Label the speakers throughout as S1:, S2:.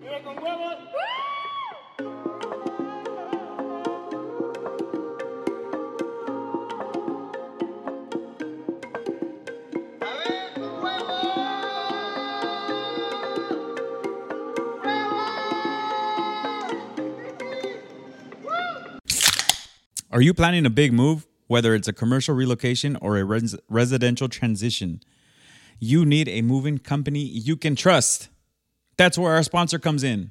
S1: ¡Viva con huevos!
S2: A ver, con huevos. ¡Huevos!
S3: Are you planning a big move, whether it's a commercial relocation or a res- residential transition? You need a moving company you can trust. That's where our sponsor comes in.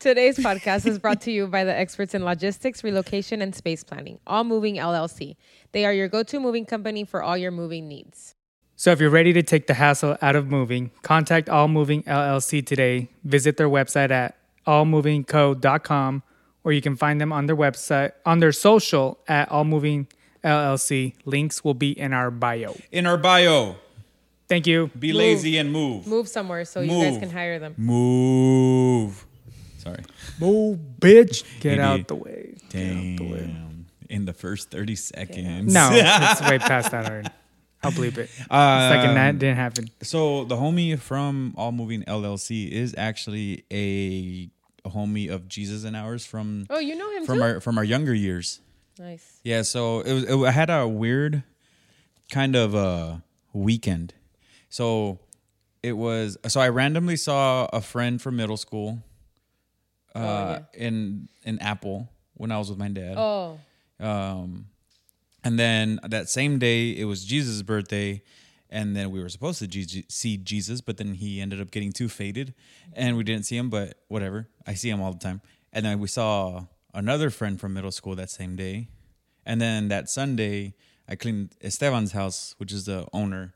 S4: Today's podcast is brought to you by the experts in logistics, relocation, and space planning, All Moving LLC. They are your go to moving company for all your moving needs.
S5: So if you're ready to take the hassle out of moving, contact All Moving LLC today. Visit their website at allmovingco.com or you can find them on their website on their social at All Moving LLC. Links will be in our bio.
S3: In our bio,
S5: Thank you.
S3: be lazy and move.
S4: Move somewhere so you
S3: Move.
S4: guys can hire them.
S3: Move. Sorry.
S5: Move, bitch. Get
S3: Maybe-
S5: out the way.
S3: Damn. In the first 30 seconds.
S5: No, it's way past that already. I'll bleep it. Uh, Second that didn't happen.
S3: So the homie from All Moving LLC is actually a, a homie of Jesus and ours from
S4: Oh, you know him
S3: from
S4: too?
S3: our from our younger years.
S4: nice.
S3: Yeah, so it was. It, I had a weird kind of uh weekend. So it was. So I randomly saw a friend from middle school, uh, in in Apple when I was with my dad.
S4: Oh,
S3: Um, and then that same day, it was Jesus' birthday. And then we were supposed to Je- see Jesus, but then he ended up getting too faded and we didn't see him, but whatever. I see him all the time. And then we saw another friend from middle school that same day. And then that Sunday, I cleaned Esteban's house, which is the owner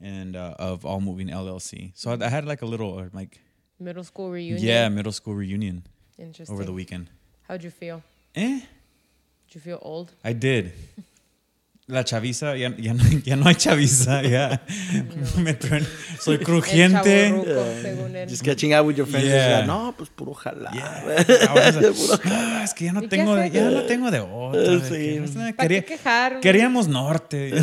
S3: and uh, of All Moving LLC. So I, I had like a little, uh, like,
S4: middle school reunion.
S3: yeah, middle school reunion
S4: Interesting.
S3: over the weekend.
S4: How'd you feel?
S3: Eh?
S4: Did you feel old?
S3: I did. La chaviza, ya, ya, no, ya no hay chaviza, ya. Me truena. Soy
S4: El
S3: crujiente.
S4: chavorruco, según él.
S6: Just catching out with your friends.
S3: Yeah.
S6: Yeah. no, pues puro jalar.
S3: Ahora es, like, "Ah, es que ya no
S4: ¿Y qué
S3: tengo, de,
S4: haces?
S3: ya no tengo de otra. de
S6: Sí.
S3: que no es nada,
S4: ¿Para
S3: quería-
S4: qué quejarme?
S3: Queríamos norte.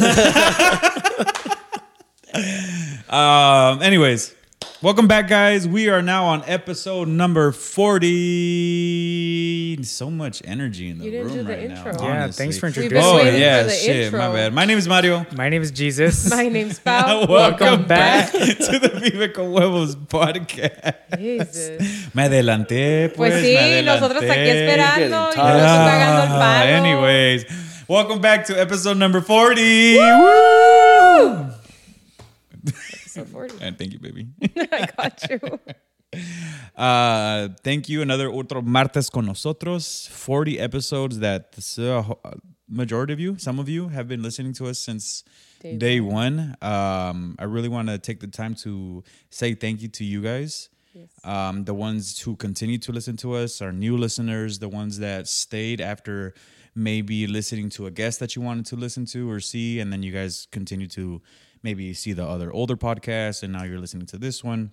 S3: um, anyways, welcome back, guys. We are now on episode number 40. So much energy in the
S4: You didn't
S3: room
S4: do the
S3: right now.
S4: intro.
S5: Yeah, thanks for
S3: honestly.
S4: We've been
S3: Oh,
S4: waiting
S3: yeah,
S4: for the
S3: shit, my
S4: intro.
S3: bad. My name is Mario.
S5: My name is Jesus.
S4: My
S3: Ah,
S4: name's Pau.
S5: Welcome back.
S3: to the Vive con Huevos podcast.
S4: Jesus.
S3: Me adelanté, pues.
S4: Pues
S3: me
S4: sí,
S3: adelanté.
S4: nosotros aquí esperando y
S6: Ah,
S4: nosotros pagando el
S3: Ah,
S4: palo.
S3: Anyways, welcome back to episode number 40. Woo!
S4: So 40.
S3: And thank you, baby.
S4: I got you.
S3: Uh, thank you. Another otro martes con nosotros. 40 episodes that the majority of you, some of you, have been listening to us since day,
S4: Day
S3: one. Um, I really want to take the time to say thank you to you guys. Um, the ones who continue to listen to us, our new listeners, the ones that stayed after maybe listening to a guest that you wanted to listen to or see, and then you guys continue to maybe see the other older podcasts, and now you're listening to this one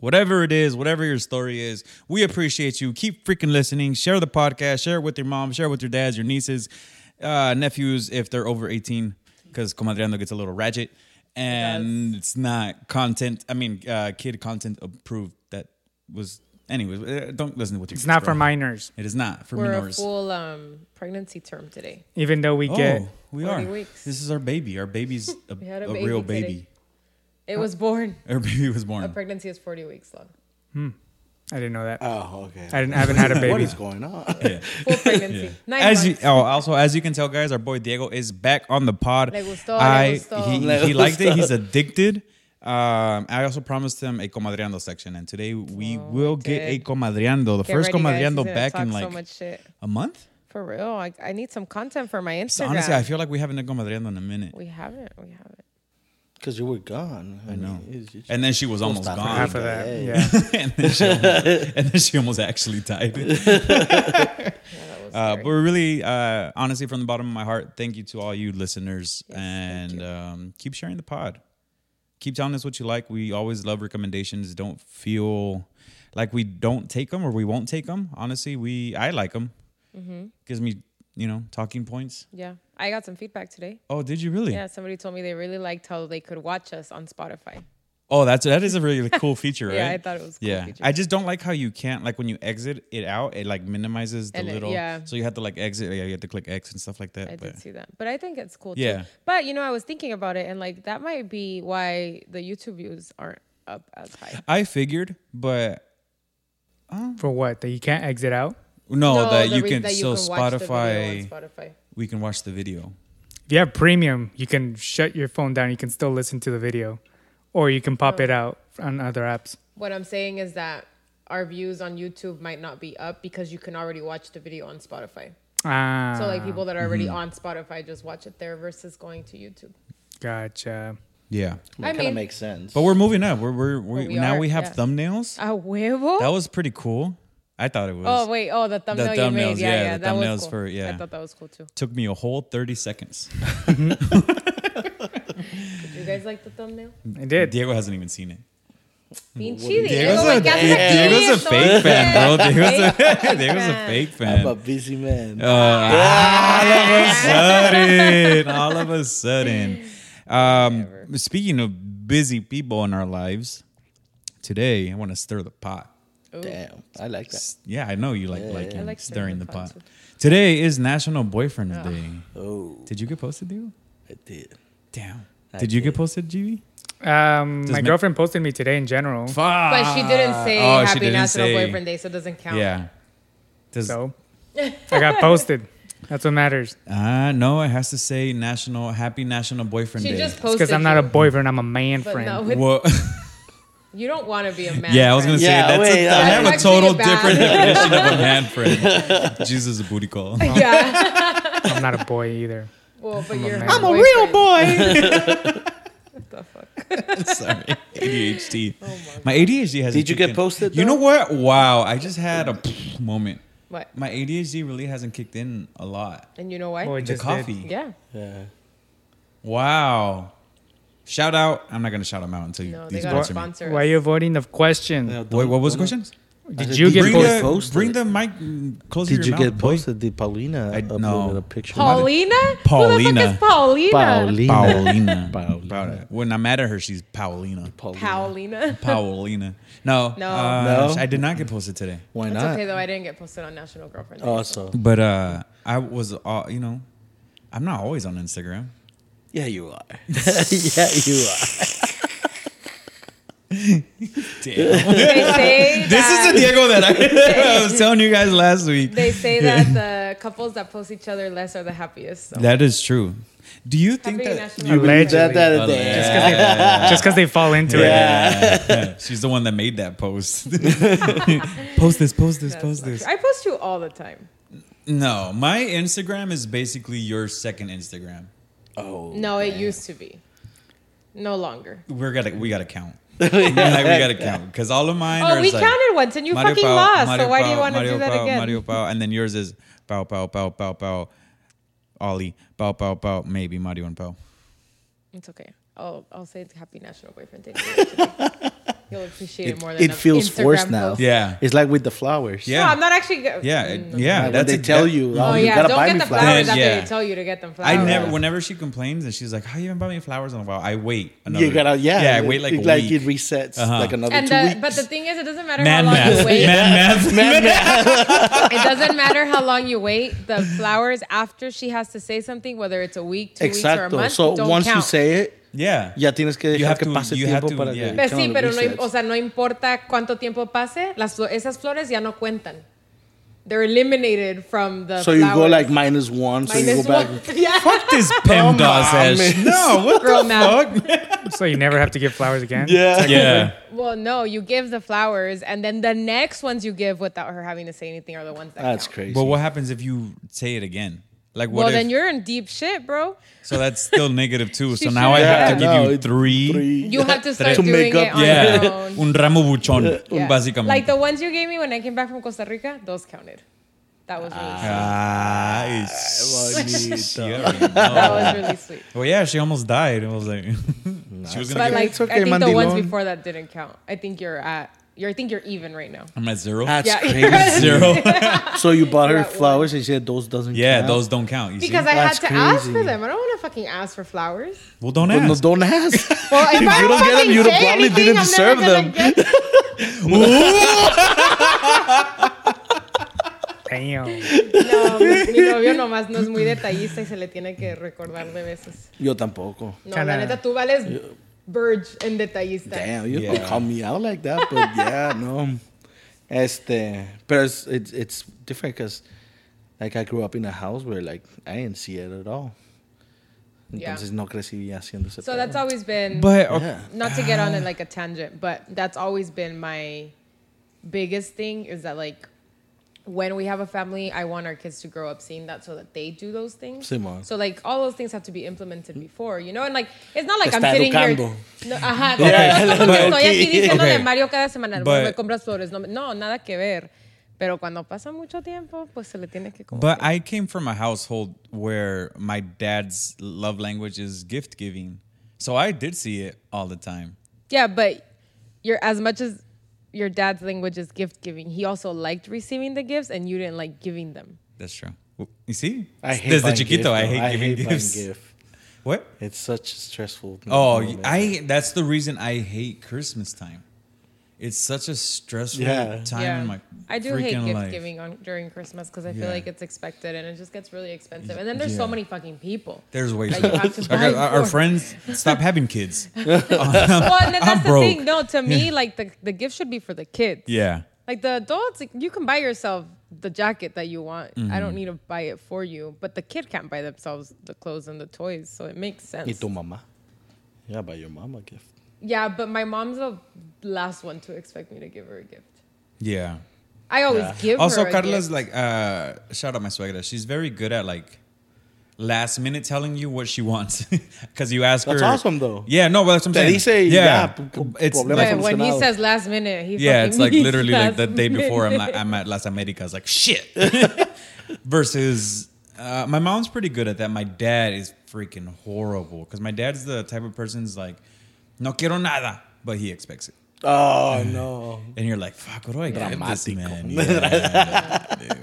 S3: whatever it is, whatever your story is, we appreciate you. Keep freaking listening. Share the podcast. Share it with your mom. Share it with your dads, your nieces, uh, nephews, if they're over 18, because Comadreando gets a little ratchet. And it's not content. I mean, uh, kid content approved. That was, anyways. uh, Don't listen with your.
S5: It's not for minors,
S3: It is not for
S4: We're a
S3: minors.
S4: full um, pregnancy term today.
S5: even though we
S3: Oh,
S5: get
S3: we
S4: 40
S3: are.
S4: weeks.
S3: This is our baby. Our baby's a,
S4: had a
S3: a
S4: baby
S3: real
S4: today.
S3: baby.
S4: It was born.
S3: Our baby was born.
S4: A pregnancy is 40 weeks long.
S5: I didn't know that.
S6: Oh, okay.
S5: I didn't I haven't had a
S6: What
S5: baby.
S6: is going on?
S4: Full pregnancy. Nine
S3: As you,
S4: months.
S3: oh, also as you can tell, guys, our boy Diego is back on the pod.
S4: Le gustó, le
S3: I
S4: gustó.
S3: he,
S6: Le
S3: he liked it.
S6: gustó.
S3: He's addicted. Um, I also promised him a comadreando section, and today we will
S4: Oh, we
S3: get a
S4: did.
S3: comadreando. The
S4: Get
S3: first
S4: ready, guys. He's
S3: comadreando
S4: gonna
S3: back
S4: talk
S3: in
S4: so
S3: like
S4: much shit.
S3: a month.
S4: For real, I, I need some content for my Instagram.
S3: So honestly, I feel like we haven't a comadreando in a minute.
S4: we haven't. We haven't.
S6: Because you were gone. I,
S3: know.
S6: mean, it's-
S3: And then she was almost
S6: stop
S3: gone.
S5: Half of that.
S6: Hey.
S5: Yeah.
S3: and, then she almost, and then she almost actually died. uh, but really, uh, honestly, from the bottom of my heart, thank you to all you listeners and Um, keep sharing the pod. Keep telling us what you like. We always love recommendations. Don't feel like we don't take them or we won't take them. Honestly, we I like them. Gives me you know talking points.
S4: Yeah, I got some feedback today.
S3: Oh, did you really?
S4: Yeah, somebody told me they really liked how they could watch us on Spotify.
S3: Oh, that's that is a really cool feature, right?
S4: Yeah, I thought it was a cool
S3: yeah.
S4: feature.
S3: I just don't like how you can't like when you exit it out, it like minimizes the
S4: And it-
S3: little.
S4: yeah.
S3: So you have to like exit. Yeah, you have to click X and stuff like that.
S4: I
S3: but
S4: did see that, but I think it's cool
S3: Yeah.
S4: too. But you know, I was thinking about it, and like that might be why the YouTube views aren't up as high.
S3: I figured, but
S5: For what? That you can't exit out?
S3: no, Oh, that,
S4: the
S3: you
S4: reason
S3: can,
S4: that
S3: so
S4: watch the video on
S3: Spotify,
S4: Spotify.
S3: we can watch the video.
S5: If you have premium, you can shut your phone down. You can still listen to the video, or you can
S4: Oh.
S5: pop it out on other apps.
S4: What I'm saying is that our views on YouTube might not be up because you can already watch the video on Spotify.
S5: Ah,
S4: So like people that are already
S3: Mm-hmm.
S4: on Spotify just watch it there versus going to YouTube.
S5: gotcha.
S3: Yeah.
S6: That
S4: I
S6: kind
S4: mean-
S6: of makes sense.
S3: But we're moving up. We're, we're, we
S4: we
S3: now
S4: are,
S3: we have
S4: yeah.
S3: thumbnails.
S4: A huevo?
S3: That was pretty cool. I thought it was.
S4: oh wait, oh the thumbnail you
S3: thumbnails,
S4: made. Yeah,
S3: yeah,
S4: yeah,
S3: the
S4: that
S3: thumbnails
S4: was
S3: for-
S4: cool.
S3: yeah.
S4: I thought that was cool too.
S3: Took me a whole 30 seconds.
S4: Did you guys like the thumbnail?
S5: I did.
S3: Diego hasn't even seen it.
S4: Pinche
S3: Diego's a,
S4: Diego, ya se
S3: Diego's a
S4: hizo,
S3: fake fan, bro.
S4: eh.
S3: Diego's a,
S4: Fake
S3: Diego's a
S4: fan.
S3: fake
S6: I'm a
S3: fan.
S6: busy man.
S3: Uh, Sudden, all of a sudden. Um, speaking of busy people in our lives, today I want to stir the pot.
S6: Damn, I like that.
S3: Yeah, I know you like like
S4: I like
S3: stirring
S4: stirring
S3: the
S4: the
S3: pot.
S4: pot, too.
S3: Today is National Boyfriend Day.
S6: Oh,
S3: Did you get posted, Diego?
S6: I did.
S3: Damn.
S6: I
S3: Did you
S6: did.
S3: get posted, GB?
S5: Um,
S3: Does
S5: my
S3: ma-
S5: girlfriend posted me today in general.
S4: But she didn't say
S3: Oh, she
S4: Happy
S3: didn't
S4: National
S3: say.
S4: Boyfriend Day, so it doesn't count.
S3: Yeah. Does,
S5: So I got posted. That's what matters.
S3: Uh, no, it has to say National Happy National Boyfriend
S4: She
S3: Day.
S4: just posted.
S5: Because I'm not
S4: you,
S5: a boyfriend. I'm a man
S4: But
S5: friend.
S4: no, with-
S3: Wha-
S4: you don't want to be a man.
S3: yeah, I was gonna say
S6: Yeah,
S3: that's
S6: wait,
S3: a,
S6: uh,
S3: I have a
S4: That's
S3: total
S4: actually
S3: different
S4: bad.
S3: definition of a man friend. Jesus, a booty call.
S4: say. Yeah.
S5: I'm not a boy either.
S4: Well, but you're. her
S5: man. I'm
S4: boyfriend.
S3: boy.
S4: What the fuck?
S3: Sorry, ADHD. my, ADHD hasn't.
S6: Oh Did you get
S3: kicked in.
S6: posted,
S3: You know
S6: though?
S3: what? Wow, I just had a moment.
S4: What?
S3: My ADHD really hasn't kicked in a lot.
S4: And you know why?
S5: Boy,
S3: The
S5: just did.
S3: coffee.
S4: Yeah.
S6: Yeah.
S3: Wow. Shout out. I'm not gonna shout them out until you.
S4: No, they
S3: these
S4: got a
S3: sponsor me.
S4: sponsor.
S5: Why are you avoiding the question?
S3: Wait, what was the question?
S5: Did you get
S3: Bring
S5: posted?
S3: the, bring the mic mm, closer
S6: Did
S3: to
S6: you
S3: your mouth,
S6: get
S3: boy.
S6: posted? Did Paulina
S3: I-
S6: uploaded
S3: no.
S6: a picture?
S4: Paulina? Who the
S3: Paulina.
S4: fuck is Paulina?
S6: Paulina.
S3: Paulina.
S6: Paulina.
S3: When I'm mad at her, she's Paulina.
S4: Paulina.
S3: Paulina. No.
S4: No.
S3: uh,
S6: No?
S3: I did not get posted today.
S6: Why
S4: It's
S6: not?
S4: okay though. I didn't get posted on National Girlfriend. Day.
S3: Oh,
S6: Also,
S3: But uh, I was, uh, you know, I'm not always on Instagram.
S6: yeah, you are. yeah, you are.
S3: Damn.
S4: They say
S3: this is the
S4: that,
S3: Diego that I, I was telling you guys last week.
S4: they say that the couples that post each other less are the happiest. So.
S3: That is true. Do you think
S4: Happy
S3: that?
S4: National
S5: You
S4: Girlfriend
S5: alleged-
S4: Day.
S6: That, that,
S3: Oh,
S6: that-
S3: yeah.
S5: Just because they fall into
S3: Yeah. She's the one that made that post. post this, post this,
S4: That's
S3: post
S4: not
S3: this.
S4: true. I post you all the time.
S3: No, my Instagram is basically your second Instagram.
S6: Oh,
S4: No, it used to be. No longer.
S3: We're gotta we gotta count. Like, we gotta count because all of mine.
S4: Oh,
S3: are
S4: we
S3: like,
S4: counted once and you
S3: Mario
S4: fucking
S3: Pao,
S4: lost.
S3: Mario
S4: so why do
S3: Pao,
S4: you want to
S3: Mario
S4: do that
S3: Pao,
S4: again?
S3: Mario Pao, and then yours is pow pow pow pow pow, Ollie pow pow pow. Maybe Mario and pow.
S4: It's okay. I'll I'll say it's Happy National Boyfriend Day. to you. You'll appreciate it,
S6: It-
S4: more than
S6: it
S4: a
S6: feels
S4: Instagram
S6: forced now.
S4: post.
S3: Yeah,
S6: It's like with the flowers.
S3: Yeah.
S4: No, I'm not actually. Go-
S3: yeah,
S4: Mm.
S3: it- yeah.
S6: Like what they
S3: it.
S6: tell you.
S4: Oh,
S6: Oh, you
S4: yeah,
S6: gotta
S4: don't
S6: buy
S4: get
S6: me
S4: the
S6: flowers.
S4: flowers
S3: Yeah.
S4: after
S3: Yeah.
S4: they tell you to get them flowers.
S3: I never. Whenever she complains and she's like, "How you haven't bought me flowers in a while?" I wait. Another,
S6: You gotta, yeah.
S3: yeah. I wait like a
S6: it, like
S3: week.
S6: it resets
S3: Uh-huh.
S6: like another
S4: And
S6: two
S4: the,
S6: weeks.
S4: but the thing is, it doesn't matter
S3: Man
S4: how long
S3: math.
S4: you wait.
S3: Man math. Man math.
S4: It doesn't matter how long you wait. The flowers after she has to say something, whether it's a week, two weeks, or a
S6: Exacto.
S4: month,
S6: So
S4: don't
S6: once
S4: count.
S6: you say it,
S3: Yeah.
S6: ya tienes que
S3: You
S6: dejar
S3: have
S6: que
S3: to-
S6: pase
S3: you have
S6: tiempo
S3: to-
S6: para
S3: yeah.
S6: que
S4: Pues
S6: kind
S4: sí,
S6: of
S4: pero no,
S6: resets.
S4: o sea, no importa cuánto tiempo pase, las, flo- esas flores ya no cuentan. They're eliminated from the.
S6: So you go
S4: flowers.
S6: like minus one, so you
S4: Minus
S6: go back.
S4: one. Yeah.
S3: Fuck this PEMDAS ass.
S6: mames.
S3: No, what
S4: Girl
S3: the
S4: math.
S3: fuck?
S5: it. So you never have to give flowers again.
S6: Yeah.
S3: Yeah.
S4: Well, no, you give the flowers, and then the next ones you give without her having to say anything are the ones that.
S6: That's
S4: count.
S6: crazy.
S3: But what happens if you say it again? Like what
S4: Well,
S3: if,
S4: then you're in deep shit, bro.
S3: so that's still negative too.
S4: She
S3: So now I
S4: should-
S3: have to
S4: Yeah.
S3: give
S6: No,
S3: you
S6: it's
S3: three.
S4: You have to start
S6: To
S4: doing
S6: make
S4: it
S6: up-
S4: on
S3: Yeah.
S4: your own.
S3: Un ramo buchón.
S4: Yeah.
S3: Básicamente.
S4: Like the ones you gave me when I came back from Costa Rica, those counted. That was really
S3: Ah,
S6: Bonito.
S3: she already know.
S4: sweet. That was really sweet.
S3: Well, yeah, she almost died. It was like she was gonna.
S4: But
S3: Get,
S4: like,
S6: it's okay,
S4: I think the ones
S6: Mandilon.
S4: before that didn't count. I think you're at. You're, I think you're even right now.
S3: I'm at zero.
S6: That's
S4: Yeah.
S6: crazy.
S3: zero.
S6: So you bought her
S4: That one.
S6: flowers and she said those doesn't
S3: yeah,
S6: count?
S3: those don't count. You
S4: Because
S3: see?
S4: I had
S6: That's
S4: to ask
S6: crazy.
S4: for them. I don't want to fucking ask for flowers.
S3: well, don't
S6: But no,
S3: ask.
S6: don't ask.
S4: Well, if, I
S6: you don't get them,
S4: fucking
S6: you
S4: say
S6: probably
S4: anything,
S6: didn't
S4: I'm never
S6: deserve
S4: gonna
S6: them.
S4: get
S5: Damn.
S4: No, Um, mi novio nomás no es muy detallista y se le tiene que recordar de veces.
S6: Yo tampoco.
S4: No,
S5: Kinda-
S4: la neta, tú vales verge en detallista.
S6: Damn, you
S3: Yeah.
S6: don't call me out like that, but yeah, no. Este, pero it's, it's, it's different because, like, I grew up in a house where, like, I didn't see it at all.
S4: Yeah.
S6: Entonces no crecí haciendo ese
S4: So
S6: pedo.
S4: that's always been,
S3: But okay,
S6: Yeah.
S4: not to get on it like a tangent, but that's always been my biggest thing is that like when we have a family, I want our kids to grow up seeing that so that they do those things.
S6: Simón.
S4: So like all those things have to be implemented before, you know? And like it's not like
S6: Te
S4: I'm
S6: está
S4: sitting
S6: educando.
S4: here. No, ajá,
S3: Yeah,
S4: no,
S3: but-
S4: estoy aquí diciendo de
S3: Okay.
S4: Mario cada semana, no
S3: But-
S4: me compras flores, no, me- no, nada que ver. Pero cuando pasa mucho tiempo, pues se le tiene que como
S3: but
S4: que-
S3: I came from a household where my dad's love language is gift giving, so I did see it all the time.
S4: Yeah, but you're as much as your dad's language is gift giving, he also liked receiving the gifts and you didn't like giving them.
S3: That's true. You see,
S6: I hate
S3: There's the
S6: buying
S3: chiquito.
S6: gift,
S3: I
S6: though.
S3: hate giving
S6: buying
S3: gifts.
S6: gift.
S3: What?
S6: It's such a stressful.
S3: Oh,
S6: moment.
S3: I. That's the reason I hate Christmas time. It's such a stressful
S6: Yeah.
S3: time in my
S4: I do hate
S3: freaking
S4: gift
S3: life.
S4: giving on during Christmas because I feel
S3: Yeah.
S4: like it's expected and it just gets really expensive. And then there's so
S3: Yeah.
S4: many fucking people.
S3: There's ways.
S4: That you have to
S3: Like,
S4: buy
S3: our, our
S4: for.
S3: friends stop having kids.
S4: well, and then that's
S3: I'm
S4: the
S3: broke.
S4: thing. No, to me, like the, the gift should be for the kids.
S3: Yeah.
S4: Like the adults, like, you can buy yourself the jacket that you want. I
S3: Mm-hmm.
S4: don't need to buy it for you. But the kid can't buy themselves the clothes and the toys. So it makes sense.
S6: Y tu mamá. Yeah, buy your mama a gift.
S4: Yeah, but my mom's the last one to expect me to give her a gift.
S3: Yeah.
S4: I always give
S3: Also,
S4: her. a
S3: Carla's
S4: gift.
S3: like, uh, shout out my suegra. She's very good at like last minute telling you what she wants because you ask
S6: That's
S3: her.
S6: awesome, though.
S3: Yeah. No, but that's what
S6: Te
S3: I'm saying.
S6: dice y ya,
S3: yeah.
S6: p- p-
S3: It's
S6: problema
S3: like,
S4: But when he
S6: solucionado.
S4: says last minute, he
S3: yeah,
S4: fucking
S3: it's like
S4: means
S3: literally like
S4: last
S3: the day before I'm at,
S4: minute.
S3: I'm at Las Americas, like shit. Versus, uh, my mom's pretty good at that. My dad is freaking horrible because my dad's the type of person's like, no quiero nada, but he expects it. Ah.
S6: Oh no.
S3: And you're like, fuck, what do I get this
S6: Dramático.
S3: man? Yeah.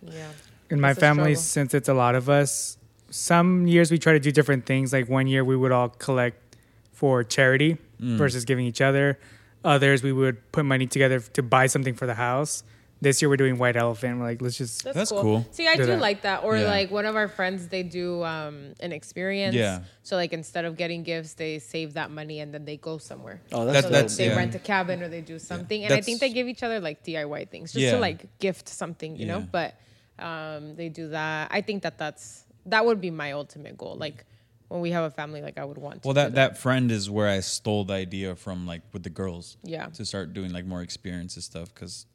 S4: yeah.
S5: In my
S4: It's a
S5: family,
S4: struggle.
S5: since it's a lot of us, some years we try to do different things. Like one year we would all collect for charity versus giving each other. Others we would put money together to buy something for the house. This year we're doing White Elephant. We're like, let's just
S4: That's,
S3: That's
S4: cool.
S3: cool.
S4: See, I
S5: Do
S4: do
S5: that.
S4: like that. Or
S3: Yeah.
S4: like one of our friends, they do um, an experience.
S3: Yeah.
S4: So like instead of getting gifts, they save that money and then they go somewhere.
S6: Oh,
S3: That-
S4: So
S6: that's
S4: like,
S6: dope.
S3: that's-
S4: they
S3: yeah.
S4: rent a cabin or they do something, and I think they
S3: That's-
S4: give each other like DIY things just
S3: Yeah.
S4: to like gift something, you know.
S3: Yeah.
S4: But um, they do that. I think that that's that would be my ultimate goal. Like when we have a family, like I would want. To
S3: well,
S4: do
S3: that that friend is where I stole the idea from, like with the girls.
S4: Yeah.
S3: To start doing like more experiences stuff because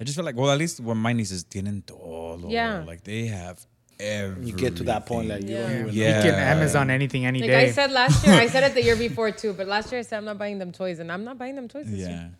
S3: I just feel like, well, at least when my nieces tienen todo.
S4: Yeah.
S3: Like they have everything.
S6: You get to that point like you don't
S4: Yeah.
S6: even
S5: you
S3: yeah.
S5: can Amazon anything any
S4: Like
S5: day.
S4: I said last year, I said it the year before too, but last year I said I'm not buying them toys, and I'm not buying them toys this
S3: Yeah.
S4: year.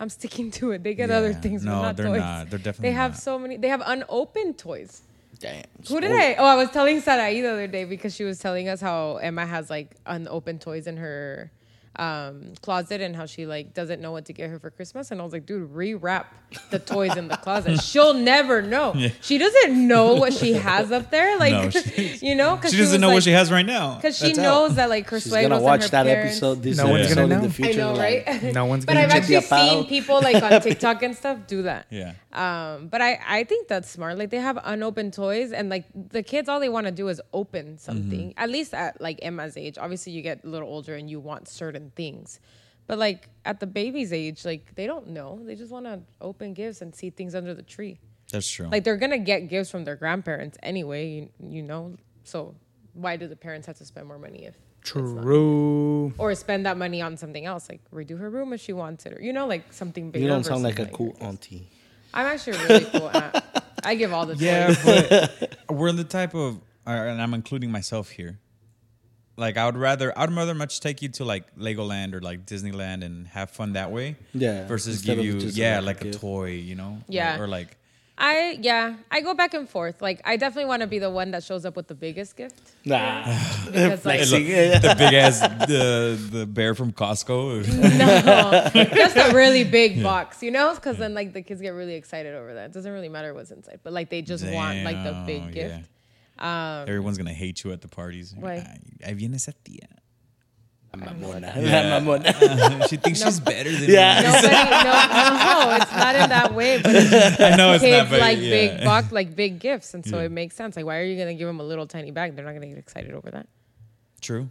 S4: I'm sticking to it. They get
S3: Yeah.
S4: other things. but
S3: No,
S4: not
S3: they're
S4: toys.
S3: not. They're definitely
S4: They have
S3: not.
S4: so many. They have unopened toys.
S6: Damn.
S4: Who did I? Oh, I was telling Sarai the other day because she was telling us how Emma has like unopened toys in her um, closet and how she like doesn't know what to get her for Christmas. And I was like, dude, rewrap the toys in the closet. She'll never know. She doesn't know what she has up there. Like,
S3: No, she-
S4: you know, because
S3: She doesn't know what she has right now.
S4: Because she
S6: That's out.
S4: knows that like her
S6: She's
S4: suegros
S6: gonna
S4: and
S6: watch
S4: her
S6: that
S4: parents-
S6: episode. This
S5: No one's
S6: episode
S5: gonna
S6: in
S5: know.
S6: the
S5: I
S4: I
S6: future.
S4: know,
S6: like,
S4: right?
S5: no one's
S4: but
S5: gonna
S4: I've
S5: check
S4: actually
S6: the
S4: seen
S6: file.
S4: people like on TikTok and stuff do that.
S3: Yeah.
S4: Um, but I, I think that's smart. Like they have unopened toys and like the kids all they want to do is open something. At least at like Emma's age. Obviously you get a little older and you want certain things. But like at the baby's age, like they don't know. They just want to open gifts and see things under the tree.
S3: That's true.
S4: Like they're gonna get gifts from their grandparents anyway, you, you know. So why do the parents have to spend more money if
S5: True.
S4: or spend that money on something else, like redo her room if she wants it, or you know, like something bigger.
S6: You don't
S4: versus,
S6: sound like a cool auntie.
S4: I'm actually a really cool. aunt. I give all the
S3: Yeah,
S4: toys.
S3: but we're the type of, uh, and I'm including myself here. Like I would rather, I'd rather much take you to like Legoland or like Disneyland and have fun that way.
S6: Yeah,
S3: Versus
S6: instead
S3: give
S6: of
S3: you,
S6: just
S3: yeah,
S6: like a
S3: like a
S6: gift.
S3: toy, you know.
S4: Yeah.
S3: Or, like,
S4: I yeah, I go back and forth. Like I definitely want to be the one that shows up with the biggest gift.
S6: Nah.
S4: Because, like,
S3: Look, the big ass the the bear from Costco.
S4: just a really big box, you know? Because then like the kids get really excited over that. It doesn't really matter what's inside, but like they just want like the big
S3: Damn,
S4: gift. Um,
S3: yeah. Everyone's gonna hate you at the parties.
S4: Why?
S3: "Ay, Ahí viene esa tía.
S6: Mamona.
S3: Yeah.
S6: Ah, Mamona.
S3: she thinks she's better than
S6: Yeah.
S4: Nobody, no, no, it's not in that way. But it's
S3: me. I know it's
S4: kids
S3: not, but
S4: like
S3: yeah.
S4: big box, like big gifts, and so it makes sense. Like, why are you gonna give them a little tiny bag? They're not gonna get excited over that.
S3: True.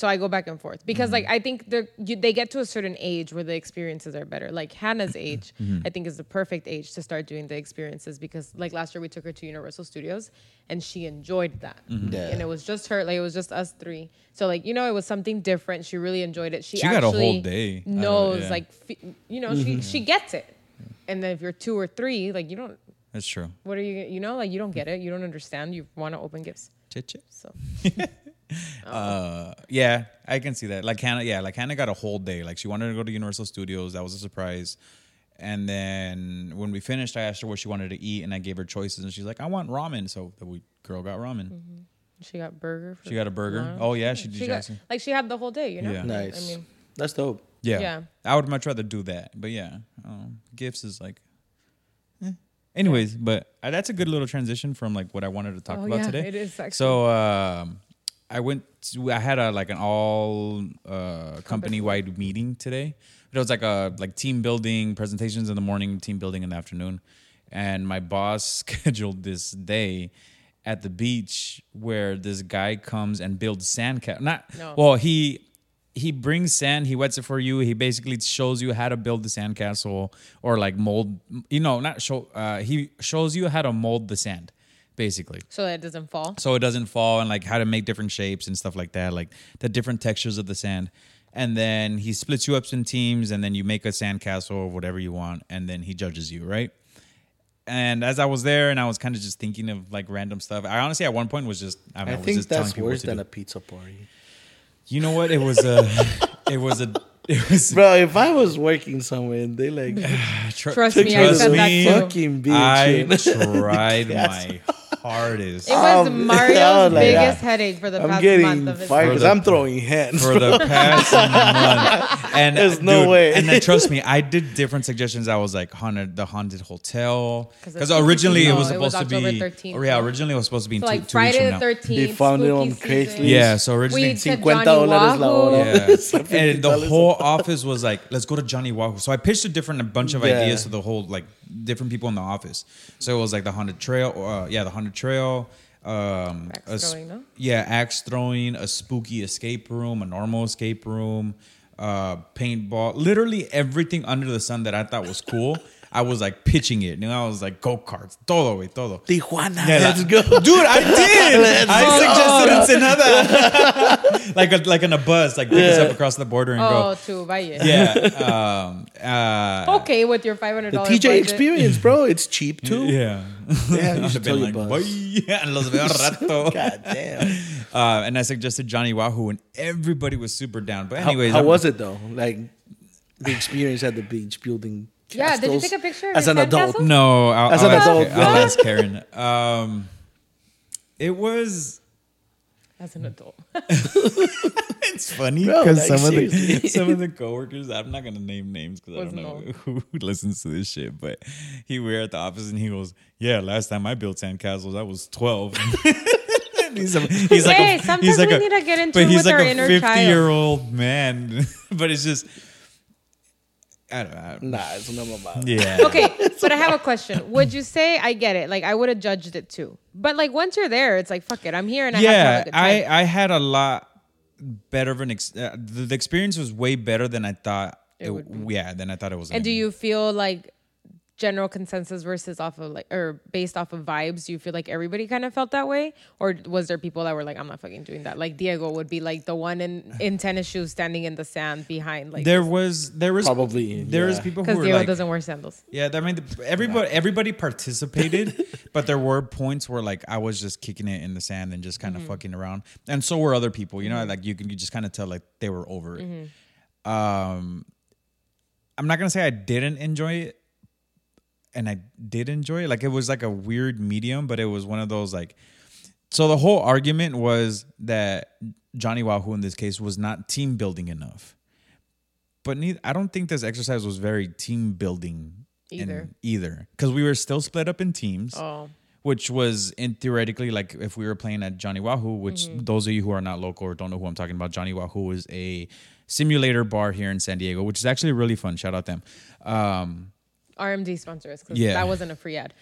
S4: So I go back and forth because,
S3: Mm-hmm.
S4: like, I think they're you, they get to a certain age where the experiences are better. Like Hannah's
S3: Mm-hmm.
S4: age, I think, is the perfect age to start doing the experiences because, like, last year we took her to Universal Studios and she enjoyed that,
S3: Mm-hmm.
S6: Yeah.
S4: and it was just her, like, it was just us three. So, like, you know, it was something different. She really enjoyed it. She,
S3: She got a whole
S4: actually
S3: day out of it,
S4: knows,
S3: yeah. Mm-hmm.
S4: like, fe- you know, she she gets it. And then if you're two or three, like, you don't.
S3: That's true.
S4: What are you? You know, like, you don't
S3: Hmm.
S4: get it. You don't understand. You want to open gifts,
S3: Chit-chit.
S4: so
S3: Uh, yeah, I can see that. Like Hannah, yeah, like Hannah got a whole day. Like she wanted to go to Universal Studios. That was a surprise. And then when we finished, I asked her what she wanted to eat, and I gave her choices, and she's like, "I want ramen." So the we, girl got ramen.
S4: she got burger. For
S3: She got a burger.
S4: lunch.
S3: Oh yeah, she did.
S4: Mm-hmm. she got,
S3: Jackson.
S4: like she had the whole day, you know.
S3: Yeah.
S6: Nice.
S4: I mean,
S6: That's dope.
S3: yeah.
S4: yeah.
S3: I would much rather do that, but yeah, um, gifts is like. eh. Anyways, but uh, that's a good little transition from like what I wanted to talk
S4: Oh,
S3: about
S4: yeah,
S3: today.
S4: it is actually.
S3: So um, I went. To, I had a like an all uh, company wide meeting today. It was like a like team building presentations in the morning, team building in the afternoon, and my boss scheduled this day at the beach where this guy comes and builds sand ca- Not
S4: No.
S3: well, he. He brings sand, he wets it for you. He basically shows you how to build the sandcastle or like mold, you know, not show, uh, he shows you how to mold the sand, basically
S4: so that it doesn't fall.
S3: so it doesn't fall and like how to make different shapes and stuff like that like the different textures of the sand and then he splits you up in teams and then you make a sand castle or whatever you want and then he judges you right and as i was there and i was kind of just thinking of like random stuff i honestly at one point was just i, don't know,
S6: I
S3: was
S6: think
S3: just telling
S6: that's
S3: people what
S6: worse
S3: to
S6: than
S3: do.
S6: a pizza party.
S3: you know what it was a it was a it was
S6: Bro, if I was working somewhere and they like
S3: tr-
S4: Trust me, I
S3: Trust
S4: said
S3: me.
S4: that too.
S6: fucking bitch.
S3: i
S6: and-
S3: tried my hardest
S4: It was
S6: Um,
S4: Mario's
S6: I was like,
S4: biggest
S6: yeah.
S4: headache for the
S6: I'm
S4: past
S6: getting
S4: month of his
S6: fired
S4: life.
S6: because I'm throwing hands.
S3: for the past month. And
S6: There's no way.
S3: And then trust me, I did different suggestions. I was like haunted, the haunted hotel
S4: 'Cause
S3: because
S4: it's-
S3: originally it
S4: no,
S3: was
S4: it was
S3: supposed to
S4: October
S3: be.
S4: 13th.
S3: Or yeah, originally it was supposed to be in
S4: So,
S3: two,
S4: like
S3: two weeks
S4: Friday
S3: from
S4: the
S3: now.
S4: thirteenth.
S6: They found it on Craigslist.
S3: Yeah, so originally
S4: we took
S6: 50
S4: Johnny
S6: dólares la
S4: Wahoo.
S6: hora.
S3: yeah.
S6: Something
S3: and the
S6: dollars.
S3: whole office was like, let's go to Johnny Wahoo. So I pitched a different a bunch of
S6: Yeah.
S3: ideas to the whole like different people in the office. So it was like the haunted trail, uh, yeah, the haunted trail. Um,
S4: Axe
S3: a sp-
S4: throwing, no?
S3: yeah, axe throwing, a spooky escape room, a normal escape room, uh, paintball, literally everything under the sun that I thought was cool. I was like pitching it, and I was like go karts, todo, way, todo.
S6: Tijuana,
S3: Yeah,
S6: let's
S3: like-
S6: go.
S3: dude. I did. I
S4: Let's
S3: suggested Ensenada, like a, like in a bus, like pick us up across the border and
S4: Oh,
S3: go.
S4: to buy it.
S3: Yeah. Um, uh,
S4: Okay, with your five hundred
S6: The
S4: dollars.
S6: TJ experience, bro. It's cheap too.
S3: yeah.
S6: Yeah, you
S3: I'd have
S6: should tell
S3: been
S6: your
S3: like,
S6: boss.
S3: "Bye." Los veo al rato.
S6: God damn.
S3: Uh, and I suggested Johnny Wahoo, and everybody was super down. But
S6: How,
S3: anyways,
S6: how
S3: I'm-
S6: was it though? Like the experience at the beach, building.
S4: Yeah, did you
S6: castles
S4: take a picture of
S6: as
S4: your
S6: an adult?
S4: sandcastle?
S3: No, I'll,
S6: As
S3: I'll
S6: an
S3: ask,
S6: adult,
S3: I'll
S6: yeah.
S3: ask Karen. Um, it was.
S4: as an adult.
S3: It's funny
S6: Bro,
S3: because
S6: like,
S3: some of the
S6: seriously.
S3: some of the coworkers. I'm not gonna name names because I
S4: Was
S3: don't know
S4: not.
S3: who listens to this shit. But he we were at the office and he goes, "Yeah, last time I built sandcastles, I was 12." He's, a, he's like
S4: Hey,
S3: a,
S4: sometimes
S3: he's like
S4: we
S3: a,
S4: need to get in
S3: but
S4: tune
S3: he's
S4: with
S3: like
S4: our
S3: a
S4: inner
S3: year old man. but it's just, I don't know. I don't-
S6: Nah, it's not about.
S3: Yeah.
S4: Okay, but I have a question. Would you say I get it? Like I would have judged it too. But like once you're there, it's like fuck it. I'm here and I have to have a
S3: yeah
S4: good time.
S3: i i had a lot better of an ex- uh, the, the experience was way better than i thought it, yeah than i thought it was
S4: And do you feel like general consensus versus off of like or based off of vibes? Do you feel like everybody kind of felt that way, or was there people that were like, "I'm not fucking doing that"? Like Diego would be like the one in in tennis shoes standing in the sand behind, like
S3: there was there was
S6: Probably,
S3: there was
S6: yeah.
S3: people who
S4: because
S3: were
S4: Diego
S3: like,
S4: doesn't wear sandals.
S3: yeah i mean the- everybody everybody participated but there were points where like i was just kicking it in the sand and just kind
S4: Mm-hmm.
S3: of fucking around and so were other people you know like you can you just kind of tell like they were over it
S4: Mm-hmm.
S3: um i'm not gonna say i didn't enjoy it and I did enjoy it. Like it was like a weird medium, but it was one of those like. So the whole argument was that Johnny Wahoo in this case was not team building enough, but neith- I don't think this exercise was very team building in-
S4: Either.
S3: either because we were still split up in teams
S4: Oh,
S3: which was in theoretically like if we were playing at Johnny Wahoo, which
S4: Mm-hmm.
S3: those of you who are not local or don't know who I'm talking about, Johnny Wahoo is a simulator bar here in San Diego, which is actually really fun. Shout out them. Um,
S4: RMD sponsor us because
S3: Yeah. Oh.
S4: that wasn't a free ad.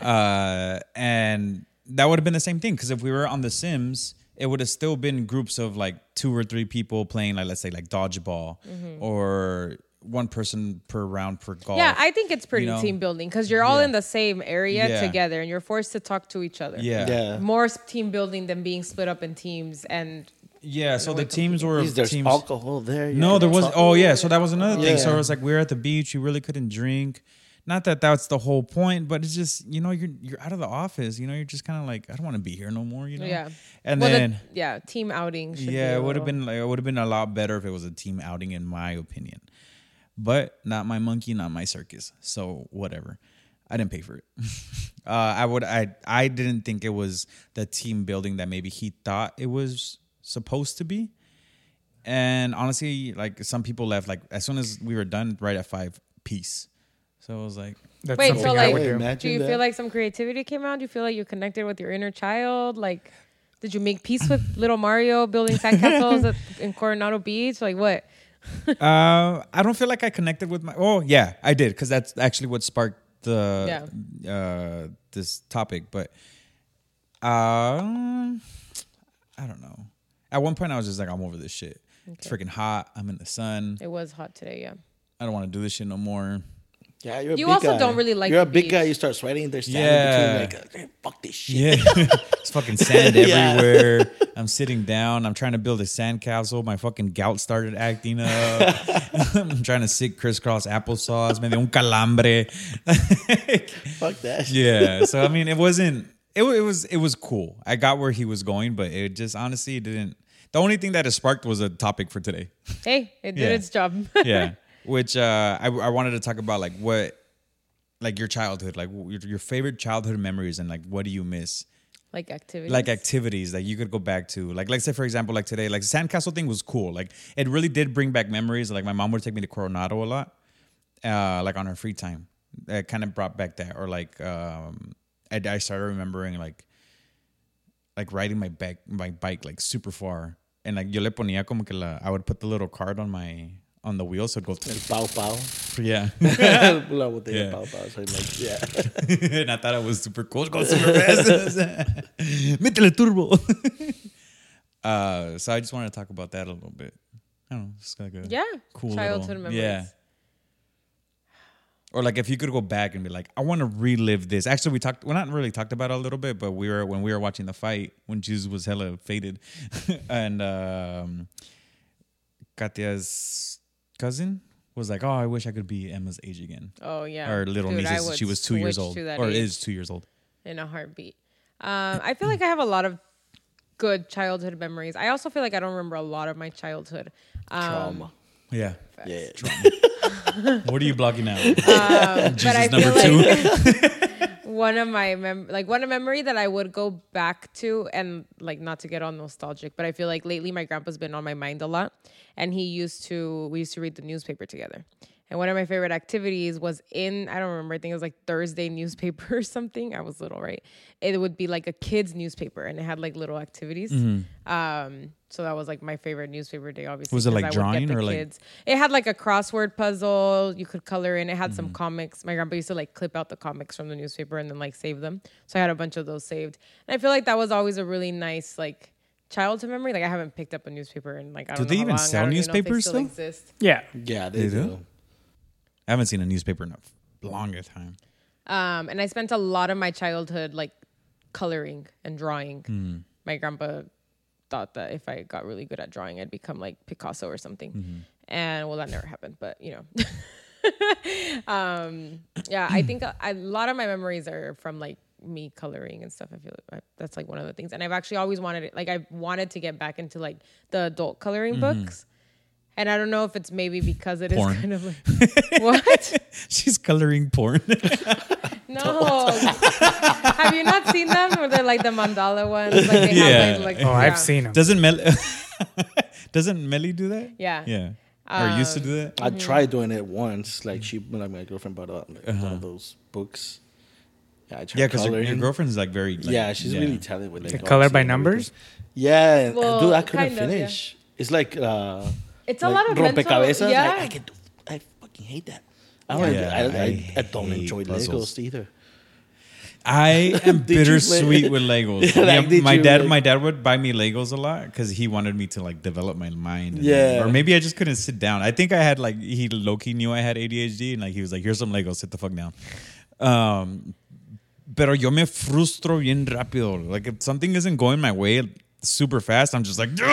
S3: uh, and that would have been the same thing because if we were on The Sims, it would have still been groups of like two or three people playing, like let's say like dodgeball or one person per round per golf.
S4: Mm-hmm. Yeah, I think it's pretty
S3: know?
S4: team building because you're all
S3: Yeah.
S4: in the same area
S3: Yeah.
S4: together and you're forced to talk to each other.
S3: yeah, yeah,
S6: Yeah.
S4: More s- team building than being split up in teams and
S3: So the teams were
S6: Please, there's
S3: teams.
S6: alcohol there. you
S3: No,
S6: can
S3: there was.
S6: talk-
S3: Oh yeah, so that was another thing. So
S6: Yeah.
S3: it was like we were at the beach. You really couldn't drink. Not that that's the whole point, but it's just you know you're you're out of the office. You know you're just kind of like I don't want to be here no more. You know.
S4: yeah.
S3: And
S4: Well, the-
S3: then
S4: yeah, team outing. Should be
S3: yeah,
S4: a
S3: it would have
S4: little-
S3: been like, it would have been a lot better if it was a team outing, in my opinion. But not my monkey, not my circus. So whatever. I didn't pay for it. uh, I would. I I didn't think it was the team building that maybe he thought it was supposed to be. And honestly, like some people left like as soon as we were done, right at five piece. So I was like,
S5: That's
S4: Wait,
S5: something
S4: so
S5: I
S4: like,
S5: would
S6: Wait,
S5: do.
S4: do
S6: imagine
S4: you
S6: that.
S4: feel like some creativity came out? Do you feel like you connected with your inner child? Like, did you make peace with little Mario building sandcastles at, in Coronado Beach? Like, what?
S3: Uh, I don't feel like I connected with my. Oh yeah, I did because that's actually what sparked the uh, this topic. But um, I don't know. At one point, I was just like, I'm over this shit. It's freaking hot. I'm in the sun.
S4: It was hot today, yeah.
S3: I don't want to do this shit no more.
S6: Yeah, you're a
S4: You
S6: big
S4: also
S6: guy.
S4: don't really like
S6: You're a
S4: the
S6: big guy.
S4: beach.
S6: You start sweating. There's sand
S3: Yeah.
S6: in between. Like "Hey, fuck this shit.
S3: Yeah, it's fucking sand
S6: Yeah.
S3: everywhere. I'm sitting down. I'm trying to build a sand castle. My fucking gout started acting up. I'm trying to sit crisscross applesauce. Maybe un calambre.
S6: Fuck that. shit.
S3: yeah so i mean it wasn't it, wa- it was it was cool i got where he was going but it just honestly it didn't the only thing that it sparked was a topic for today
S4: Hey, it did
S3: Yeah.
S4: its job.
S3: yeah which uh I, I wanted to talk about like what like your childhood like your, your favorite childhood memories and like what do you miss
S4: like activities.
S3: like activities that you could go back to. Like let's say for example, like today, like the sandcastle thing was cool. Like it really did bring back memories. Like my mom would take me to Coronado a lot, uh, like on her free time. That kind of brought back that, or like um, I, I started remembering like like riding my back my bike like super far, and like yo le ponía como que la, I would put the little card on my on the wheel, so it would go
S6: Pow pow.
S3: yeah.
S6: La botella
S3: Yeah.
S6: pow pow. So I'm like, yeah.
S3: and I thought I was super cool. Go super fast. Métele turbo. uh, so I just wanted to talk about that a little bit. I don't know. It's like a
S4: yeah,
S3: cool
S4: childhood
S3: little-
S4: memories.
S3: Yeah. Or like if you could go back and be like, I want to relive this. Actually, we talked. We're not really talked about it a little bit, but we were when we were watching the fight when Jesus was hella faded, and um, Katia's cousin was like, "Oh, I wish I could be Emma's age again."
S4: Oh yeah.
S3: Our little
S4: Dude, I
S3: niece.
S4: would
S3: She was two years
S4: switch
S3: old,
S4: to that
S3: or
S4: age
S3: is two years old.
S4: in a heartbeat. Um, I feel like I have a lot of good childhood memories. I also feel like I don't remember a lot of my childhood. Um,
S6: Trauma.
S3: Yeah.
S6: Yeah.
S3: What are you blocking out?
S4: but I
S3: number
S4: feel like one of my mem- like one a memory that I would go back to and like not to get all nostalgic, but I feel like lately my grandpa's been on my mind a lot, and he used to we used to read the newspaper together. And one of my favorite activities was in, I don't remember, I think it was like Thursday newspaper or something. I was little, right? It would be like a kid's newspaper and it had like little activities. Um, so that was like my favorite newspaper day, obviously.
S3: Was it,
S4: 'cause
S3: like,
S4: I would get
S3: drawing
S4: the
S3: or, like-
S4: kids. It had like a crossword puzzle. You could color in. It had
S3: Mm-hmm.
S4: some comics. My grandpa used to like clip out the comics from the newspaper and then like save them. So I had a bunch of those saved. And I feel like that was always a really nice like childhood memory. Like I haven't picked up a newspaper in like I
S3: Do
S4: don't know
S3: they
S4: how
S3: even
S4: long. I
S3: sell
S4: don't even know if they
S3: newspapers
S4: still
S3: still?
S4: exist.
S5: Yeah.
S6: Yeah, they,
S3: do?
S6: do.
S3: I haven't seen a newspaper in a longer time.
S4: Um, and I spent a lot of my childhood like coloring and drawing. My grandpa thought that if I got really good at drawing, I'd become like Picasso or something. And well, that never happened, but you know. um, yeah, I think a, a lot of my memories are from like me coloring and stuff. I feel like I, that's like one of the things. And I've actually always wanted it, like, I've wanted to get back into like the adult coloring books. And I don't know if it's maybe because it is
S3: Porn.
S4: kind of like what?
S3: She's coloring porn.
S4: No. Have you not seen them? Where they're like the mandala ones? Like they
S3: Yeah.
S4: have like, like
S5: Oh,
S4: yeah.
S5: I've seen them.
S3: doesn't Mel doesn't Melly do that?
S4: Yeah. Um,
S3: Yeah. or used to do that?
S4: Mm-hmm.
S6: I tried doing it once. Like she, like my girlfriend bought out like, one of those books. Yeah, I tried
S3: Uh-huh. Yeah, because your, your
S6: coloring.
S3: girlfriend's like very like,
S6: yeah, she's really talented with like
S5: The
S6: dogs
S5: color by
S6: and everything.
S5: numbers?
S6: Yeah, and-
S4: Well,
S6: dude, I couldn't
S4: kind of, yeah.
S6: finish. It's like uh,
S4: It's a
S6: like
S4: lot of mental-
S6: rompecabezas. Like,
S4: yeah.
S6: I, can do, I fucking hate that. I don't.
S3: Yeah,
S6: I, I,
S3: I
S6: I, I don't
S3: hate
S6: enjoy
S3: puzzles.
S6: Legos either.
S3: I am
S6: Did you
S3: bittersweet
S6: play-
S3: with Legos.
S6: Yeah, like,
S3: Yeah,
S6: did
S3: my
S6: you,
S3: dad,
S6: like-
S3: my dad would buy me Legos a lot because he wanted me to like develop my mind. and-
S6: Yeah.
S3: or maybe I just couldn't sit down. I think I had like he low key knew I had ADHD and like he was like, "Here's some Legos, sit the fuck down." Um, pero yo me frustro bien rápido. Like if something isn't going my way super fast, I'm just like, "Ugh!"
S4: I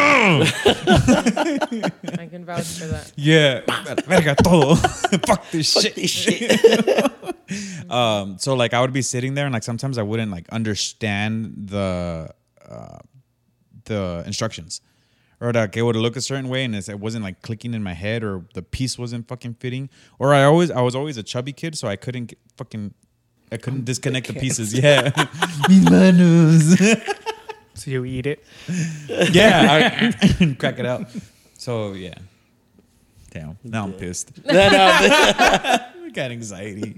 S4: can vouch for that.
S3: yeah, verga todo, fuck this shit. Um, so like I would be sitting there and like sometimes I wouldn't like understand the uh, the instructions, or like it would look a certain way and it's, it wasn't like clicking in my head or the piece wasn't fucking fitting. Or I always I was always a chubby kid, so I couldn't get fucking I couldn't disconnect the pieces. Yeah, Mis manos.
S5: So you eat it.
S3: yeah, I, crack it out. So yeah, damn. Now I'm pissed.
S6: No, no,
S3: I got anxiety.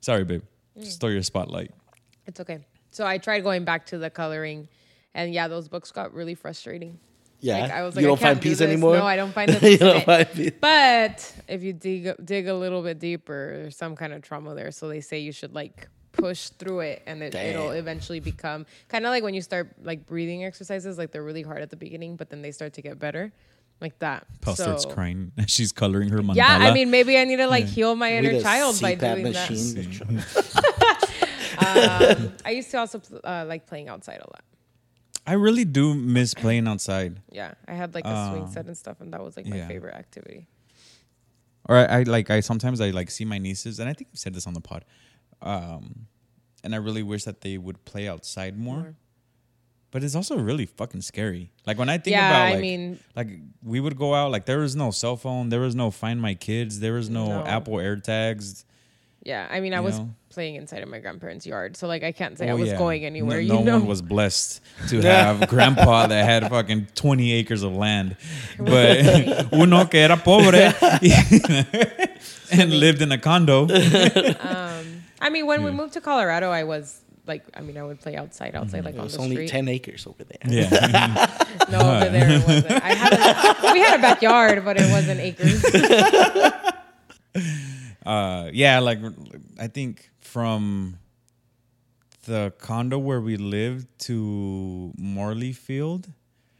S3: Sorry, babe. Stole your spotlight.
S4: It's okay. So I tried going back to the coloring, and yeah, those books got really frustrating.
S6: yeah.
S4: Like, I was like,
S6: you
S4: I
S6: don't
S4: can't
S6: find
S4: do
S6: peace
S4: this.
S6: anymore.
S4: No, I don't find the
S6: you
S4: peace in
S6: don't
S4: it.
S6: find peace.
S4: But if you dig dig a little bit deeper, there's some kind of trauma there. So they say you should like push through it, and it,
S6: Damn.
S4: it'll eventually become kind of like when you start like breathing exercises. Like they're really hard at the beginning, but then they start to get better, like that.
S3: Paul starts
S4: So-
S3: crying. She's coloring her mandala.
S4: Yeah, I mean, maybe I need to like heal my
S6: With
S4: inner
S6: a
S4: child by
S6: CPAP
S4: doing that.
S6: machine.
S4: I used to also uh, like playing outside a lot.
S3: I really do miss playing outside.
S4: Yeah, I had like a swing set and stuff, and that was like my
S3: Oh. yeah.
S4: favorite activity.
S3: Or I, I like I sometimes I like see my nieces, and I think I've said this on the pod. Um, and I really wish that they would play outside more. But it's also really fucking scary. Like when I think
S4: Yeah,
S3: about,
S4: I
S3: like,
S4: mean-
S3: like we would go out. Like there was no cell phone. There was no Find My Kids. There was no,
S4: No.
S3: Apple AirTags.
S4: Yeah, I mean, I
S3: You
S4: was
S3: know?
S4: playing inside of my grandparents' yard, so like I can't say I
S3: Oh,
S4: was
S3: yeah.
S4: going
S3: No-
S4: anywhere.
S3: No,
S4: you know,
S3: one was blessed to have grandpa that had fucking 20 acres of land. But uno que era pobre and lived in a condo.
S4: I mean, when we moved to Colorado, I was like, I mean, I would play outside, outside
S3: Mm-hmm.
S4: like on
S6: It's
S4: the
S6: only
S4: street.
S6: ten acres over there.
S3: Yeah.
S4: No, over there it wasn't. I had a, we had a backyard, but it wasn't acres.
S3: Uh, yeah, like I think from the condo where we lived to Morley Field,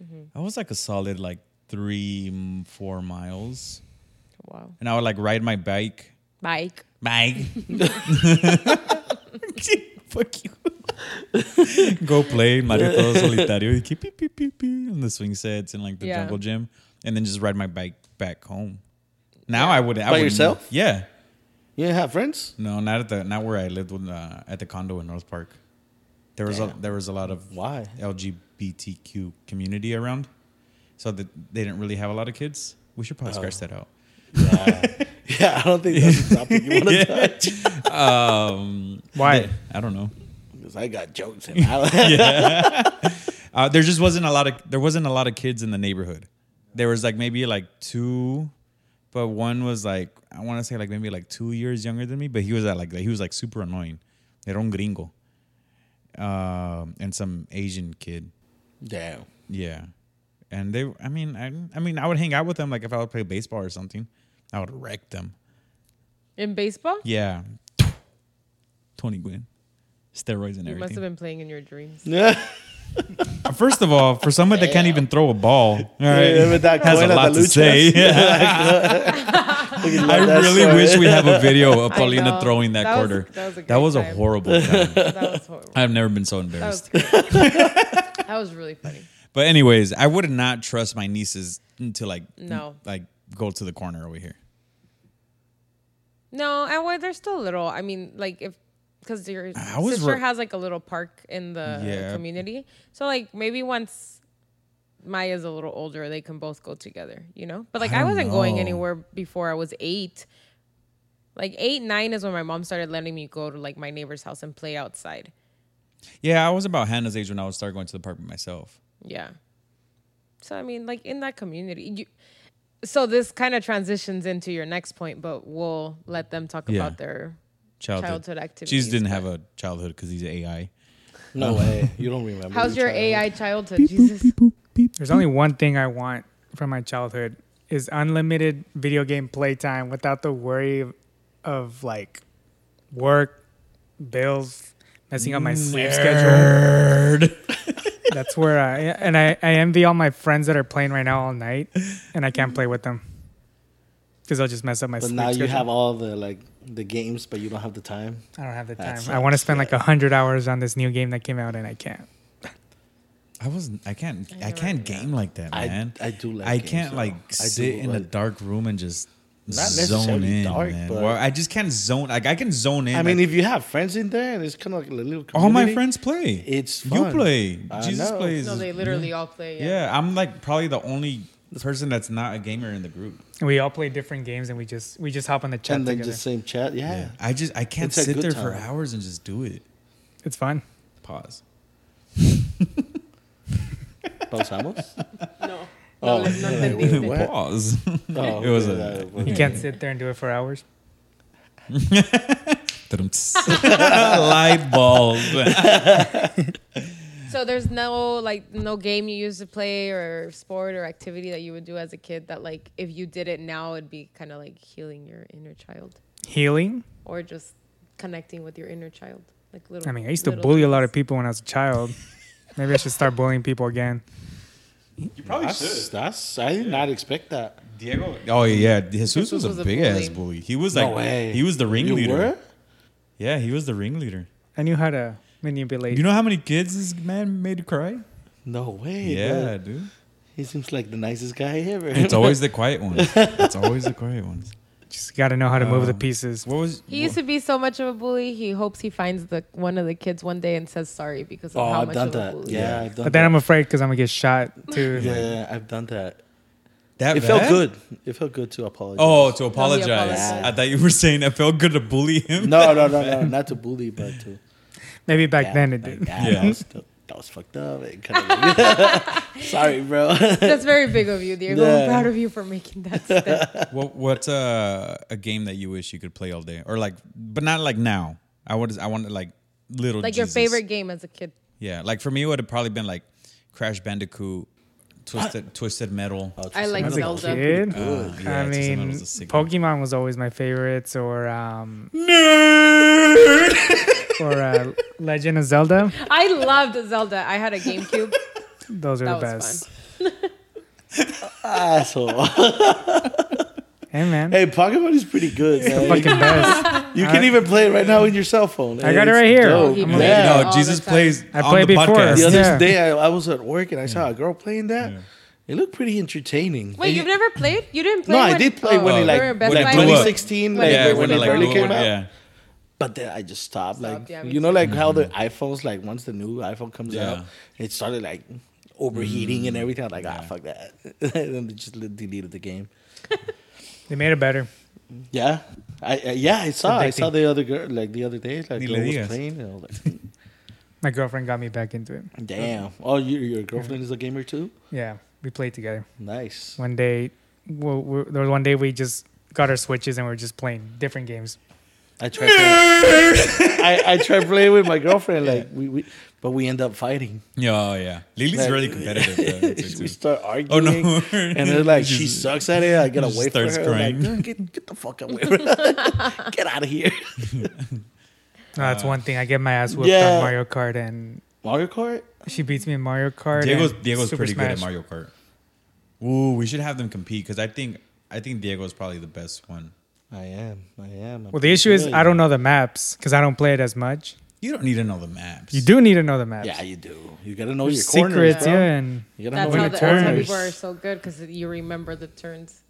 S4: Mm-hmm.
S3: I was like a solid like three, mm, four miles.
S4: wow,
S3: And I would like ride my bike.
S4: Mike.
S3: Bike. Fuck you. Go play Mario Todo Solitario. Keep beep, beep, beep, beep, on the swing sets and like the
S4: Yeah.
S3: jungle gym. And then just ride my bike back home. Now I would. I
S6: By
S3: would,
S6: yourself?
S3: Yeah.
S6: You didn't have friends?
S3: No, not at the not where I lived when uh, at the condo in North Park. There was a,
S6: Damn.
S3: there was a lot of
S6: Why?
S3: LGBTQ community around, so that they didn't really have a lot of kids. We should
S6: Oh.
S3: probably scratch that out.
S6: Yeah, I don't think that's the topic you want to touch.
S5: Why?
S3: I don't know.
S6: Because I got jokes and I
S3: Uh, there just wasn't a lot of there wasn't a lot of kids in the neighborhood. There was like maybe like two, but one was like I want to say like maybe like two years younger than me, but he was at like he was like super annoying. Era un gringo, um, and some Asian kid.
S6: Damn.
S3: Yeah, and they. I mean, I, I mean, I would hang out with them. Like if I would play baseball or something, I would wreck them.
S4: In baseball,
S3: Yeah, Tony Gwynn, steroids and
S4: you must
S3: everything.
S4: have been playing in your dreams.
S6: Yeah.
S3: First of all, for someone that can't even throw a ball, all right,
S6: Yeah, with that
S3: has a
S6: coil at
S3: lot
S6: the
S3: to
S6: luchas.
S3: say. Yeah. I really wish we have a video of
S4: I
S3: Paulina
S4: know.
S3: throwing that,
S4: That was-
S3: quarter.
S4: that was a
S3: that was a
S4: great time.
S3: horrible time.
S4: That was horrible.
S3: I've never been so
S4: That was
S3: embarrassed.
S4: great. that was really funny.
S3: But anyways, I would not trust my nieces to like
S4: No.
S3: like go to the corner over here.
S4: No, and well, they're still little. I mean, like if because your
S3: I was
S4: sister
S3: re-
S4: has like a little park in the
S3: Yeah.
S4: community, so like maybe once Maya's a little older, they can both go together, you know? But like I, wasn't going anywhere before I was eight. Like eight, nine is when my mom started letting me go to like my neighbor's house and play outside.
S3: Yeah, I was about Hannah's age when I would start going to the park by myself.
S4: Yeah. So I mean, like in that community, you. So this kind of transitions into your next point, but we'll let them talk
S3: Yeah.
S4: about their.
S3: Childhood,
S4: Childhood
S3: Jesus
S4: activities,
S3: didn't have a childhood because he's AI.
S6: No way. You don't remember.
S4: How's your
S6: child.
S4: AI childhood, Jesus?
S5: There's only one thing I want from my childhood is unlimited video game playtime without the worry of, of like work, bills, messing up my sleep schedule.
S3: Nerd.
S5: That's where I and I, I envy all my friends that are playing right now all night and I can't play with them. Because I'll just mess up my
S6: But
S5: sleep
S6: now you
S5: schedule.
S6: have all the like the games, but you don't have the time.
S5: I don't have the time.
S6: That
S5: I want to
S6: sucks.
S5: spend like a hundred hours on this new game that came out and I can't.
S3: I wasn't. I can't. I, can't game like that,
S6: I-
S3: man.
S6: I do like
S3: I
S6: games,
S3: can't
S6: though.
S3: like
S6: I do
S3: sit in a
S6: like-
S3: dark room and just
S6: Not
S3: zone
S6: necessarily
S3: in,
S6: dark,
S3: man.
S6: but-
S3: Well, I just can't zone. Like I can zone in.
S6: I mean,
S3: like,
S6: if you have friends in there, and it's kind of like a little. Community,
S3: all my friends play.
S6: It's
S3: you
S6: fun.
S3: play.
S6: I
S3: Jesus
S6: know.
S3: plays.
S4: no, they literally all play. Yeah.
S3: yeah, I'm like probably the only person that's not a gamer in the group.
S5: And we all play different games and we just we just hop on the chat
S6: and then
S5: together.
S6: the same chat. Yeah.
S3: Yeah, I just I can't
S6: It's a
S3: sit
S6: good
S3: there for
S6: time.
S3: hours and just do it.
S5: It's fun.
S3: Pause.
S6: Pausamos.
S4: No. no, no,
S6: Oh, yeah,
S4: entendiste.
S6: wait, what?
S3: Pause.
S6: Oh,
S3: It was
S6: okay,
S3: a-
S6: that was-
S5: You can't sit there and do it for hours.
S3: Light bulbs.
S4: So there's no like no game you used to play or sport or activity that you would do as a kid that like if you did it now it'd be kind of like healing your inner child
S5: Healing.
S4: or just connecting with your inner child like little.
S5: I mean, I used to
S4: little
S5: bully a lot
S4: things.
S5: of people when I was a child. Maybe I should start bullying people again.
S3: you probably
S6: That's, that's I did not expect that.
S3: Diego. Oh yeah, Jesus,
S4: Jesus
S3: was a
S4: was a
S3: big ass
S4: bully.
S3: bully. He was
S6: No
S3: like
S6: way.
S3: he was the
S6: You
S3: ringleader.
S6: were?
S3: Yeah, he was the ringleader.
S5: I knew how to manipulate.
S3: You know how many kids this man made cry?
S6: No way.
S3: Yeah,
S6: bro.
S3: dude.
S6: He seems like the nicest guy ever.
S3: It's always the quiet ones. It's always the quiet ones.
S5: just got to know how to move the
S3: Um,
S5: pieces.
S3: What was?
S4: He used to be so much of a bully. He hopes he finds the one of the kids one day and says sorry because of
S6: oh,
S4: how
S6: I've
S4: much
S6: done
S4: of a
S6: that.
S4: bully.
S6: Yeah, I've done
S5: But then I'm
S6: that.
S5: afraid because I'm gonna get shot too.
S6: yeah, I've done that.
S3: that
S6: It felt
S3: bad?
S6: good. It felt good to apologize.
S3: Oh, to apologize.
S4: apologized.
S3: I thought you were saying it felt good to bully him.
S6: no, no, no, no, not to bully, but to
S5: Maybe back
S6: Yeah,
S5: then it
S6: like,
S5: did.
S6: that,
S3: Yeah.
S6: that, was, that was fucked up. It kinda- Sorry, bro.
S4: That's very big of you, Diego. I'm
S6: Yeah.
S4: proud of you for making that step.
S3: What What's uh, a game that you wish you could play all day, or like, but not like now. I would. I want like little.
S4: like your
S3: Jesus.
S4: favorite game as a kid.
S3: Yeah, like for me, it would have probably been like Crash Bandicoot, Twisted Twisted Metal.
S6: Oh,
S4: I like
S5: As a
S4: Zelda.
S5: kid,
S3: Uh, yeah,
S5: I
S3: Twisted
S5: mean,
S3: Metal's a sick one.
S5: Pokemon was always my favorites, or um, or uh, Legend of Zelda.
S4: I loved Zelda. I had a GameCube.
S5: Those are
S4: That
S5: the
S4: was
S5: best.
S6: asshole.
S5: Hey man,
S6: hey, Pokemon is pretty good. Man.
S5: fucking best.
S6: You can
S5: I-
S6: even play it right now in your cell phone.
S5: I got it
S6: It's
S5: right here.
S6: dope.
S4: He
S6: Yeah.
S4: played it all
S3: No,
S4: the
S3: Jesus
S4: time.
S3: plays.
S5: I
S3: on
S5: played
S3: the
S5: before.
S3: Podcast.
S6: The other
S5: Yeah.
S6: day, I, I was at work and I saw a girl playing that. It looked pretty entertaining.
S4: Wait,
S6: And
S4: you've never played? You didn't play?
S6: No, I
S4: when-
S6: did play when
S4: oh,
S6: it
S4: you
S6: like,
S4: were
S6: when
S4: at Best
S6: like
S4: Buy?
S3: blew up.
S6: 2016, like,
S3: Yeah,
S6: when, it
S3: like,
S6: barely
S3: blew
S6: came
S3: up,
S6: out.
S3: Yeah.
S6: But then I just stopped. like,
S4: Stopped, yeah, me
S6: you know, like how the iPhones, like once the new iPhone comes
S3: Yeah.
S6: out, it started like overheating and everything. I'm like, ah, fuck that. and then they just li- deleted the game.
S5: They made it better.
S6: Yeah, I, I yeah, I saw. I saw
S5: addicting.
S6: the other girl like the other day. Like
S3: Ni
S6: girl
S3: le
S6: was
S3: digas.
S6: playing. And I was like,
S5: My girlfriend got me back into it.
S6: damn. Oh, you, your girlfriend is a gamer too.
S5: Yeah, we played together.
S6: Nice.
S5: One day, well, we there was one day we just got our switches and we were just playing different games.
S6: I tried. Playing, I I tried playing with my girlfriend. Like we, we but we end up fighting.
S3: Yeah, oh, yeah. Lily's
S6: Like-
S3: really competitive. though, too,
S6: we
S3: too.
S6: start
S3: Oh
S6: arguing.
S3: no!
S6: And they're like, she sucks at it. I gotta
S3: She
S6: wait for
S3: starts
S6: her.
S3: crying.
S6: Like, get, get the fuck away from her. get out of here.
S5: No, Uh,
S3: Ah.
S5: that's one thing. I get my ass whooped
S6: yeah.
S5: on Mario Kart, and
S6: Mario Kart.
S5: she beats me in Mario Kart.
S3: Diego's
S5: and
S3: Diego's
S5: Super
S3: pretty good at
S5: Smash.
S3: Mario Kart. Ooh, we should have them compete because I think I think Diego's probably the best one.
S6: I am. I am.
S5: Well, the issue is I don't know the maps because I don't play it as much.
S3: You don't need to know the maps.
S5: You do need to know the maps.
S6: Yeah, you do. You gotta know your
S5: There's secrets,
S6: corners, bro.
S5: yeah, and
S6: You gotta
S4: That's
S6: know
S4: how, the,
S5: When it
S6: your
S4: that's
S6: corners.
S4: how
S5: turns.
S4: people are so good because you remember the turns.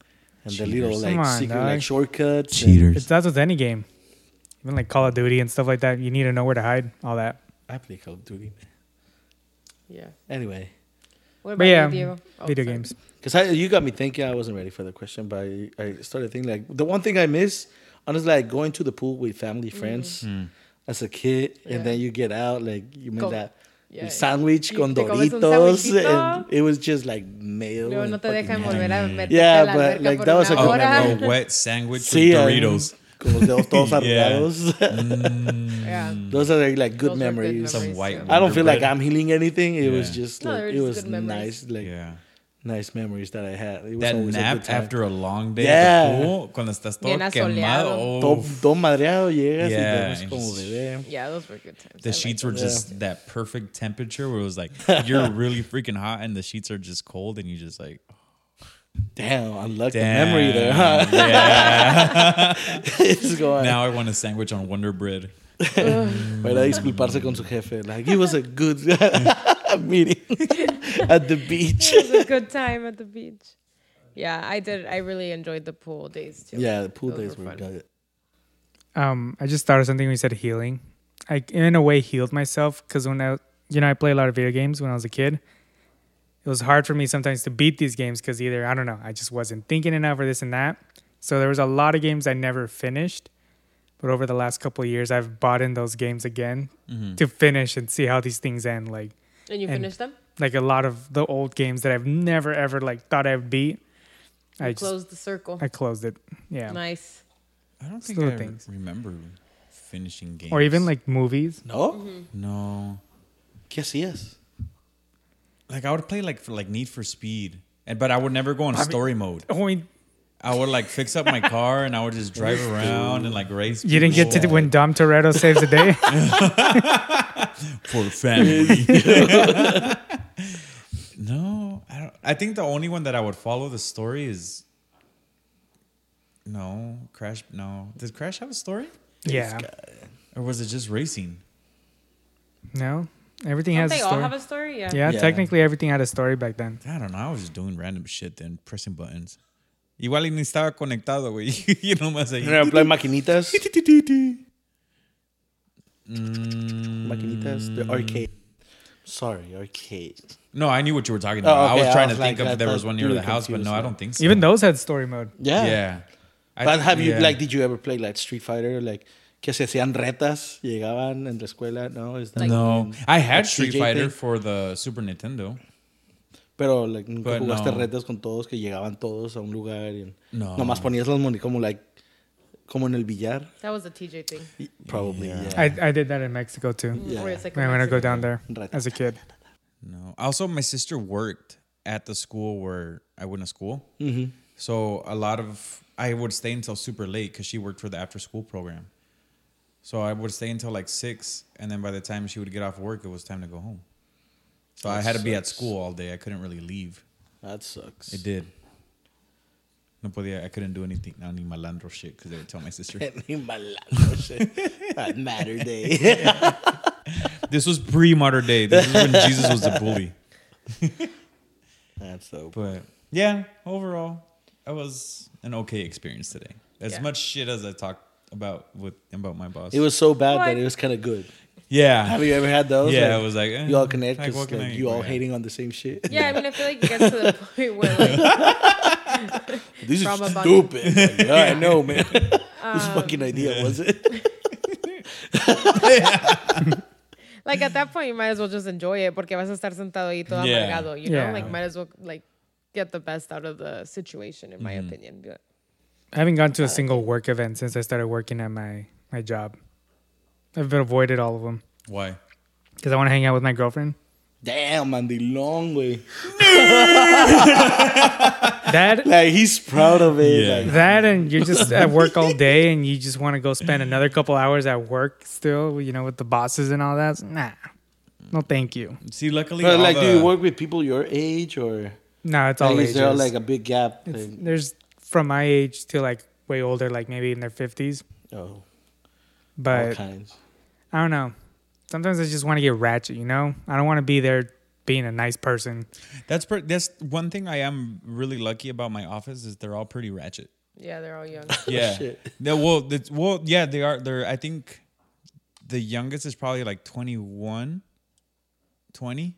S6: and the little
S3: Cheaters.
S6: like
S5: Come on,
S6: secret
S5: dog.
S6: like shortcuts. and-
S5: it's, that's with any game, even like Call of Duty and stuff like that. You need to know where to hide. All that.
S6: I play Call of Duty.
S4: Yeah.
S6: Anyway,
S4: What about
S5: But yeah,
S4: you, Diego? Oh,
S5: video
S4: sorry.
S5: games.
S6: Because you got me thinking. I wasn't ready for the question, but I, I started thinking like the one thing I miss, honestly, like going to the pool with family, friends,
S3: Hmm.
S6: as a kid,
S4: Mm-hmm. Yeah.
S6: and then you get out like you made
S4: Con-
S6: that
S4: Yeah,
S6: sandwich
S4: Y
S6: con
S4: te comes un
S6: Doritos,
S4: sandwichito.
S6: and it was just like mayo.
S4: Luego
S6: and
S4: no te
S6: fucking
S4: dejan volver a meterte
S6: Yeah,
S4: a la
S6: but,
S4: alberca
S6: like,
S4: por
S6: that was
S4: una
S6: a good
S4: hora.
S3: A Oh, wet sandwich
S6: Sí,
S3: with
S6: um,
S3: Doritos.
S6: con los dedos todos
S3: Yeah. Mm.
S6: arrugados.
S4: Yeah.
S6: Those are like, like good
S4: Those were good
S6: memories.
S3: Some
S4: memories,
S3: white.
S4: yeah.
S6: I don't feel
S3: Wonder
S6: like
S3: Bread.
S6: I'm healing anything. It was
S3: Yeah.
S6: just
S4: No,
S6: like
S4: they were
S6: it
S4: just
S6: was
S4: good memories.
S6: nice, like
S3: Yeah.
S6: nice memories that I had. It was
S3: That
S6: always a good
S3: nap
S6: time.
S3: after a long day at
S6: Yeah.
S3: the pool, cuando estás todo
S4: Bien
S3: quemado.
S4: asoleado.
S6: todo,
S3: oh,
S6: todo madreado llegas
S3: Yeah,
S6: y duermes
S3: and
S6: como
S3: just-
S6: bebé.
S4: Yeah, those were good times. I
S3: the
S4: like
S3: sheets
S4: those.
S3: were just that perfect temperature where it was like you're really freaking hot and the sheets are just cold and you just like
S6: Damn, I like the
S3: Damn.
S6: memory there. Huh? it's going.
S3: now mm. I want a sandwich on Wonder Bread.
S6: Para disculparse con su jefe. Like it was a good meeting at the beach.
S4: it was a good time at the beach. Yeah, I did. I really enjoyed the pool days too.
S6: Yeah, the pool
S4: Those
S6: days
S4: were
S6: were
S4: fun.
S6: good.
S5: Um, I just thought of something when you said healing. I, in a way, healed myself because when I, you know, I played a lot of video games when I was a kid. It was hard for me sometimes to beat these games because either I don't know, I just wasn't thinking enough or this and that. So there was a lot of games I never finished. But over the last couple of years, I've bought in those games again to finish and see how these things end. Like,
S4: And you
S5: And-
S4: finished them?
S5: like a lot of the old games that I've never ever like thought I'd beat. I
S4: You
S5: just
S4: closed the circle.
S5: I closed it. Yeah.
S4: Nice.
S3: I don't think
S5: Still
S3: I
S5: things.
S3: remember finishing games
S5: Or even like movies.
S6: No,
S4: Mm-hmm.
S3: no.
S6: ¿qué hacías?
S3: Like I would play like for like Need for Speed, and but I would never go on story mode.
S5: Oh, and
S3: I would like fix up my car and I would just drive around and like race.
S5: you didn't get to
S3: people
S5: do when Dom Toretto saves the day.
S3: for the family. no, I don't. I think the only one that I would follow the story is. No, Crash. No, did Crash have a story,
S5: yeah.
S3: or was it just racing?
S5: No. Everything
S4: Don't
S5: has a
S4: they all
S5: story.
S4: have a story? Yeah.
S5: yeah,
S6: Yeah.
S5: technically everything had a story back then.
S3: I don't know. I was just doing random shit then, pressing buttons. Igual y ni estaba conectado, güey. you know what
S6: You know, play maquinitas,
S3: Mm,
S6: maquinitas, the arcade. Sorry, arcade.
S3: no, I knew what you were talking about.
S6: Oh, okay,
S3: I was
S6: I
S3: trying
S6: was
S3: to think
S6: like,
S3: of
S6: I
S3: if there was
S6: thought
S3: one
S6: you
S3: near
S6: were
S3: the house, but
S6: confused
S3: no, I
S6: now.
S3: don't think so.
S5: Even those had story mode.
S6: Yeah.
S3: yeah. I
S6: But
S3: th-
S6: have you
S3: yeah.
S6: like? Did you ever play like Street Fighter? Like que se hacían retas, llegaban en la escuela. No, is that
S3: no, I had
S6: Like
S3: Street
S6: TJ
S3: Fighter
S6: thing?
S3: for the Super Nintendo.
S6: Pero like, nunca
S3: But
S6: jugaste
S3: no.
S6: retas con todos que llegaban todos a un lugar y
S3: No.
S6: nomás ponías los monedas como like como en el billar.
S4: That was a TJ thing.
S6: Y- Probably yeah.
S5: I, I did that in Mexico too.
S4: Where it's like
S5: When I went to go
S4: Mexican-
S5: down there
S6: Right.
S5: as a kid.
S3: No. Also, my sister worked at the school where I went to school.
S6: Mm-hmm.
S3: So a lot of I would stay until super late because she worked for the after school program. So I would stay until like six, and then by the time she would get off work, it was time to go home. So I
S6: That
S3: had to be at
S6: sucks.
S3: school all day. I couldn't really leave.
S6: That sucks.
S3: It did. No podía. I couldn't do anything. Now need malandro shit because they would tell my sister.
S6: Ni malandro, shit. That matter day.
S3: this was pre modern day. This is when Jesus was a bully.
S6: That's so.
S3: But yeah, overall, that was an okay experience today. As
S4: Yeah.
S3: much shit as I talked about with about my boss,
S6: It was so bad
S4: What?
S6: that it was kind of good.
S3: yeah,
S6: Have you ever had those?
S3: yeah.
S6: Like,
S3: it was like eh,
S6: you all connect
S3: like,
S6: 'cause,
S3: what can
S6: like,
S3: I-
S6: you all
S3: yeah.
S6: hating on the same shit.
S4: Yeah, I mean, I feel like it gets to the point where like,
S6: This
S4: Trauma
S6: is
S4: bonding.
S6: stupid. Like, yeah, I know, man.
S4: Um,
S6: Whose fucking idea was it?
S4: like at that point you might as well just enjoy it porque vas a estar sentado ahí todo
S3: Yeah.
S4: amargado, you know?
S5: Yeah.
S4: Like might as well like get the best out of the situation in my
S6: Mm-hmm.
S4: opinion. Be like,
S5: I haven't gone to a single work event since I started working at my, my job. I've avoided all of them
S3: Why?
S5: because I want to hang out with my girlfriend.
S6: Damn, mandilón, güey.
S5: That
S6: Like he's proud of it.
S3: Yeah.
S6: Like,
S5: That and you're just at work all day and you just want to go spend another couple hours at work still, you know, with the bosses and all that. Nah. No, thank you.
S3: See, luckily,
S6: But
S3: all
S6: like,
S3: the,
S6: do you work with people your age or
S5: No, it's all
S6: like, is
S5: ages.
S6: there like a big gap?
S5: It's-
S6: Like,
S5: there's from my age to like way older, like maybe in their 50s.
S6: oh, all
S5: But
S6: kinds.
S5: I don't know. Sometimes I just want to get ratchet, you know? I don't want to be there being a nice person.
S3: That's per- that's one thing I am really lucky about my office is they're all pretty ratchet.
S4: yeah, they're all young.
S3: Yeah.
S6: Shit.
S3: No, well, that's, well, yeah, they are. They're. I think the youngest is probably like 21, 20.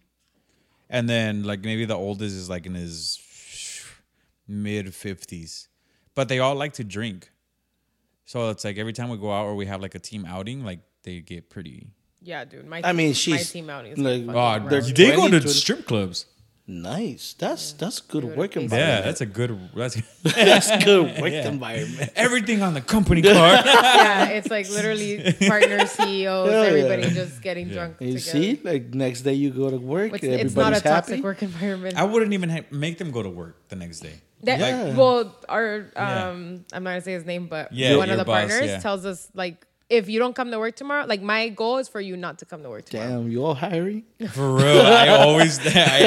S3: and then like maybe the oldest is like in his mid 50s but they all like to drink so it's like every time we go out or we have like a team outing like they get pretty
S4: Yeah, dude. My
S6: I mean,
S4: team- my
S6: she's
S4: team outing is
S6: like-
S4: like,
S6: Oh,
S4: fucking
S6: they're-
S4: rough.
S6: They go to 20,
S3: strip clubs
S6: Nice. That's that's good work
S4: Yeah,
S3: yeah
S6: environment.
S3: that's a good that's
S6: that's good work environment.
S3: everything on the company card
S4: yeah, it's like literally partner CEOs,
S6: Hell yeah.
S4: everybody just getting drunk.
S6: You
S4: together.
S6: see, like next day you go to work,
S4: It's,
S6: everybody's
S4: it's not a
S6: happy.
S4: toxic work environment.
S3: i wouldn't even ha- make them go to work the next day
S4: That,
S6: Yeah.
S4: Well, our um, I'm not gonna say his name, but
S3: Yeah,
S4: one
S3: your
S4: of the
S3: boss,
S4: partners
S3: yeah.
S4: tells us like, if you don't come to work tomorrow, like my goal is for you not to come to work tomorrow.
S6: Damn, you all hiring?
S3: for real i always i ask
S6: Oh,
S3: dude,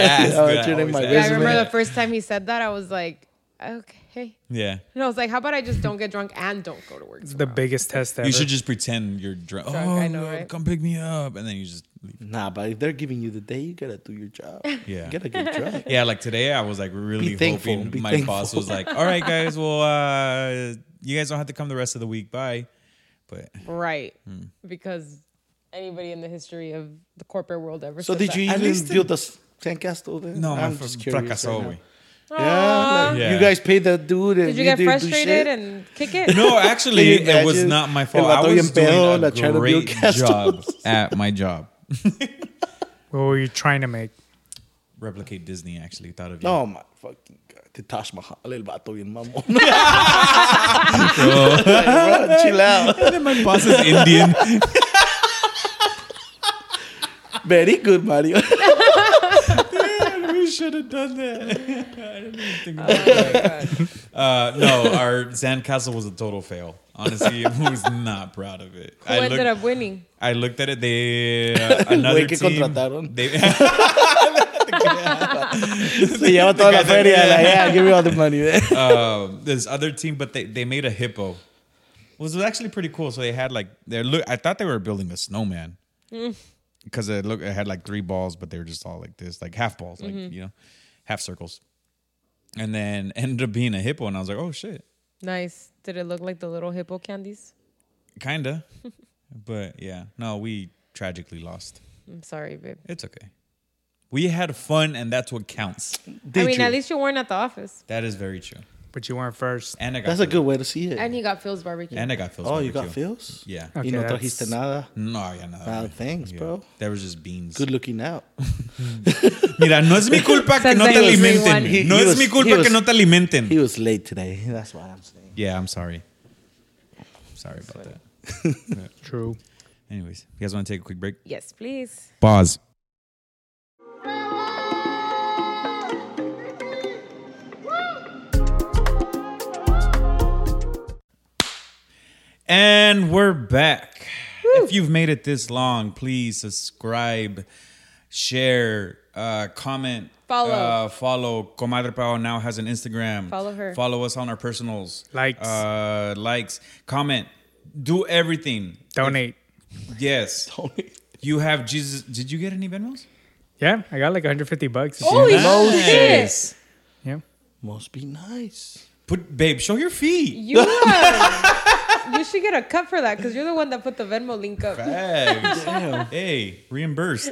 S3: I
S6: it's in
S3: always
S6: my
S3: ask.
S4: Yeah, I
S6: Resume.
S4: remember the first time he said that, I was like, okay.
S3: yeah
S4: And I was like, how about I just don't get drunk and don't go to work?
S5: It's the biggest test ever.
S3: You should just pretend you're drunk.
S4: Drunk,
S3: oh,
S4: I know,
S3: Lord,
S4: right?
S3: come pick me up, and then you just leave.
S6: Nah, but if they're giving you the day, you gotta do your job.
S3: Yeah.
S6: you gotta get drunk.
S3: Yeah, like today, I was like really
S6: thankful,
S3: hoping
S6: be
S3: my
S6: thankful.
S3: boss was like, "All right, guys, well, uh, you guys don't have to come the rest of the week. Bye." But
S4: Right.
S3: Hmm.
S4: Because anybody in the history of the corporate world ever
S6: So
S4: said
S6: did
S4: that.
S6: you even
S3: least
S6: build the s- sandcastle then?
S3: no, my
S6: I'm
S3: fr-
S6: just curious. Ah.
S3: fracasó, güey.
S6: Right now. yeah, like,
S3: Yeah.
S6: you guys paid that dude. And
S4: Did you get
S6: didn't do shit?
S4: frustrated and kick it?
S3: No, actually,
S6: Can you
S3: it was
S6: imagine?
S3: not my
S6: El
S3: fault. I
S6: vato bien
S3: was doing
S6: pedo,
S3: a
S6: la trying to build
S3: great
S6: castles.
S3: job at my job.
S5: what were you trying to make?
S3: Replicate Disney. Actually, thought of you.
S6: Oh my fucking god! The Taj Mahal, el vato bien mamón. Like, bro, chill out.
S3: my boss is Indian.
S6: Very good, Mario.
S3: we should have done that.
S4: Oh my God.
S3: Uh, no, our sandcastle was a total fail. Honestly, I was not proud of it.
S4: Who
S3: I
S4: ended
S3: looked-
S4: up winning?
S3: I looked at it. They uh, another
S6: güey que
S3: team.
S6: contrataron.
S3: They,
S6: Se lleva toda la
S3: guys like,
S6: feria.
S3: yeah.
S6: Like, yeah, give me all the money. eh. man."
S3: um, this other team, but they, they made a hippo, which was actually pretty cool. So they had like they look. I thought they were building a snowman because it looked it had like three balls, but they were just all like this, like half balls, like you know, half circles, and then ended up being a hippo. And I was like, oh shit,
S4: Nice. Did it look like the little hippo candies?
S3: kinda, but yeah, no, we tragically lost.
S4: I'm sorry, babe.
S3: It's okay. We had fun, and that's what counts.
S6: Did
S4: I mean,
S6: you?
S4: at least you weren't at the office.
S3: That is very true.
S5: But you weren't first.
S3: And I got
S6: That's a
S3: Phil's-
S6: good way to see it.
S4: And he got Phil's barbecue.
S3: And I got Phil's
S6: oh, you got
S3: barbecue.
S6: feels?
S3: Yeah.
S5: Okay,
S6: you no
S5: that's-
S6: trajiste nada.
S3: No, yeah, no.
S6: Ah, thanks, bro.
S3: That was just beans.
S6: Good looking out.
S3: Mira, no es mi culpa que
S4: Sounds
S3: no te
S4: like he was really
S6: wanting-
S3: alimenten. No
S6: He
S3: es
S6: was-
S3: mi
S6: he
S3: culpa que
S6: was-
S3: no te alimenten.
S6: He was late today. That's what I'm saying.
S3: Yeah, I'm sorry. Sorry about that.
S5: True.
S3: Anyways, you guys want to take a quick break?
S4: yes, please.
S3: Pause. And we're back. If you've made it this long, please subscribe, share, uh, comment,
S4: Follow.
S3: uh, follow. Comadre Pao now has an Instagram.
S4: Follow her.
S3: Follow us on our personals.
S5: Likes.
S3: uh, likes, comment, do everything.
S5: Donate.
S3: Yes. You have Jesus. Did you get any Venmos?
S5: Yeah, I got like 150 bucks.
S4: Holy
S3: Nice.
S4: shit!
S5: Yeah.
S6: Must be nice.
S3: Put babe, show your feet.
S4: You, uh, you should get a cut for that because you're the one that put the Venmo link up.
S3: Bags.
S6: Damn.
S3: hey, reimbursed.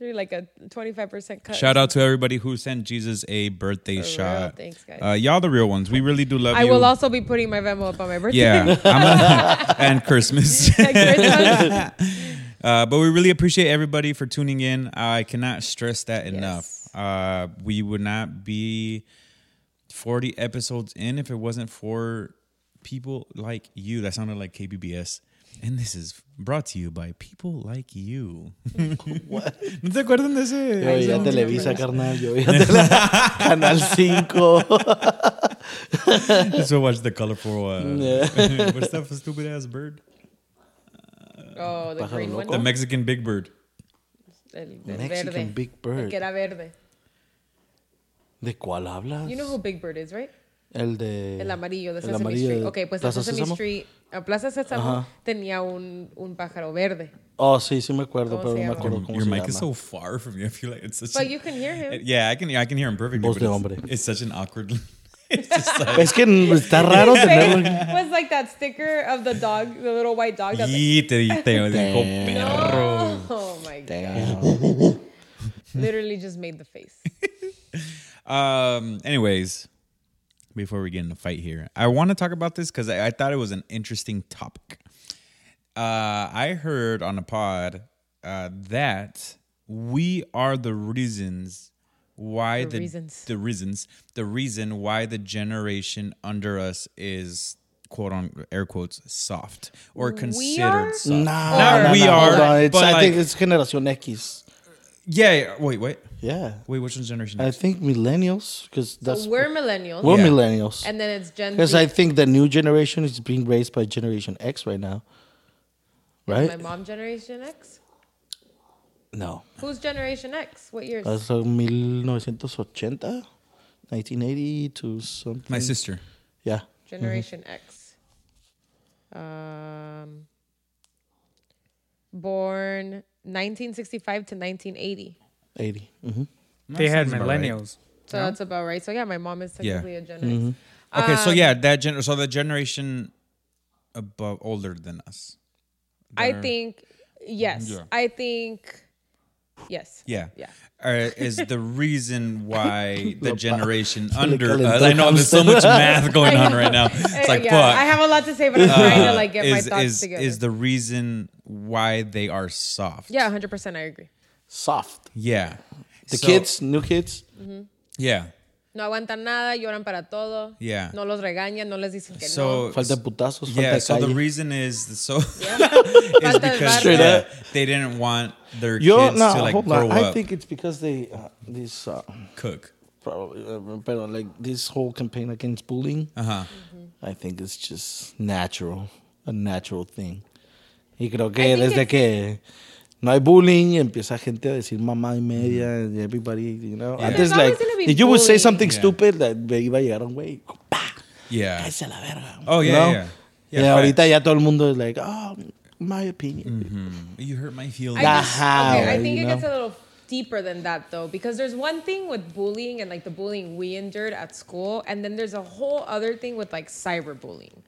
S4: You're like a 25% cut.
S3: Shout out to everybody who sent Jesus a birthday
S4: real.
S3: shot.
S4: Thanks, guys.
S3: Uh, y'all the real ones. We really do love
S4: I
S3: you.
S4: will also be putting my Venmo up on my birthday.
S3: Yeah, I'm gonna- and Christmas.
S4: Christmas.
S3: Uh, but we really appreciate everybody for tuning in. I cannot stress that enough. Uh, we would not be 40 episodes in if it wasn't for people like you. That sounded like KBBS. And this is brought to you by people like you. ¿No te acuerdan de ese?
S6: Yo ya Televisa, carnal. Yo ya Televisa. Canal 5.
S3: So watch the colorful. Uh, what's that stupid ass bird?
S4: oh, the green one.
S3: The Mexican big bird.
S4: El- el
S6: Mexican
S4: verde.
S6: Big
S4: El que
S6: Bird.
S4: era verde.
S6: ¿De cuál hablas?
S4: You know who Big Bird is, right?
S6: El de.
S4: El amarillo de
S6: el
S4: Sesame
S6: amarillo
S4: Street.
S6: de
S4: Ok, pues
S6: Plaza
S4: Sesame
S6: Sésamo.
S4: Street, a Plaza Sésamo
S6: Ajá.
S4: tenía un, un pájaro verde.
S6: Oh, sí, sí me acuerdo,
S4: ¿Cómo
S6: pero
S4: se
S6: no me
S4: llama?
S6: acuerdo cómo
S3: Your
S6: se
S3: mic
S6: llama.
S3: is so far from you. I feel like it's such.
S4: But
S3: a-
S4: you can hear
S6: Eh,
S4: him.
S3: Yeah, I can. I can hear him perfectly.
S6: Voz
S3: but
S6: de
S3: it's-
S6: hombre.
S3: It's, such an awkward. it's just like,
S6: Es que está raro tenerlo. aquí.
S4: It was like that sticker of the dog, the little white dog. That
S3: "Yí, te di- te dijo perro."
S4: oh my god.
S6: Damn.
S4: Literally just made the face.
S3: Um. Anyways, before we get in a fight here, I want to talk about this because I, I thought it was an interesting topic. Uh, I heard on a pod uh, that we are the reasons why
S4: The
S3: the
S4: reasons.
S3: the reasons the reason why the generation under us is quote on air quotes soft or considered
S4: are?
S3: soft.
S6: no,
S3: Not
S6: no,
S3: we
S6: no,
S3: are,
S6: hold on. It's,
S3: but
S6: I think
S3: like-
S6: it's Generación X.
S3: Yeah. yeah, Wait. Wait.
S6: Yeah.
S3: Wait. Which one's generation?
S6: I
S3: X?
S6: think millennials, because that's
S4: We're millennials.
S6: we're
S3: Yeah.
S6: millennials.
S4: and then it's Gen
S6: Because
S4: Z.
S6: I think the new generation is being raised by Generation X right now.
S4: My
S6: Right?
S4: mom generation X.
S6: No.
S4: Who's generation X? What years?
S6: That's like 1980, 1980 to something.
S3: My sister.
S6: Yeah.
S4: Generation X. Um, born 1965 to 1980.
S6: 80. hmm
S5: They had
S3: sounds about right.
S5: millennials.
S4: So that's about right. So yeah, my mom is
S3: Yeah. Mm-hmm.
S4: technically a Gen X.
S3: Okay,
S4: Um,
S3: so yeah, that gen so the generation above older than us.
S4: I
S3: They're-
S4: think yes.
S3: Yeah.
S4: I think yes.
S3: Yeah.
S4: Yeah.
S3: Uh, is the reason why the generation
S6: Like
S3: under
S6: Ellen
S3: us, I know there's so much math going on right now.
S4: Uh,
S3: It's like
S4: yeah,
S3: fuck.
S4: I have a lot to say, but I'm trying to
S3: Uh,
S4: like get my
S3: is,
S4: thoughts
S3: is,
S4: together.
S3: is the reason why they are soft.
S4: yeah, 100. percent I agree.
S6: Soft.
S3: Yeah.
S6: The
S3: So-
S6: kids, new kids.
S3: Yeah.
S4: No aguantan nada, lloran para todo.
S3: Yeah.
S4: No los regañan, no les dicen que
S3: So
S6: Falta putazos, falta
S3: yeah, so the
S6: calle.
S3: reason is so
S4: no.
S3: is because
S4: Falta de barrio.
S6: Straight
S3: yeah,
S6: up.
S3: they didn't want their
S6: Yo,
S3: kids
S6: no,
S3: to like
S6: hold
S3: grow
S6: on.
S3: up
S6: I think it's because they, uh, this, uh,
S3: cook.
S6: probably, uh, but, uh, like this whole campaign against bullying, Mm-hmm.
S3: Uh-huh.
S6: I think it's just natural, a natural thing. Y creo
S4: I
S6: que
S4: think
S6: desde
S4: it's-
S6: que no hay bullying, empieza gente a decir mamá y media, and everybody, you know. Antes,
S4: There's always
S6: like,
S4: gonna be
S6: if you would say
S4: bullying.
S6: something
S3: Mm-hmm. Yeah.
S6: stupid, like, ve- iba a llegar un güey, ¡pah!
S3: Yeah.
S6: ¡Cállese a la verga!
S3: Oh,
S6: you
S3: yeah,
S6: know?
S3: yeah, yeah. Yeah,
S6: Yeah, ahorita
S3: facts. Mm-hmm.
S6: ya todo el mundo es like, oh, my opinion.
S3: You hurt my feelings.
S4: I just-
S6: Ajá,
S4: okay, I
S6: güey,
S4: think
S6: you
S4: it
S6: know?
S4: gets a little deeper than that though, because there's one thing with bullying and like the bullying we endured at school, and then there's a whole other thing with like cyberbullying.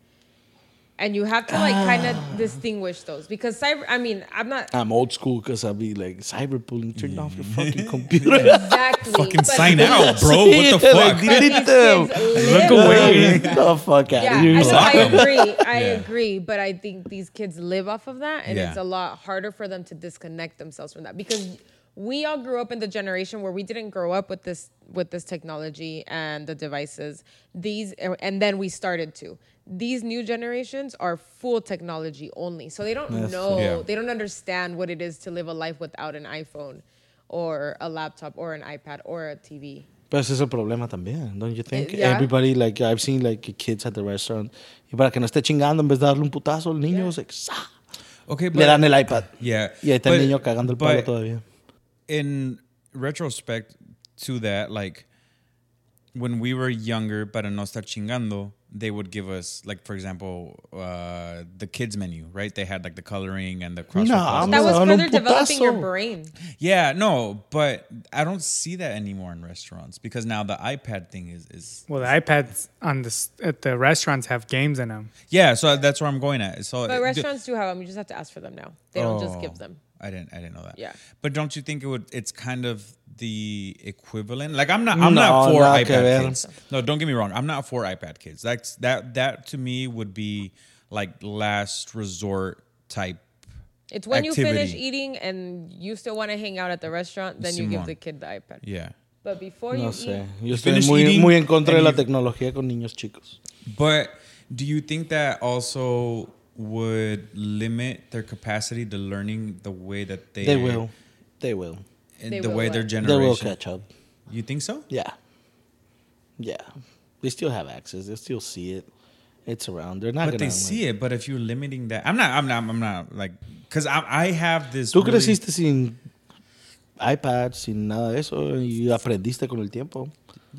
S4: And you have to like kind of distinguish those because cyber. I mean, I'm not
S6: I'm old school because I'll be like, cyberbullying, turn off your fucking computer.
S4: exactly
S3: Fucking
S4: but-
S3: sign out, bro.
S6: Yeah,
S3: What the
S6: like,
S3: fuck?
S4: but
S6: delete
S4: these kids
S6: them.
S4: live
S5: away.
S4: off of that.
S6: the fuck out
S4: Yeah,
S6: of here.
S4: I, know, I agree. I
S3: Yeah.
S4: agree, but I think these kids live off of that, and
S3: Yeah.
S4: it's a lot harder for them to disconnect themselves from that because we all grew up in the generation where we didn't grow up with this with this technology and the devices. These and then we started to. These new generations are full technology only, so they don't know,
S3: Yeah.
S4: they don't understand what it is to live a life without an iPhone, or a laptop, or an iPad, or a TV.
S6: Pero ese es el problema también, don't you think?
S4: Eh, yeah.
S6: Everybody, like, I've seen, like, kids at the restaurant. Y para que no esté chingando, en vez de darle un putazo, el niño se... ¡sa!
S3: Okay,
S6: Le dan el iPad.
S3: Yeah, Pues,
S6: Y ahí está
S3: but-
S6: el niño cagando el palo
S3: but-
S6: todavía.
S3: in retrospect to that, like when we were younger, para no estar chingando, they would give us, like, for example, uh, the kids menu, right? They had like the coloring and the cross.
S6: No,
S3: references.
S6: I'm-
S4: That was
S6: Son un
S4: further developing your
S6: putazo.
S4: brain.
S3: yeah, no, but I don't see that anymore in restaurants because now the iPad thing is is
S5: Well, the iPads on the s- at the restaurants have games in them.
S3: yeah. So that's where I'm going at. So
S4: But
S3: it-
S4: restaurants do have them. You just have to ask for them now. They don't just give
S3: Oh,
S4: them.
S3: I didn't. I didn't know that.
S4: Yeah.
S3: But don't you think it would? It's kind of the equivalent. Like I'm not. I'm not
S6: No,
S3: for
S6: nada que
S3: iPad
S6: ver.
S3: kids. No, don't get me wrong. I'm not for iPad kids. That's that. That to me would be like last resort type.
S4: It's when you finish
S3: activity.
S4: eating and you still want to hang out at the restaurant, then you give
S3: Simón.
S4: the kid the iPad.
S3: Yeah.
S4: But before you
S6: No sé.
S4: eat,
S6: Yo estoy
S3: finish
S6: muy,
S3: eating
S6: muy en contra de
S3: and
S6: la
S3: you-
S6: tecnología con niños chicos.
S3: But do you think that also would limit their capacity to learning the way that they
S6: They will. They will.
S3: and
S4: They
S3: the
S4: will
S3: way their
S4: what?
S3: generation?
S6: They will catch up.
S3: You think so?
S6: Yeah. Yeah. They still have access. They still see it. It's around. They're not
S3: But
S6: gonna,
S3: they
S6: like-
S3: see it. But if you're limiting that, I'm not. I'm not. I'm not like because I, I have this.
S6: Tú
S3: really-
S6: creciste sin iPad, sin nada de eso. Y aprendiste con el tiempo.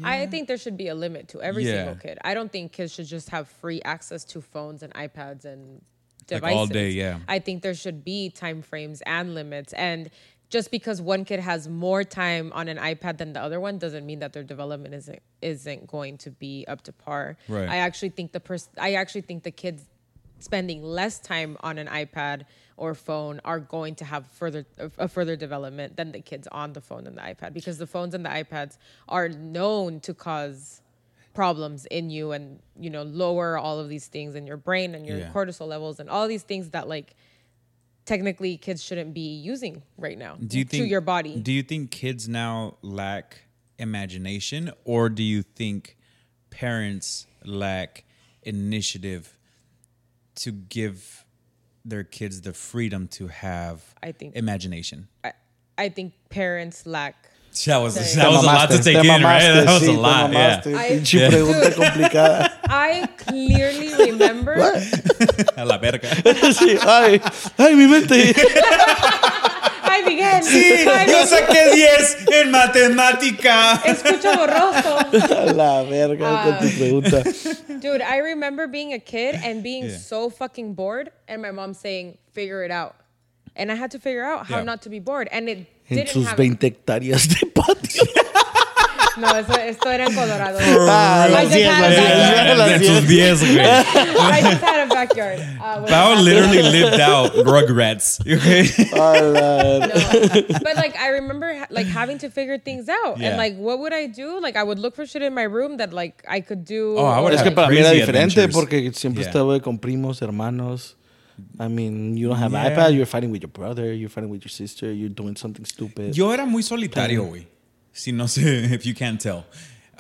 S4: I think there should be a limit to every
S3: Yeah.
S4: single kid. I don't think kids should just have free access to phones and iPads and
S3: Like
S4: devices.
S3: all day, yeah.
S4: I think there should be time frames and limits. And just because one kid has more time on an iPad than the other one doesn't mean that their development isn't isn't going to be up to par.
S3: Right.
S4: I actually think the person. I actually think the kids spending less time on an iPad or phone are going to have further a further development than the kids on the phone and the iPad because the phones and the iPads are known to cause problems in you and you know lower all of these things in your brain and your
S3: Yeah.
S4: cortisol levels and all these things that like technically kids shouldn't be using right now
S3: do you think
S4: to your body
S3: do you think kids now lack imagination or do you think parents lack initiative to give their kids the freedom to have
S4: I think-
S3: imagination
S4: I, I think parents lack
S3: that was
S4: Sorry.
S3: that was a lot to take in right that was a lot yeah
S4: I-
S6: Pinche
S4: Dude.
S6: pregunta complicada.
S4: I clearly remember
S3: A la verga.
S6: sí, ay, ay, mi mente.
S4: I began
S3: Yo saqué 10 en matemática.
S4: escucho borroso
S6: A la verga con tu pregunta.
S4: Dude, I remember being a kid and being
S3: Yeah.
S4: so fucking bored, and my mom saying, "Figure it out," and I had to figure out how
S3: Yeah.
S4: not to be bored, and it
S6: En
S4: didn't
S6: sus
S4: happen.
S6: 20 hectáreas de patio.
S4: No, eso, esto era en Colorado.
S6: Ah,
S4: I just had a backyard.
S3: De tus 10, güey.
S4: I just had a backyard. Uh, with-
S3: Bao literally lived out Rugrats. Okay.
S4: No. But like, I remember ha- like having to figure things out,
S3: Yeah.
S4: and like, what would I do? Like, I would look for shit in my room that like I could do.
S3: Oh, I
S4: or,
S3: would
S6: Es que
S3: have-
S4: like-
S6: para mí era
S3: Crazy
S6: diferente
S3: adventures.
S6: porque siempre
S3: Yeah.
S6: estaba con primos, hermanos. I mean, you don't have
S3: Yeah.
S6: iPad, you're fighting with your brother, you're fighting with your sister, you're doing something stupid. Yo,
S3: Yo era muy solitario, güey. Si no sé, if you can't tell.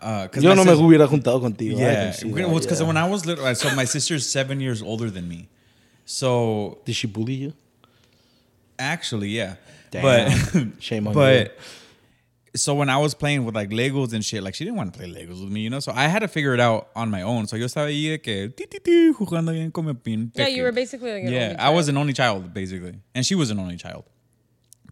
S3: Uh, 'cause my
S6: no me
S3: sis-
S6: hubiera juntado contigo. I
S3: Yeah,
S6: can see that,
S3: well, because
S6: yeah.
S3: when I was little, so my sister's seven years older than me. So
S6: Did she bully you?
S3: Actually, yeah.
S6: Damn.
S3: But
S6: Shame on
S3: but,
S6: you.
S3: So when I was playing with like Legos and shit, like she didn't want to play Legos with me, you know. So I had to figure it out on my own. So yo estaba ahí de que ti, ti, ti, jugando bien con mi pin.
S4: Yeah, you were basically like an
S3: yeah.
S4: only
S3: I was an only child basically, and she was an only child.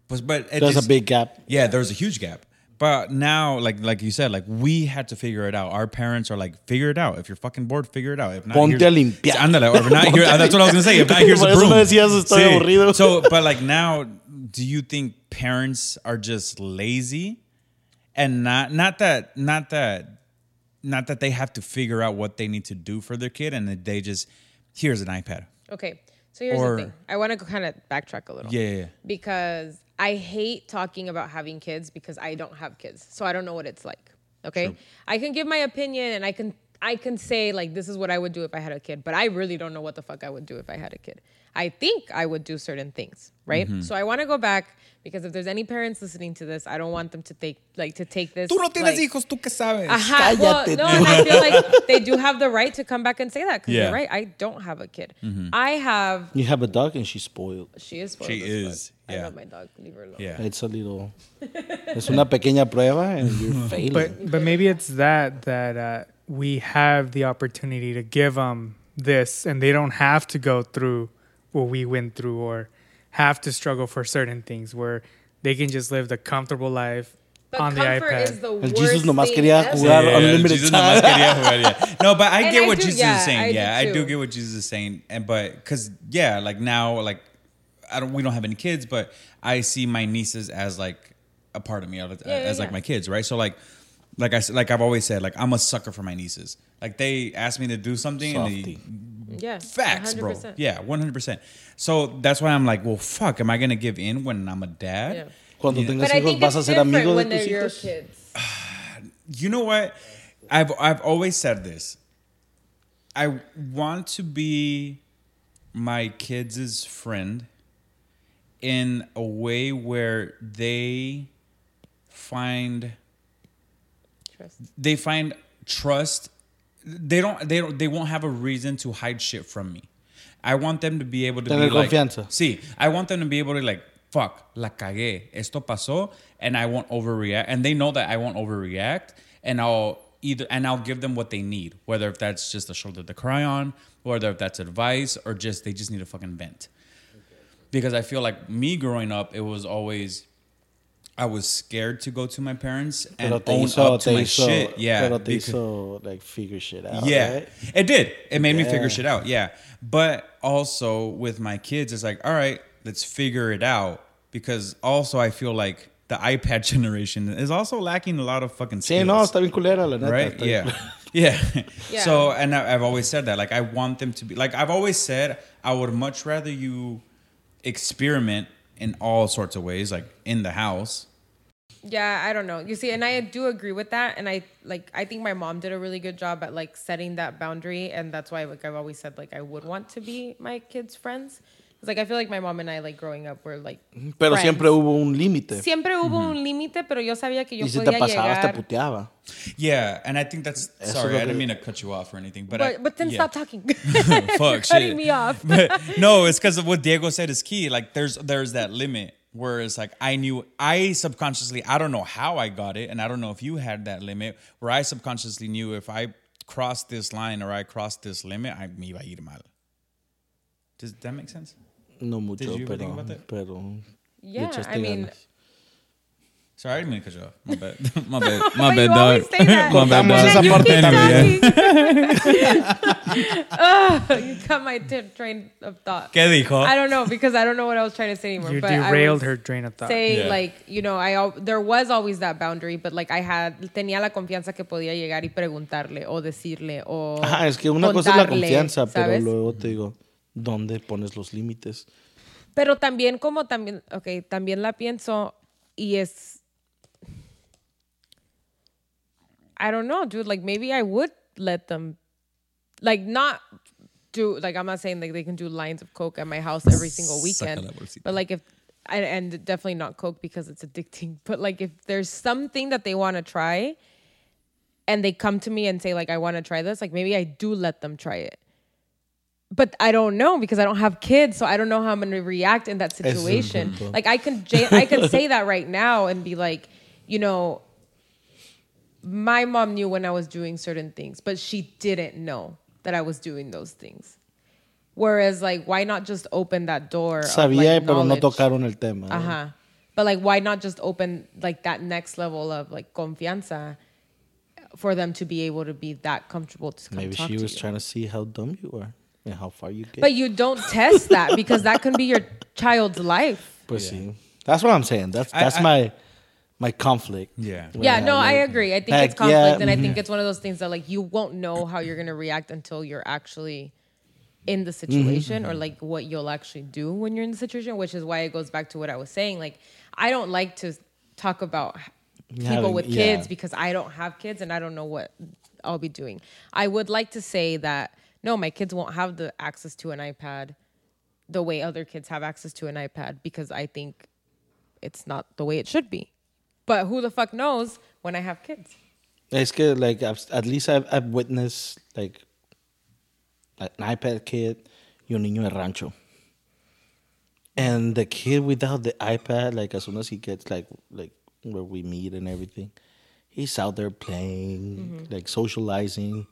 S3: But but it
S6: There's
S3: just-
S6: a big gap.
S3: yeah, there was a huge gap. But now, like like you said, like we had to figure it out. Our parents are like, figure it out. If you're fucking bored, figure it out. If not,
S6: Ponte
S3: here's-
S6: a limpiar.
S3: Ándale, or if not, here,
S6: Ponte a
S3: that's what I was gonna say. If not,
S6: limpiar.
S3: here's a
S6: Por eso
S3: broom.
S6: me decías, "Estoy aburrido."
S3: So, but like now, do you think parents are just lazy, and not not that not that not that they have to figure out what they need to do for their kid, and that they just here's an iPad.
S4: Okay. So here's
S3: Or-
S4: the thing. I want to kind of backtrack a little.
S3: Yeah, yeah, yeah.
S4: Because I hate talking about having kids because I don't have kids. So I don't know what it's like. Okay? I can give my opinion and I can I can say like this is what I would do if I had a kid, but I really don't know what the fuck I would do if I had a kid. I think I would do certain things, right?
S3: Mm-hmm.
S4: So I want to go back because if there's any parents listening to this, I don't want them to take like to take this like,
S3: tú que sabes.
S4: Ajá, well,
S6: Cállate,
S4: no,
S6: tú.
S4: and I feel like they do have the right to come back and say that because
S3: Yeah. Mm-hmm.
S4: you're right. I don't have a kid. I have
S6: You have a dog and she's spoiled.
S4: She is. Spoiled
S3: She
S4: as fuck.
S3: is,
S4: I
S3: yeah.
S4: love my dog. Leave her alone.
S3: Yeah.
S6: It's a little. es una pequeña prueba and you're failing.
S5: But but maybe it's that that uh, we have the opportunity to give them this, and they don't have to go through what we went through or have to struggle for certain things. Where they can just live the comfortable life
S4: But
S5: on the
S4: comfort
S5: iPad.
S4: is the
S6: El
S4: worst
S6: Jesus nomás
S4: thing
S6: quería
S4: ever.
S6: jugar
S3: Yeah,
S6: unlimited
S3: Jesus
S6: time.
S3: nomás quería jugar, yeah. No, but I
S4: And
S3: get
S4: I
S3: what
S4: do-
S3: Jesus
S4: yeah,
S3: is saying.
S4: I do
S3: yeah, I do
S4: too.
S3: get what Jesus is saying, and but because yeah, like now, like I don't, we don't have any kids, but I see my nieces as like a part of me, as
S4: yeah,
S3: as, like
S4: yeah.
S3: my kids, right? So like. Like I s- like I've always said, like I'm a sucker for my nieces. Like they ask me to do something,
S6: Softie.
S3: and they
S4: Yeah,
S3: facts, bro.
S4: 100%.
S3: Yeah, 100. percent So that's why I'm like, well, fuck, am I gonna give in when I'm a dad?
S4: Yeah.
S6: Cuando tengas
S4: But I
S6: hijos
S4: think it's
S6: vas a ser
S4: different
S6: amigo de
S4: when
S6: tus
S4: they're your
S6: hijos.
S4: kids.
S3: you know what i've i've always said this i want to be my kids' friend in a way where they find
S4: Trust.
S3: they find trust they don't they don't they won't have a reason to hide shit from me i want them to be able to
S6: Tener
S3: be like,
S6: confianza.
S3: see i want them to be able to like fuck la cagué esto pasó and i won't overreact and they know that i won't overreact and i'll either and i'll give them what they need whether if that's just a shoulder to cry on whether if that's advice or just they just need a fucking vent because i feel like me growing up it was always I was scared to go to my parents and
S6: Pero te
S3: own
S6: hizo,
S3: up to
S6: te
S3: my
S6: hizo,
S3: shit. Yeah,
S6: Pero te
S3: because-
S6: hizo, like, figure shit out.
S3: yeah,
S6: right?
S3: it did. It made me
S6: Yeah.
S3: figure shit out. Yeah, but also with my kids, it's like, all right, let's figure it out. Because also, I feel like the iPad generation is also lacking a lot of fucking skills.
S6: Sí, no, está bien culera, la neta.
S3: right?
S6: está bien
S3: Yeah.
S6: culera.
S3: yeah,
S4: Yeah.
S3: So, and I, I've always said that. Like, I want them to be like I've always said. I would much rather you experiment in all sorts of ways, like in the house.
S4: Yeah, I don't know. You see, and I do agree with that. And I like I think my mom did a really good job at like setting that boundary. And that's why like I've always said like I would want to be my kids' friends. It's like I feel like my mom and I like growing up were like
S6: Pero
S4: friends.
S6: siempre hubo un límite.
S4: Siempre hubo
S5: Mm-hmm.
S4: un límite, pero yo sabía que yo
S6: Y si te
S4: podía
S6: pasabas, te
S4: llegar.
S6: puteaba.
S3: Yeah, and I think that's
S6: Eso
S3: sorry.
S6: lo
S3: I didn't
S6: que-
S3: mean to cut you off or anything, but I,
S4: But, but then
S3: yeah.
S4: stop talking.
S3: Fuck
S4: cutting
S3: shit.
S4: me off.
S3: But, no, it's because of what Diego said is key. Like there's there's that limit where it's like I knew I subconsciously I don't know how I got it, and I don't know if you had that limit where I subconsciously knew if I crossed this line or I crossed this limit, I me iba a ir mal. Does that make sense?
S6: No mucho,
S3: you ever think
S6: pero,
S3: about that?
S6: pero le
S4: yeah,
S6: echaste
S4: I mean,
S6: ganas.
S3: Sorry, I didn't mean to cut you off. My bad. My bad.
S4: but
S3: My
S4: you
S3: bad,
S4: always say that.
S3: My bad,
S4: And then
S3: dog.
S6: esa
S4: you
S6: parte
S4: keep
S3: también.
S4: talking. Ugh, Ah, you cut my t- train of thought.
S3: ¿Qué dijo?
S4: I don't know because I don't know what I was trying to say anymore.
S5: You
S4: but I
S5: derailed
S4: was
S5: her train of thought.
S4: Saying
S3: Yeah.
S4: like you know, I al- there was always that boundary, but like I had tenía la confianza que podía llegar y preguntarle o decirle o
S6: Ajá, Ah, es que una cosa es la
S4: contarle,
S6: confianza, pero
S4: ¿sabes?
S6: luego te digo, ¿dónde pones los límites?
S4: Pero también como también, ok, también la pienso y es, I don't know, dude, like maybe I would let them, like not do, like I'm not saying like they can do lines of coke at my house every single
S3: Saca
S4: weekend,
S3: la bolsita.
S4: but like if, and, and definitely not coke because it's addicting, but like if there's something that they want to try and they come to me and say like I want to try this, like maybe I do let them try it but I don't know because I don't have kids, so I don't know how I'm going to react in that
S6: es un
S4: situation.
S6: punto.
S4: Like I can, j- I can say that right now and be like, you know, my mom knew when I was doing certain things, but she didn't know that I was doing those things. Whereas, like, why not just open that door? of,
S6: Sabía,
S4: like,
S6: pero no
S4: knowledge?
S6: tocaron el tema. ¿no?
S4: Uh-huh. But like why not just open like that next level of like confianza for them to be able to be that comfortable to come
S6: Maybe
S4: talk
S6: she
S4: to
S6: was
S4: you.
S6: trying to see how dumb you are and how far you get.
S4: But you don't test that because that can be your child's life.
S6: pues sí. That's what I'm saying. That's,
S3: I-
S6: that's
S3: I-
S6: my, my conflict.
S3: Yeah.
S6: Well,
S4: Yeah, no,
S6: yeah.
S4: I agree. I think
S6: Heck,
S4: it's conflict,
S6: yeah, mm-hmm.
S4: and I think it's one of those things that like you won't know how you're gonna react until you're actually in the
S6: Mm-hmm.
S4: situation or like what you'll actually do when you're in the situation, which is why it goes back to what I was saying. Like I don't like to talk about h- people
S6: Having-
S4: with
S6: yeah.
S4: kids because I don't have kids and I don't know what I'll be doing. I would like to say that no, my kids won't have the access to an iPad the way other kids have access to an iPad because I think it's not the way it should be. But who the fuck knows when I have kids?
S6: It's good. Like I've, at least I've, I've witnessed like an iPad kid y un niño de rancho. And the kid without the iPad, like as soon as he gets like like where we meet and everything, he's out there playing,
S4: Mm-hmm.
S6: like socializing,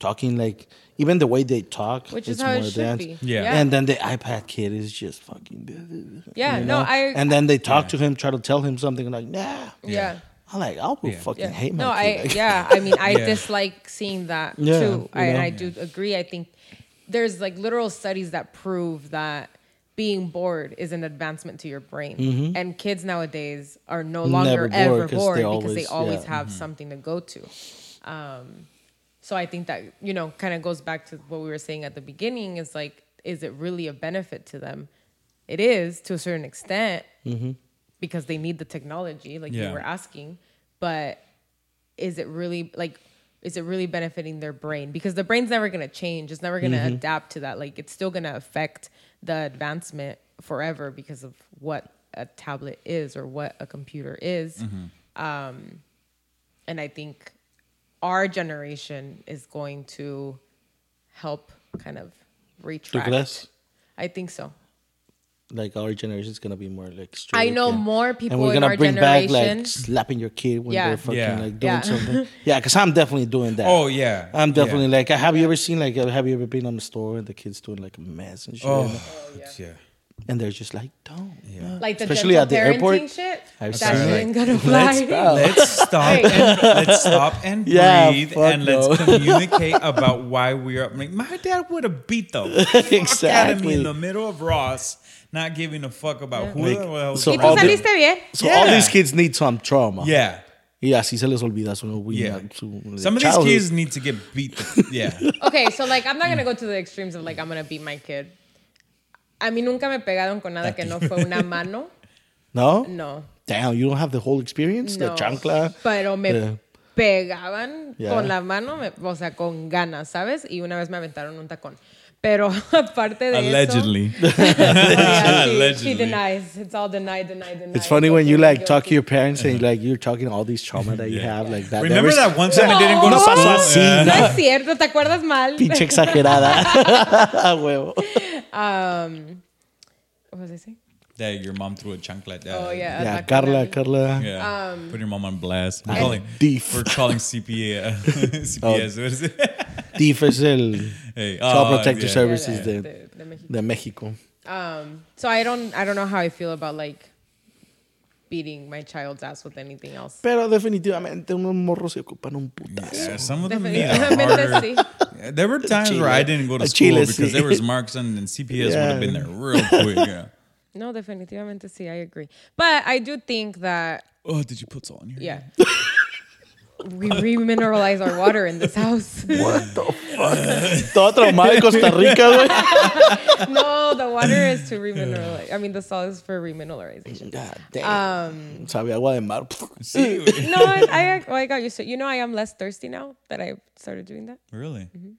S6: talking. Like even the way they talk,
S4: Which is how it should
S6: than-
S4: be.
S3: Yeah.
S4: Yeah.
S6: And then the iPad kid is just fucking.
S4: Yeah,
S6: you
S4: no,
S6: know?
S4: I
S6: And then they talk to him, try to tell him something, like nah.
S4: yeah.
S6: I'm like, I would
S3: Yeah.
S6: fucking
S4: yeah.
S6: hate my
S4: no,
S6: kid.
S4: I
S6: like-
S4: yeah. I mean, I
S3: Yeah.
S4: dislike seeing that
S6: Yeah,
S4: too, I,
S6: you
S4: and
S6: know.
S4: I do agree. I think there's like literal studies that prove that being bored is an advancement to your brain, and kids nowadays are no longer
S6: Mm-hmm. Never
S4: ever
S6: bored 'cause they
S4: bored because
S6: always-
S4: they always
S6: yeah.
S4: have something to go to. Um, so I think that you know, kind of goes back to what we were saying at the beginning. Is like, is it really a benefit to them? It is to a certain extent because they need the technology, like
S3: Yeah.
S4: you were asking. But is it really like is it really benefiting their brain because the brain's never going to change it's never going
S6: Mm-hmm.
S4: to adapt to that like it's still going to affect the advancement forever because of what a tablet is or what a computer is um,
S6: Mm-hmm.
S4: and i think our generation is going to help kind of
S6: ¿Tú
S4: retract
S6: crees?
S4: i think so
S6: Like our generation is gonna be more like strict.
S4: I know
S6: and-
S4: more
S6: and
S4: people
S6: we're
S4: in
S6: gonna
S4: our
S6: bring back
S4: generation-
S6: like slapping your kid when
S4: Yeah.
S6: they're fucking
S3: Yeah.
S6: like doing
S4: Yeah.
S6: something. Yeah, because I'm definitely doing that.
S3: Oh yeah.
S6: I'm
S3: Yeah.
S6: definitely like. Have you ever seen like? Have you ever been on the store and the kids doing like a mess and shit?
S3: Oh, yeah.
S6: and they're just like, don't. no.
S4: Like the
S6: Especially
S4: gentle
S6: at the
S4: parenting
S6: airport,
S4: shit.
S6: I've
S4: that
S6: seen
S4: shit
S6: it.
S4: ain't gonna
S6: Let's
S4: fly.
S6: go.
S3: Let's stop
S4: Hey.
S3: and let's stop and
S6: Yeah,
S3: breathe
S6: fuck
S3: and
S6: no.
S3: let's communicate about why we are. I'm Like, my dad would have beat the fuck out of me
S6: Exactly.
S3: in the middle of Ross, not giving a fuck about who
S6: Like,
S3: the hell was
S6: so
S4: Y tú
S6: all the-
S4: saliste bien.
S6: So all
S3: Yeah.
S6: these kids need some trauma.
S3: Yeah,
S6: Y así se les olvida su,
S3: yeah.
S6: su
S3: Some of these
S6: childhood.
S3: kids need to get beat. The, yeah,
S4: Okay, so like I'm not gonna go to the extremes of like I'm gonna beat my kid. A mí nunca me pegaron con nada que no fue una mano.
S6: No?
S4: No.
S6: Damn, you don't have the whole experience? The
S4: no.
S6: chancla?
S4: Pero me
S6: Yeah.
S4: pegaban
S6: Yeah.
S4: con la mano, me- o sea, con ganas, ¿sabes? Y una vez me aventaron un tacón. Pero aparte de
S3: allegedly. Ah,
S4: eso, yeah, she-
S3: Allegedly.
S4: she denies. It's all denied, denied, denied.
S6: It's funny
S4: But
S6: when you
S4: we're
S6: like talk to
S4: guilty.
S6: your parents and like you're talking all these trauma that you have like that.
S3: Uh-huh. Remember
S6: never-
S3: that one time I didn't go to
S6: No.
S3: school?
S6: Pasó así,
S3: Yeah.
S4: No es cierto, ¿te acuerdas mal?
S6: pinche exagerada. A huevo.
S4: What was I saying?
S3: That your mom threw a chunk like that.
S4: Oh, yeah. Um,
S6: Yeah,
S4: ataque
S6: Carla,
S4: penal.
S6: Carla.
S3: Yeah. Put your mom on blast. We're
S6: I'm
S3: calling,
S6: deef.
S3: we're calling CPA. uh, CPS. What is it?
S6: DIF es el
S3: Hey,
S6: Oh. Child
S3: oh,
S6: Protective
S3: yeah.
S6: Services
S4: De-
S6: de,
S4: de- de México.
S6: de México.
S4: Um, so I don't, I don't know how I feel about like beating my child's ass with anything else.
S6: Pero definitivamente unos morros se ocupan un putazo.
S3: Yeah, some of them need a harder-
S4: Definitely.
S3: Yeah, There were times where I didn't go to
S6: A
S3: school
S6: chile,
S3: because
S6: sí.
S3: there was marks on and CPS would have
S6: Yeah.
S3: been there real quick. Yeah.
S4: No, definitivamente sí, I agree. But I do think that,
S3: Oh, did you put salt in here?
S4: yeah. We remineralize our water in this house.
S6: Todo traumado en Costa Rica, güey.
S4: no, the water is to remineralize. I mean, the salt is for remineralization.
S6: God damn. Sabe agua de mar.
S3: See,
S4: No, I, I, well, I got used to it. You know, I am less thirsty now that I started doing that.
S3: really?
S4: Mm-hmm.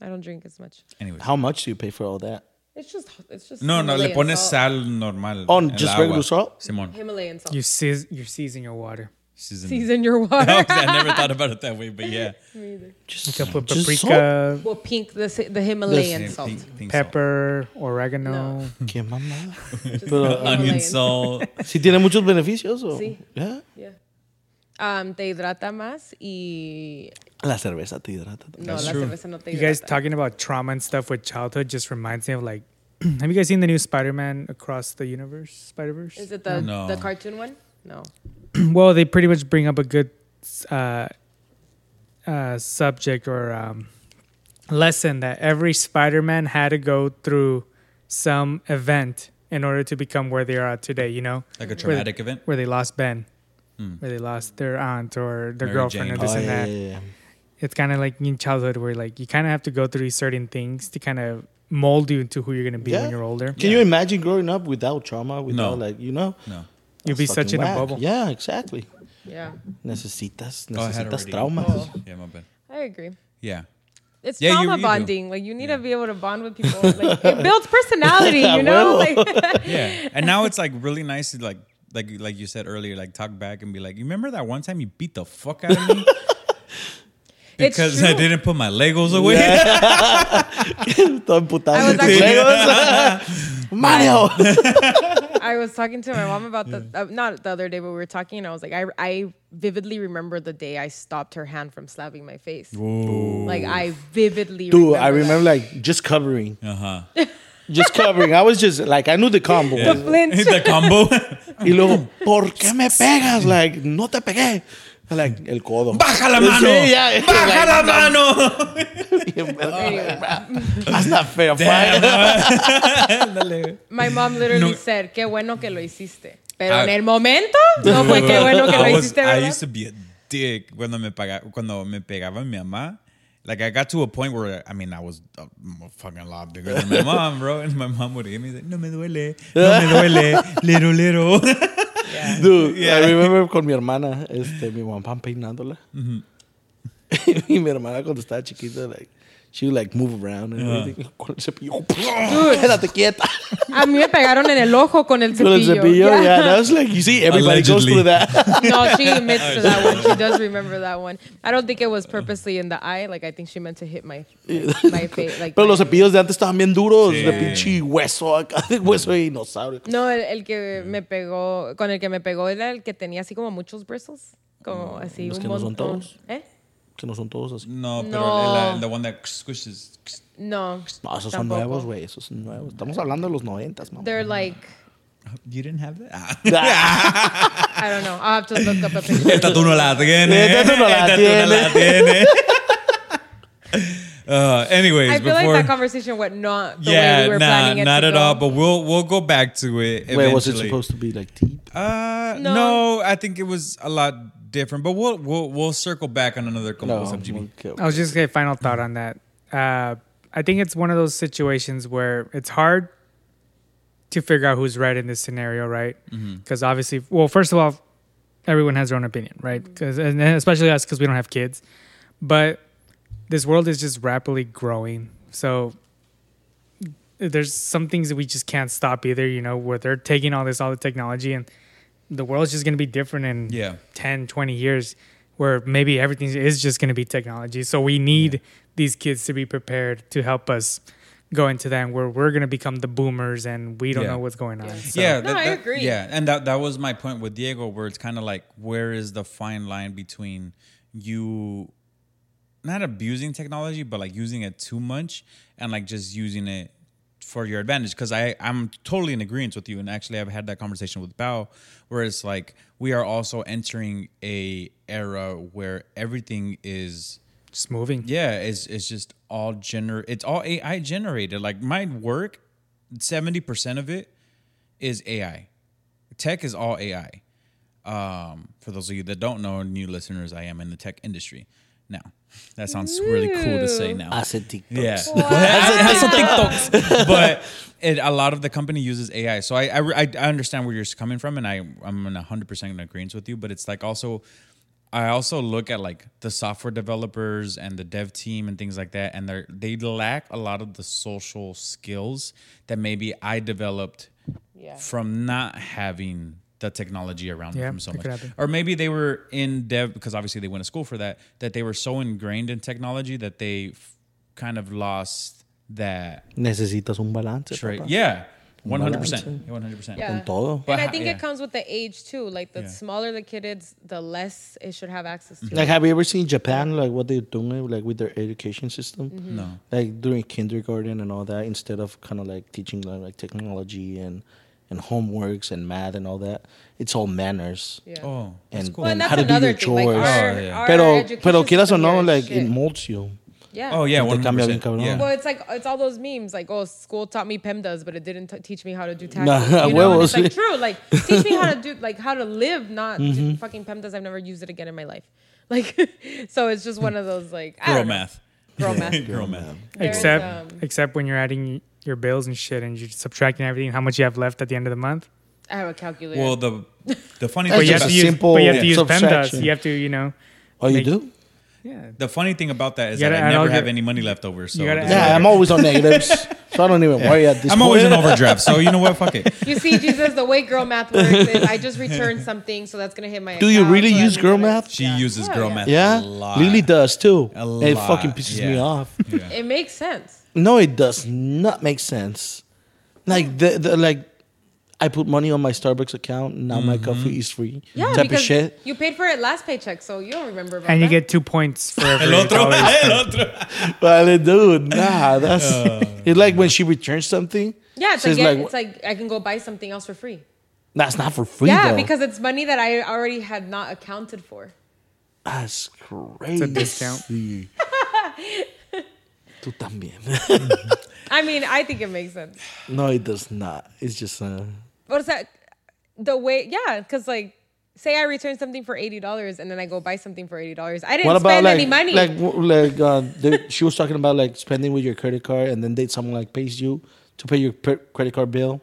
S4: I don't drink as much.
S3: Anyways.
S6: How much do you pay for all that?
S4: It's just, it's just.
S3: No, no, le
S4: Himalayan
S3: pones
S4: salt.
S3: sal normal.
S6: On
S3: el
S6: just
S3: agua.
S6: regular salt?
S3: Simón.
S4: Himalayan salt.
S5: You seas- you're seizing your water.
S3: Season.
S4: Season your water.
S3: I never thought about it that way, but yeah.
S5: You
S6: Just,
S5: can put
S6: just
S5: paprika,
S4: well, pink, the, the Himalayan
S3: Yeah,
S4: salt.
S3: pink- pink salt.
S5: pepper, oregano.
S6: salt. Qué mamada.
S4: Just
S6: Pero-
S4: Himalayan.
S3: Onion salt.
S6: Si tiene muchos beneficios o.
S4: Sí.
S6: Yeah.
S4: Yeah. Um, te hidrata más y
S6: La cerveza te hidrata. también.
S4: no, la
S3: true.
S4: cerveza no te
S5: You guys
S4: hidrata.
S5: talking about trauma and stuff with childhood just reminds me of like, have you guys seen the new Spider-Man across the universe? Spider-Verse.
S4: Is it the
S3: No.
S4: the cartoon one? No.
S5: well, they pretty much bring up a good uh, uh, subject or um, lesson that every Spider-Man had to go through some event in order to become where they are at today. You know,
S3: Like a
S5: Where-
S3: traumatic event.
S5: where they lost Ben,
S6: Hmm.
S5: where they lost their aunt or their
S3: Mary
S5: girlfriend
S3: Jane.
S5: or this
S6: Oh,
S5: and
S6: yeah,
S5: that.
S6: yeah, yeah.
S5: It's kind of like in childhood where like you kind of have to go through certain things to kind of mold you into who you're gonna be
S6: Yeah.
S5: when you're older.
S6: Can you imagine growing up without trauma, without
S3: No.
S6: like you know?
S3: No.
S5: You'll be
S6: That's
S5: such
S6: fucking
S5: in a
S6: whack.
S5: bubble.
S6: Yeah, exactly.
S4: Yeah,
S6: Necesitas,
S3: Oh, I had
S6: necesitas
S3: already- Oh.
S6: traumas.
S3: Yeah, my bad.
S4: I agree.
S3: Yeah.
S4: It's
S3: Yeah, you-
S4: trauma
S3: you do.
S4: bonding. Like you need to be able to bond with people. Like it builds personality. You know. Like,
S3: Yeah. And now it's like really nice to like like like you said earlier, like talk back and be like, You remember that one time you beat the fuck out of me?
S4: It's
S3: Because I
S4: true.
S3: didn't put my Legos away.
S6: Todo emputado
S4: I was
S6: con tus legos. Mario.
S4: I was talking to my mom about the uh, not the other day, but we were talking, and I was like, I I vividly remember the day I stopped her hand from slapping my face. Like I vividly.
S6: Dude, I
S4: that.
S6: remember like just covering,
S3: Uh huh.
S6: just covering. I was just like, I knew the combo.
S4: the flinch.
S3: the combo.
S6: Y luego, ¿por qué me pegas? Like, no te pegué. Like, el codo.
S3: Baja la mano.
S6: Sí, ya.
S3: Baja la mano.
S6: That's not fair.
S3: Damn,
S6: fight.
S4: My mom literally
S3: No.
S4: said, qué bueno que lo hiciste. Pero
S3: Ah.
S4: en el momento, no fue qué bueno que
S3: I,
S4: lo
S3: was,
S4: hiciste,
S3: I
S4: ¿verdad?
S3: used to be a dick cuando me, paga, cuando me pegaba mi mamá. Like, I got to a point where, I mean, I was a fucking lot bigger than my mom, bro. And my mom would hit me, like, no me duele, no me duele, little, little.
S6: Dude, I remember con mi hermana, este, mi mamá peinándola. y mi hermana cuando estaba chiquita, like, she would like move around and everything. Con el cepillo. Quédate quieta.
S4: A mí me pegaron en el ojo con el
S6: Con el
S4: cepillo.
S6: cepillo, yeah.
S4: Yeah.
S6: And I was like, you see, everybody goes
S3: Allegedly.
S6: through that.
S4: No, she admits to that one. She does remember that one. I don't think it was purposely in the eye. Like, I think she meant to hit my, my face. Like,
S6: Pero los cepillos de antes estaban bien duros,
S3: Sí.
S6: de pinche hueso acá, de hueso de dinosaurio.
S4: No, el, el que me pegó, con el que me pegó era el que tenía así como muchos bristles. Como así.
S6: Los
S4: un
S6: que no son
S4: montón.
S6: todos.
S4: ¿Eh?
S6: que no son todos así.
S3: No, pero
S4: No.
S3: la- the one that squishes.
S4: No.
S6: No, esos son
S4: tampoco.
S6: nuevos, güey. Esos son nuevos. Estamos hablando de los noventas, mamá.
S4: They're like,
S3: You didn't have that. Ah.
S4: I don't know. I'll have to look up a
S3: Esta
S4: picture.
S3: tú Eh, no la tienes.
S6: Esta tú Eh, no la
S3: Esta tú no la tienes. Uh, anyways,
S4: I feel
S3: before,
S4: like that conversation went not the
S3: yeah,
S4: way we were
S3: nah,
S4: planning it.
S3: not
S4: to
S3: at
S4: go.
S3: all. But we'll we'll go back to it. Eventually.
S6: Wait, was it supposed to be like deep?
S3: Uh, no.
S4: No.
S3: I think it was a lot different. But we'll we'll we'll circle back on another couple of subject.
S6: okay.
S5: I was just gonna final thought on that. Uh, I think it's one of those situations where it's hard to figure out who's right in this scenario, right? Because obviously, well, first of all, everyone has their own opinion, right? Because and and especially us, because we don't have kids. But this world is just rapidly growing, so there's some things that we just can't stop either. You know, where they're taking all this, all the technology, and the world's just gonna be different in
S3: Yeah.
S5: 10, 20 years where maybe everything is just going to be technology. So we need these kids to be prepared to help us go into that where we're going to become the boomers and we don't
S3: Yeah.
S5: know what's going on. So-
S3: Yeah,
S4: No, I agree.
S3: Yeah, and that that was my point with Diego, where it's kind of like, where is the fine line between you not abusing technology, but like using it too much and like just using it for your advantage? Because I I'm totally in agreement with you, and actually I've had that conversation with Bao, where it's like we are also entering a era where everything is
S5: Just moving.
S3: yeah, it's it's just all gener it's all AI generated. Like my work, 70% of it is AI. Tech is all AI. Um, for those of you that don't know, new listeners, I am in the tech industry. Now, that sounds really cool to say now.
S6: Hace TikToks.
S3: Yeah, Has some TikToks. but it, a lot of the company uses AI, so I I, re- I, I understand where you're coming from, and I I'm in hundred percent in agreement with you. But it's like also, I also look at like the software developers and the dev team and things like that, and they they lack a lot of the social skills that maybe I developed
S4: Yeah.
S3: from not having the technology around
S5: Yeah,
S3: them so
S5: that
S3: much
S5: could happen.
S3: or maybe they were in dev because obviously they went to school for that that they were so ingrained in technology that they f- kind of lost that
S6: Necesitas un balance.
S3: trait
S6: papá.
S3: yeah 100%
S6: Balance.
S3: 100%
S4: Yeah.
S6: Con todo.
S3: But
S4: and I
S3: ho-
S4: think
S3: yeah.
S4: it comes with the age too. Like the smaller the kid is, the less it should have access to.
S6: Like, have you ever seen Japan, like what they're doing, like with their education system?
S4: Mm-hmm.
S3: no
S6: Like during kindergarten and all that, instead of kind of like teaching like, like technology and and homeworks and math and all that, it's all manners.
S4: Yeah.
S3: oh that's
S6: And,
S3: cool
S4: Well, and
S6: and
S4: that's
S6: how to do
S4: another
S6: your
S4: thing, like,
S6: chores.
S4: our-
S3: Oh, yeah.
S4: our
S6: pero,
S4: education
S6: pero quieras o
S4: system
S6: no,
S4: here is
S6: like it
S4: shit.
S6: molds you.
S4: yeah.
S3: oh yeah
S6: Te cambia bien
S3: 100%
S6: cabrón.
S3: yeah.
S4: Well, it's like it's all those memes, like oh, school taught me PEMDAS, but it didn't t- teach me how to do taxes.
S6: Nah,
S4: you know? And
S6: huevos,
S4: it's like
S6: sí. Mm-hmm.
S4: true, like teach me how to do, like how to live, not do fucking PEMDAS. I've never used it again in my life. Like, so it's just one of those like I
S3: girl
S4: don't know.
S3: math
S4: girl math.
S3: girl math
S4: There's,
S5: except
S4: um,
S5: except when you're adding your bills and shit and you're subtracting everything, how much you have left at the end of the month.
S4: I have a calculator.
S3: well the the funny
S6: That's
S3: thing
S5: But you,
S6: just
S5: have
S6: a
S5: to
S3: about,
S5: use,
S6: simple
S5: but you have to use
S6: subtraction.
S5: PEMDAS. You have to, you know,
S6: Oh, you
S5: Like-
S6: do?
S5: yeah.
S3: the funny thing about that is
S5: You
S3: that
S5: gotta
S3: I
S5: add all
S3: never have
S5: your-
S3: any money left over so
S5: You gotta
S3: it doesn't
S5: add-
S6: Yeah,
S3: matter.
S6: I'm always on negatives, so I don't even worry at this
S3: I'm
S6: point.
S3: always in overdraft so you know what fuck it
S4: you see, Jesus, the way girl math works is I just returned something, so that's gonna hit my.
S6: Do you
S4: account,
S6: really
S4: so that
S6: use
S4: means
S6: girl
S4: that I-
S6: math?
S3: she
S4: Yeah.
S3: uses
S4: Oh,
S3: girl
S4: yeah.
S3: math a
S6: Yeah,
S3: lot
S6: Lily does too.
S3: A
S6: And It
S3: lot,
S6: fucking pisses me
S3: yeah.
S6: off.
S3: yeah.
S4: It makes sense.
S6: No, it does not make sense. Like the, the like, I put money on my Starbucks account. Now my coffee is free.
S4: Yeah,
S6: type of
S4: because
S6: shit.
S4: you paid for it last paycheck, so you don't remember. About
S5: And you
S4: that.
S5: get two points for every
S3: El otro,
S5: dollar.
S3: el otro.
S6: Vale, dude. Nah, that's it's like when she returns something.
S4: yeah, it's like,
S6: she's
S4: yeah,
S6: like,
S4: it's like I can go buy something else for free.
S6: that's not for free.
S4: yeah,
S6: though.
S4: because it's money that I already had not accounted for.
S6: that's crazy.
S5: discount.
S6: Tú también.
S4: I mean, I think it makes sense.
S6: no, it does not. It's just uh,
S4: But it's that the way, yeah, because like, say I return something for eighty dollars and then I go buy something for eighty dollars. I didn't
S6: what about
S4: spend
S6: like
S4: any money.
S6: like w- like uh, they, she was talking about like spending with your credit card and then they someone like pays you to pay your per- credit card bill,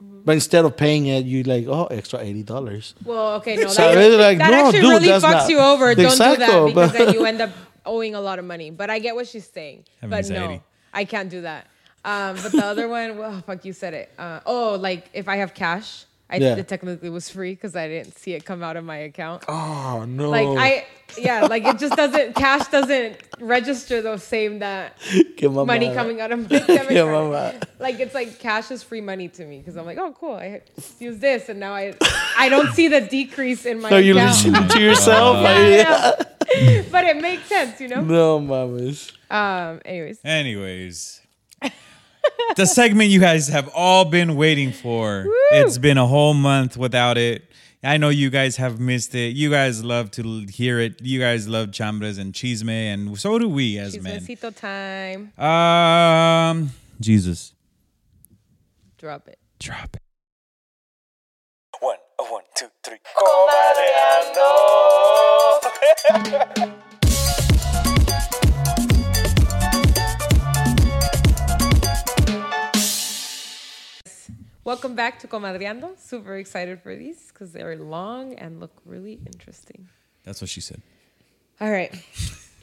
S6: but instead of paying it, you like oh extra eighty dollars.
S4: well, okay, no,
S6: So I
S4: that,
S6: really like,
S4: that
S6: no,
S4: actually
S6: dude,
S4: really
S6: that's
S4: fucks
S6: not-
S4: you over. Don't do that
S6: Exacto,
S4: because
S6: but-
S4: then you end up owing a lot of money. But I get what she's saying.
S3: Have
S4: but
S3: anxiety.
S4: no, I can't do that. Um, but the other one, well, fuck, you said it. Uh, oh, like if I have cash, I
S6: Yeah.
S4: it technically was free because I didn't see it come out of my account.
S6: Oh no!
S4: Like I, yeah, like it just doesn't. cash doesn't register the same that
S6: Qué mamada.
S4: money coming out of my debit
S6: Yeah,
S4: card.
S6: mamá.
S4: Like it's like cash is free money to me because I'm like, oh, cool. I use this, and now I, I don't see the decrease in my.
S6: Are you
S4: account.
S6: listening to yourself?
S4: Yeah, I know. but it makes sense, you know?
S6: No mames.
S4: Um, anyways,
S3: Anyways, the segment you guys have all been waiting for. It's been a whole month without it. I know you guys have missed it. You guys love to l- hear it. You guys love chambres and chisme, and so do we as men.
S4: chismecito time.
S3: Um, Jesus,
S4: Drop it.
S3: drop it.
S4: Welcome back to Comadreando. Super excited for these because they're long and look really interesting.
S3: That's what she said.
S4: All right.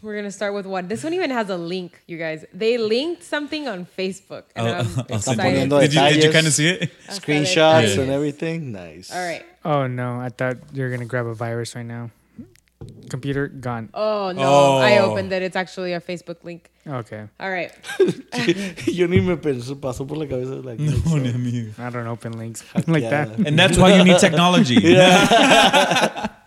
S4: We're going to start with one. This one even has a link, you guys. They linked something on Facebook. And um,
S3: I'll-
S4: I'm
S3: I'll send
S4: excited.
S3: it.
S6: Poniendo
S3: Did you, did you
S6: detalles.
S3: kind of see it?
S6: Screenshots
S4: Yeah.
S6: and everything. Nice.
S4: All right.
S5: Oh no, I thought you were gonna grab a virus right now. Computer gone.
S4: Oh, no.
S3: Oh.
S4: I opened it. It's actually a Facebook link.
S5: Okay.
S4: All right.
S6: Yo ni me pensé, pasó por la cabeza like. like so.
S5: I don't open links like
S6: yeah.
S5: that.
S3: And that's why you need technology. yeah.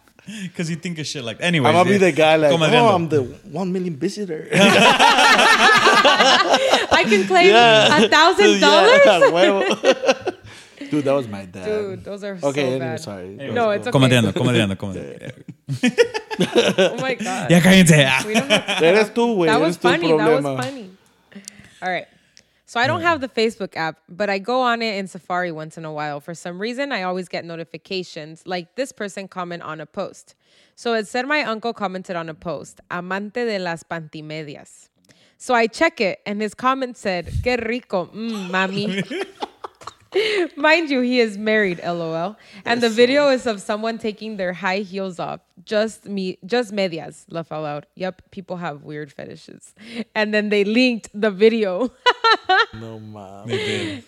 S3: Because you think of shit like that. Anyways,
S6: I'm gonna be
S3: yeah.
S6: the guy like,
S3: Comadreando.
S6: oh, I'm the one million visitor.
S4: I can claim a $1,000?
S6: Yeah, huevo. Dude, that was my dad.
S4: Dude, those are so
S6: okay, anyway,
S4: bad.
S6: sorry.
S4: No, it's okay.
S3: Comadreando, comadreando, comadreando.
S4: Oh my God.
S3: Ya cállense. Ah.
S4: We don't have to-
S6: Eres tú, güey.
S4: that
S6: eres
S4: was
S6: tu
S4: funny. That
S6: problema. Hmm.
S4: was funny. All right. So I don't have the Facebook app, but I go on it in Safari once in a while. For some reason, I always get notifications like this person comment on a post. So it said my uncle commented on a post, amante de las pantimedias. So I check it, and his comment said, "Qué rico, mm, mami." Mind you, he is married, lol. And the video is of someone taking their high heels off. Just me, just medias, laugh out loud. Yep, people have weird fetishes. And then they linked the video.
S6: No, mom.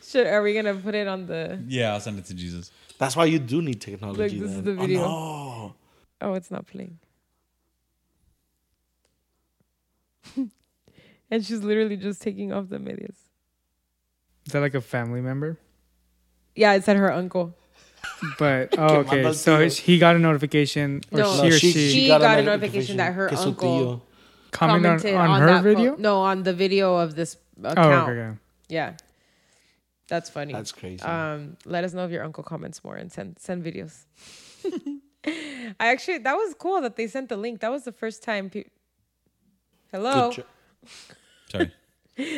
S4: Should, are we gonna put it on the?
S3: Yeah, I'll send it to Jesus.
S6: That's why you do need
S4: Look,
S6: technology.
S4: this is
S6: then.
S4: the video.
S6: Oh,
S4: Oh, it's not playing. and she's literally just taking off the medias.
S5: Is that like a family member?
S4: Yeah, it said her uncle.
S5: But oh, okay,
S6: manda
S5: so
S6: el tío.
S5: he got a notification, or
S4: No.
S6: no.
S5: she or she,
S6: she, she
S4: She
S6: got,
S4: got
S6: a
S4: a notification that her
S6: que su
S4: uncle
S6: tío-
S5: commented
S4: commented
S5: on,
S4: on,
S5: her
S4: that po-
S5: video.
S4: no, on the video of this account.
S5: oh, okay, okay.
S4: Yeah. That's funny.
S6: That's crazy.
S4: Um, let us know if your uncle comments more and send send videos. I actually that was cool that they sent the link. That was the first time pe- Hello. oh,
S6: Good jo-
S3: Sorry.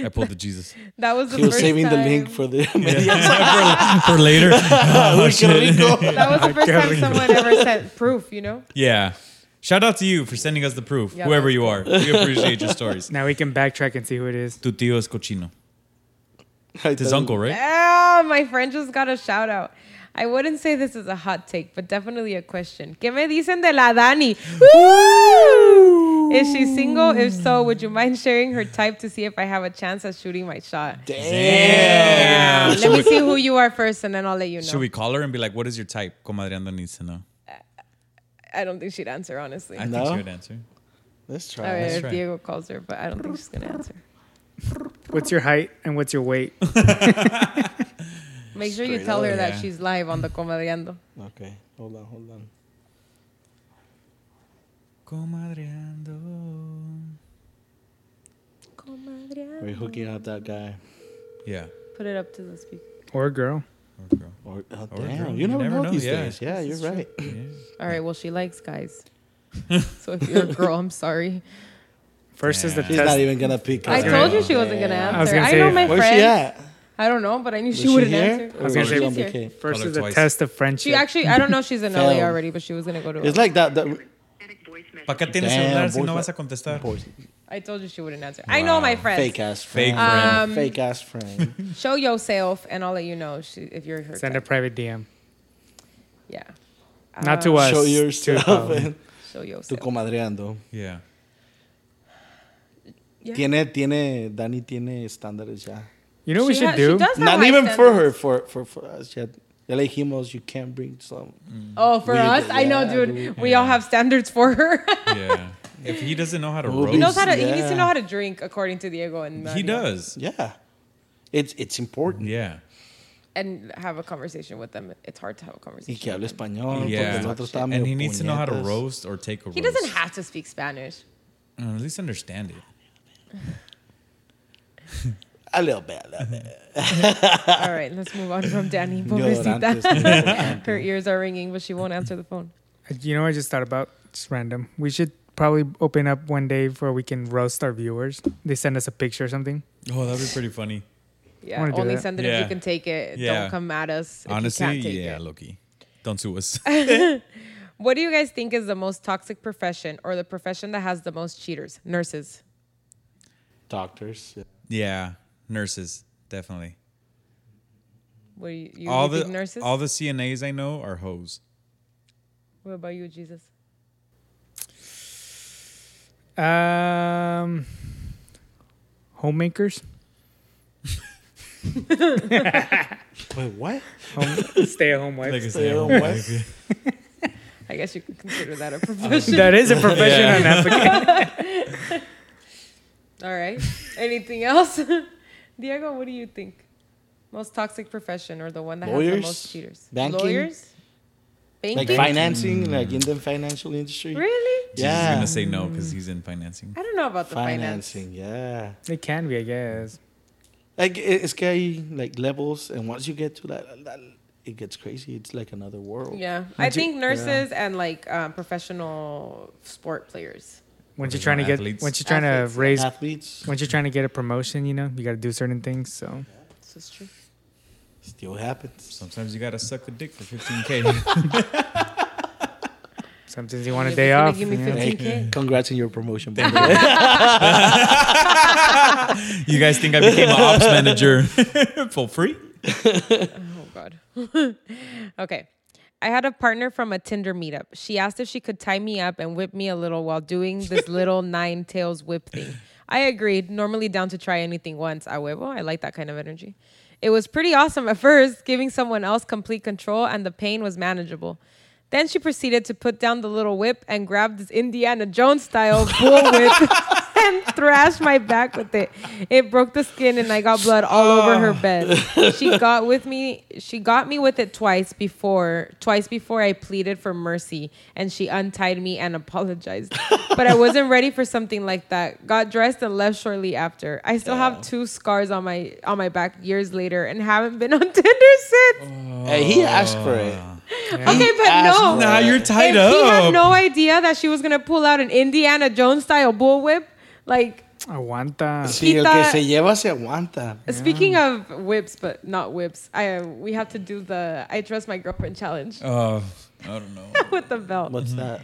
S3: I pulled the Jesus.
S4: That was the
S6: He was
S4: first
S6: saving
S4: time.
S6: the link for the media.
S3: for, for later. Oh,
S6: Uy, qué
S3: shit.
S6: rico.
S4: That was the first time
S5: Carry
S4: someone ever sent proof, you know?
S3: Yeah. Shout out to you for sending us the proof,
S4: Yeah,
S3: whoever
S4: that's
S3: you are. We appreciate your stories.
S5: Now we can backtrack and see who it is.
S3: Tu tío es cochino. It's his uncle, right?
S4: Ah, my friend just got a shout out. I wouldn't say this is a hot take, but definitely a question. ¿Qué me dicen de la Dani? Woo! Is she single? If so, would you mind sharing her type to see if I have a chance at shooting my shot? Uh,
S3: Yeah.
S4: Let me see who you are first, and then I'll let you know.
S3: Should we call her and be like, what is your type? Comadreando needs to know.
S4: I don't think she'd answer, honestly.
S3: I
S4: All
S3: think
S6: No?
S3: she would answer.
S6: Let's try.
S4: right, if
S3: try.
S4: Diego calls her, but I don't think she's gonna answer.
S5: What's your height and what's your weight?
S4: Make sure you
S6: Straight
S4: tell her
S6: up.
S4: that
S3: Yeah.
S4: she's live on the Comadreando.
S6: Okay, hold on, hold on.
S3: Comadreando.
S4: Comadreando.
S6: We're hooking up that guy.
S3: Yeah.
S4: Put it up to the speaker.
S5: Or a girl?
S3: Or girl.
S6: Or, oh,
S3: Or
S6: damn,
S3: girl,
S6: you never, know, these
S3: yeah.
S6: days. Yeah, you're right.
S4: All right. Well, she likes guys. so if you're a girl, I'm sorry.
S5: First is the
S6: She's
S5: test.
S6: not even gonna pick.
S4: I
S6: us
S5: right.
S4: told you she wasn't gonna
S6: Damn.
S5: I was
S4: answer. I,
S5: gonna
S4: know
S5: say-
S4: my
S6: Where's
S4: friend.
S6: she at?
S4: I don't know, but I knew
S6: Was
S4: she, wouldn't
S6: here?
S4: answer.
S6: Or
S5: was gonna
S6: was
S5: say-
S6: she
S4: She's
S6: on
S4: here.
S6: vacation?
S5: First
S3: Call her
S5: is the
S3: twice.
S5: test of friendship.
S4: She actually, I don't know if she's in LA
S6: Fail.
S4: already, but she was gonna go to.
S6: It's like that. that
S3: ¿Para qué tienes
S6: Damn,
S3: celular si
S6: boy,
S3: no vas a
S6: but-
S3: contestar?
S6: boy,
S4: I told you she wouldn't answer. I know my friends. Um,
S6: fake ass
S3: Fake friend.
S6: friend. fake ass friend.
S4: Show yourself, and I'll let you know she, if you're her.
S5: Send a
S4: type.
S5: private DM.
S4: Yeah.
S5: Not to us.
S6: Show
S5: to
S6: yourself.
S5: Paolo.
S6: and-
S4: Show
S6: Tu
S4: yourself.
S6: comadreando.
S3: Yeah.
S4: Yeah.
S6: Tiene, tiene, Dani tiene estándares ya.
S5: You know what we
S4: She
S5: should
S4: ha- she
S5: do?
S4: does have
S6: Not
S4: high
S6: even for
S4: standards.
S6: her, for for for us. Ya, ya le dijimos, you can't bring some.
S4: Oh, for
S6: Weird,
S4: us, I know,
S6: yeah,
S4: dude. We all have standards for her.
S3: Yeah. If he doesn't know how to
S6: We'll
S3: roast,
S6: be
S4: he knows how to. He
S6: Yeah.
S4: needs to know how to drink, according to Diego and
S3: he
S4: Nadia.
S3: does.
S6: Yeah, it's it's important.
S3: Yeah.
S4: and have a conversation with them. It's hard to have a
S6: Y
S4: conversation.
S6: que
S4: with
S6: hable
S4: them.
S6: español. Porque
S3: yeah,
S6: el otro estaba
S3: and
S6: medio
S3: he needs to know how to
S6: puñetas.
S3: roast or take a
S4: He
S3: roast.
S4: doesn't have to speak Spanish.
S3: Uh, at least understand it.
S6: A little bit, a little bit.
S4: All right, let's move on from Danny.
S6: Ignorantes,
S4: Pobrecita. Her ears are ringing, but she won't answer the phone.
S5: You know, what I just thought about it's random. We should probably open up one day where we can roast our viewers. They send us a picture or something.
S3: Oh, that'd be pretty funny.
S4: Yeah,
S5: wanna do
S4: only
S5: that.
S4: send it if
S3: Yeah.
S4: you can take it.
S3: Yeah.
S4: Don't come at us. If
S3: Honestly,
S4: you can't take
S3: yeah,
S4: It.
S3: Loki. Don't sue us.
S4: What do you guys think is the most toxic profession or the profession that has the most cheaters? Nurses.
S6: Doctors. yeah.
S3: yeah, nurses definitely.
S4: What do you, you,
S3: all
S4: you
S3: the
S4: think nurses?
S3: all the CNAs I know are hoes.
S4: what about you, Jesus?
S5: Um, homemakers,
S6: Wait, what?
S5: Home, stay-at-home wives.
S3: Like I
S6: Stay
S3: said,
S6: home
S3: I'm
S6: wife.
S3: like-
S4: I guess you could consider that a profession.
S5: that is a profession
S3: Yeah.
S5: on Africa.
S4: All right. Anything else? Diego, what do you think? Most toxic profession or the one that has
S6: Lawyers?
S4: the most cheaters?
S6: Banking?
S4: Lawyers? Banking?
S6: Like financing, like in the financial industry.
S4: really?
S3: Jesus is
S6: Yeah.
S3: gonna say no because he's in financing.
S4: I don't know about the finance.
S6: Financing, yeah.
S5: it can be, I guess.
S6: Like i- it's hay like levels, and once you get to that, that it gets crazy. It's like another world.
S4: Yeah. I
S5: Would you-
S4: think nurses and like um, professional sport players.
S5: Once you're
S3: Professional
S5: trying to get,
S3: athletes.
S5: once you're trying
S4: Athletes,
S5: to raise,
S6: Athletes
S5: once you're trying to get a promotion, you know, you got to do certain things. So
S4: This is true.
S6: still happens.
S3: Sometimes you gotta suck a dick for 15k.
S5: sometimes you want a
S4: If
S5: day
S4: you're gonna
S5: off.
S4: give me
S5: you know.
S4: 15
S6: Hey, congrats on your promotion. by
S3: Thank
S6: the way.
S3: you guys think I became an ops manager for free?
S4: Oh God. okay. I had a partner from a Tinder meetup. She asked if she could tie me up and whip me a little while doing this little nine tails whip thing. I agreed, normally down to try anything once. I huevo, I like that kind of energy. It was pretty awesome at first, giving someone else complete control, and the pain was manageable. Then she proceeded to put down the little whip and grabbed this Indiana Jones style bull whip and thrashed my back with it. It broke the skin and I got blood all over her bed. She got with me she got me with it twice before twice before I pleaded for mercy and she untied me and apologized. But I wasn't ready for something like that. Got dressed and left shortly after. I still have two scars on my on my back years later and haven't been on Tinder since.
S6: Hey, Oh. he asked for it.
S4: Okay, but
S6: asked
S4: no.
S6: for Nah, it.
S3: Ah, you're tied
S4: if She had
S3: up.
S4: no idea that she was gonna pull out an Indiana Jones style bullwhip. Like
S5: Aguanta.
S6: Sí, el que
S4: Quita-
S6: se lleva se aguanta.
S4: speaking of whips, but not whips. I uh, we have to do the I trust my girlfriend challenge
S3: Oh, I don't know.
S4: with the belt.
S6: What's that?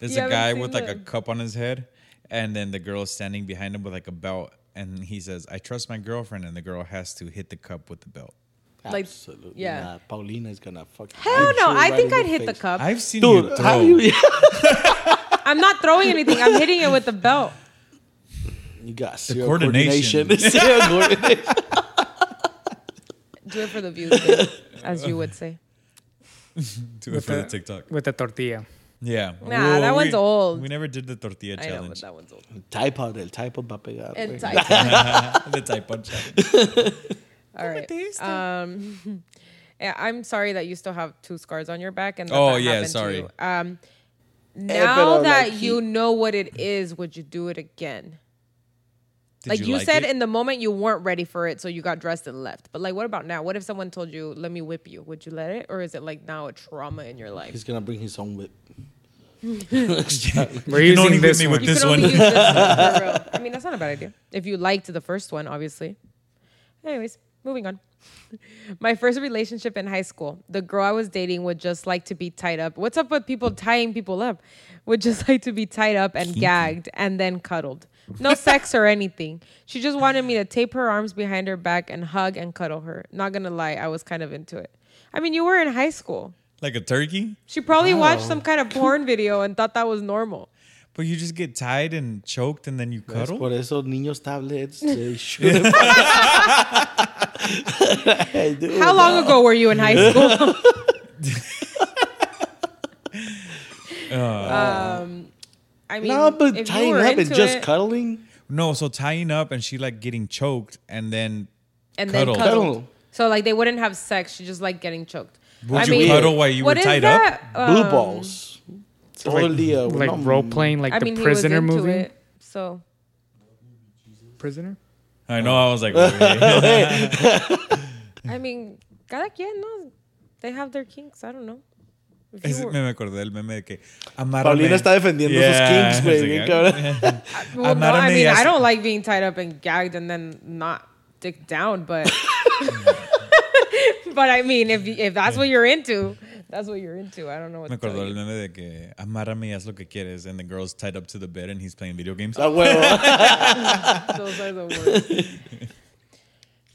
S3: There's
S4: You
S3: a
S4: haven't
S3: guy
S4: seen
S3: with like a
S4: the-
S3: cup on his head, and then the girl is standing behind him with like a belt, and he says, "I trust my girlfriend," and the girl has to hit the cup with the belt.
S4: Like,
S6: Absolutely
S4: yeah.
S6: not. Paulina's gonna fuck.
S4: Hell no! I think I'd hit the cup.
S6: cup.
S3: I've seen
S6: Dude,
S3: you
S6: how
S3: throw.
S6: do you?
S4: I'm not throwing anything. I'm hitting it with the belt.
S6: You got zero
S3: coordination.
S6: coordination. Zero coordination.
S4: Do it for the views, babe, as you would say.
S3: Do it for the
S5: With the-
S3: TikTok.
S5: With a tortilla.
S3: Yeah.
S4: Nah, that one's
S3: we-
S4: old.
S3: We never did the tortilla
S4: I know, but
S3: challenge.
S4: that one's old.
S6: Typod, el typod va a pegar.
S4: And
S6: güey.
S4: tight.
S3: the type one challenge.
S4: All right. Um, yeah, I'm sorry that you still have two scars on your back and that
S3: Oh,
S4: that
S3: yeah,
S4: happened to
S3: sorry.
S4: you. Um, now
S6: pero,
S4: that
S6: like, he-
S4: you know what it is, would you do it again?
S3: Did
S4: like you, said
S3: it?
S4: in the moment you weren't ready for it, so you got dressed and left. But like, what about now? What if someone told you, "Let me whip you"? Would you let it, or is it like now a trauma in your life?
S6: He's gonna bring his own whip.
S5: We're
S3: You can only
S5: using
S3: hit
S5: this
S3: me
S5: one.
S3: with this
S4: only
S3: one.
S4: use this one for real. I mean, that's not a bad idea. If you liked the first one, obviously. Anyways, moving on. My first relationship in high school, the girl I was dating would just like to be tied up. What's up with people tying people up? Would just like to be tied up and gagged and then cuddled. No sex or anything. She just wanted me to tape her arms behind her back and hug and cuddle her. Not gonna lie, I was kind of into it. I mean, you were in high school.
S3: like a turkey?
S4: She probably watched some kind of porn video and thought that was normal.
S3: But you just get tied and choked and then you
S6: Es
S3: cuddle?
S6: por eso niños tablets they shoot. Hey, dude.
S4: How long ago were you in high school? um, I mean,
S6: no, but
S4: if you
S6: tying
S4: were
S6: up and
S4: into
S6: just
S4: it
S6: cuddling.
S3: No, so tying up and she like getting choked and then
S4: and
S3: cuddle.
S4: then cuddled.
S6: Cuddle.
S4: So like they wouldn't have sex. She just like getting choked.
S3: Would
S4: I
S3: you
S4: mean,
S3: cuddle while you
S4: what
S3: were
S4: is
S3: tied up?
S4: that?
S6: Blue
S4: Um,
S6: balls. Totally uh,
S5: like
S6: no,
S5: role playing, like
S4: I
S5: the
S4: mean, he was
S5: prisoner
S4: into
S5: movie.
S4: it. So
S5: Prisoner.
S3: I know. I was like, wait.
S4: I mean, cada quien, no, they have their kinks. I don't know. If you
S3: Ese
S4: were-
S3: me me acordé del meme de que amárrame.
S6: Paulina está defendiendo
S3: Yeah,
S6: sus kinks, güey.
S3: sí,
S6: bien
S3: ah,
S6: cabrón.
S4: Well, no, I
S3: Amarme y
S4: mean, I
S3: hasta-
S4: don't like being tied up and gagged and then not dick down, but but I mean, if if that's what you're into, that's what you're into. I don't know what.
S3: Me
S4: to tell
S3: acordó el
S4: you.
S3: meme de que amárrame y haz lo que quieres. And the girl's tied up to the bed and he's playing video games.
S6: La huevo.
S4: Those are the worst.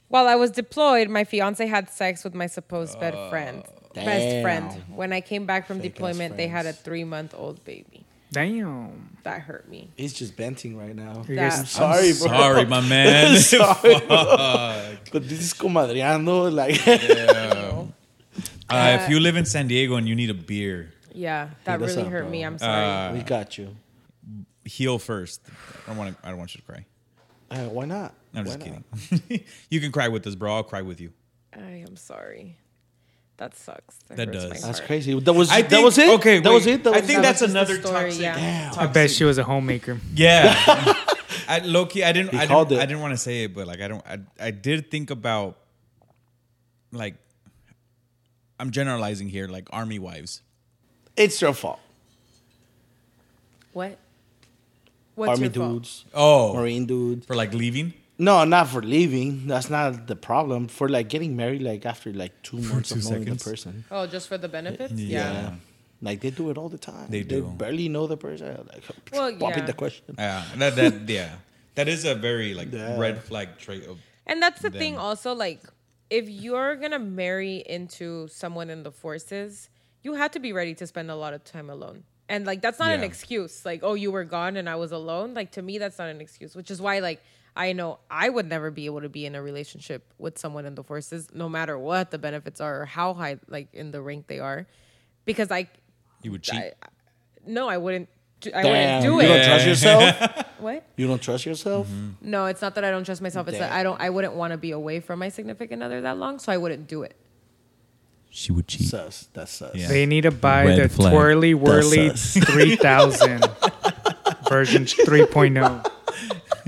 S4: While I was deployed, my fiance had sex with my supposed best
S3: Oh.
S4: friend. Best
S6: Damn.
S4: friend. When I came back from
S6: Fake-ass
S4: deployment, they had a
S6: friends.
S4: three-month-old baby.
S5: Damn.
S4: That hurt me.
S6: He's just venting right now.
S5: You
S4: That-
S5: guys-
S6: Sorry, bro.
S3: Sorry, my man.
S6: Sorry, bro. But this is comadreando. Like,
S3: Uh, if you live in San Diego and you need a beer,
S4: Yeah, that
S6: that's
S4: really
S6: not
S4: hurt me. I'm
S6: wrong.
S3: Uh,
S4: sorry.
S6: we got you.
S3: heal first. I don't want to. I don't want you to cry.
S6: Uh, why not?
S3: I'm
S6: Why
S3: just
S6: not?
S3: kidding. you can cry with us, bro. I'll cry with you.
S4: I am sorry. That sucks. That,
S3: That
S4: hurts my
S3: does.
S6: That's
S4: heart.
S6: crazy. That was
S3: I
S6: that was it.
S3: Okay,
S6: that
S3: wait.
S6: was it. That
S3: I
S6: was
S3: think
S4: That
S3: that's
S4: was just the
S3: another
S4: story,
S3: toxic.
S4: yeah. Damn.
S5: I bet she was a homemaker.
S3: Yeah. I, low key, I didn't.
S6: He
S3: I
S6: called
S3: didn't,
S6: it.
S3: I didn't want to say it, but like I don't. I, I did think about like I'm generalizing here, like army wives.
S6: It's your fault.
S4: What? What's
S6: Army
S4: your fault?
S6: dudes,
S3: Oh,
S6: Marine dudes.
S3: for like leaving.
S6: No, not for leaving. That's not the problem. For like getting married, like after like two months
S3: two
S6: of knowing
S3: seconds.
S6: the person.
S4: Oh, just for the benefits?
S3: Yeah.
S4: Yeah.
S6: Like they do it all the time.
S3: They do.
S6: barely know the person. Like
S4: Well,
S6: popping
S4: yeah.
S6: the question.
S3: Yeah, that, that yeah, that is a very like
S6: Yeah.
S3: red flag trait of.
S4: And that's the
S3: Them.
S4: thing also, like, if you're gonna marry into someone in the forces, you have to be ready to spend a lot of time alone. And like that's not an
S3: Yeah.
S4: excuse. Like, oh, you were gone and I was alone. Like to me, that's not an excuse, which is why like I know I would never be able to be in a relationship with someone in the forces, no matter what the benefits are or how high like in the rank they are. Because I
S3: You would cheat.
S4: no, I wouldn't do, I
S6: Damn,
S4: wouldn't do
S6: you
S4: it.
S6: don't trust yourself.
S4: What?
S6: you don't trust yourself.
S3: Mm-hmm.
S4: No, it's not that I don't trust myself. It's that I don't. I wouldn't want to be away from my significant other that long, so I wouldn't do it.
S3: she would cheat.
S6: Sus. That's sus.
S3: Yeah.
S5: They need to buy
S3: Red
S5: the
S3: flag.
S5: twirly whirly
S6: us.
S5: 3000 version oh. 3.0.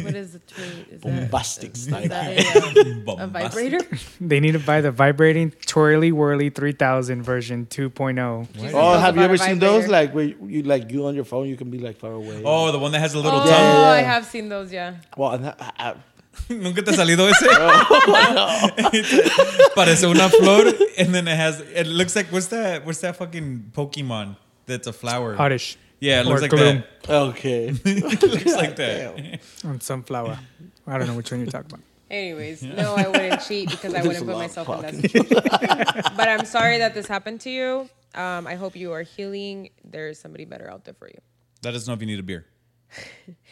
S4: What is the tweet? Is that,
S6: Bombastic
S4: is
S6: style.
S4: that a,
S3: Bombastic.
S4: uh, a vibrator?
S5: They need to buy the vibrating twirly whirly 3000 version 2.0.
S4: Jesus
S6: Oh,
S4: knows
S6: have you
S4: about
S6: ever
S4: a
S6: seen those?
S4: vibrator.
S6: Like where you, you like you on your phone, you can be like far away.
S3: Oh, the one that has a little
S4: Oh,
S3: tongue.
S4: I have seen those. Yeah.
S6: Well, and that, I, I,
S3: Nunca te ha salido ese.
S6: Oh,
S3: Parece una flor, and then it has. It looks like what's that? What's that fucking Pokemon? That's a flower.
S5: Oddish
S3: Yeah, it looks
S5: Or
S3: like
S5: Gloom.
S3: that.
S6: Okay.
S3: It looks like that.
S5: on sunflower. I don't know which one you're talking about.
S4: Anyways, no, I wouldn't cheat because I
S6: There's
S4: wouldn't
S6: a
S4: put
S6: lot
S4: myself
S6: of
S4: in that situation. but I'm sorry that this happened to you. Um, I hope you are healing. There's somebody better out there for you.
S3: Let us know if you need a beer.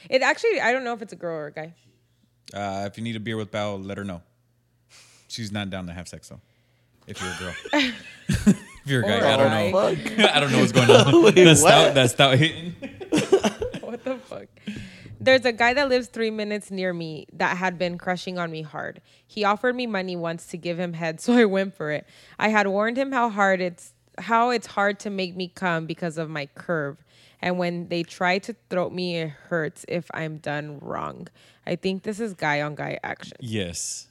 S4: It actually, I don't know if it's a girl or a guy.
S3: Uh, if you need a beer with Bao, let her know. She's not down to have sex though. If you're a girl. if you're a guy,
S4: Or
S3: I don't
S4: I.
S3: know.
S6: Fuck.
S3: I don't know what's going on. that's
S6: what?
S3: stout. That's stout. hitting.
S4: what the fuck? There's a guy that lives three minutes near me that had been crushing on me hard. He offered me money once to give him head, so I went for it. I had warned him how hard it's how it's hard to make me come because of my curve. And when they try to throat me, it hurts if I'm done wrong. I think this is guy on guy action.
S3: Yes.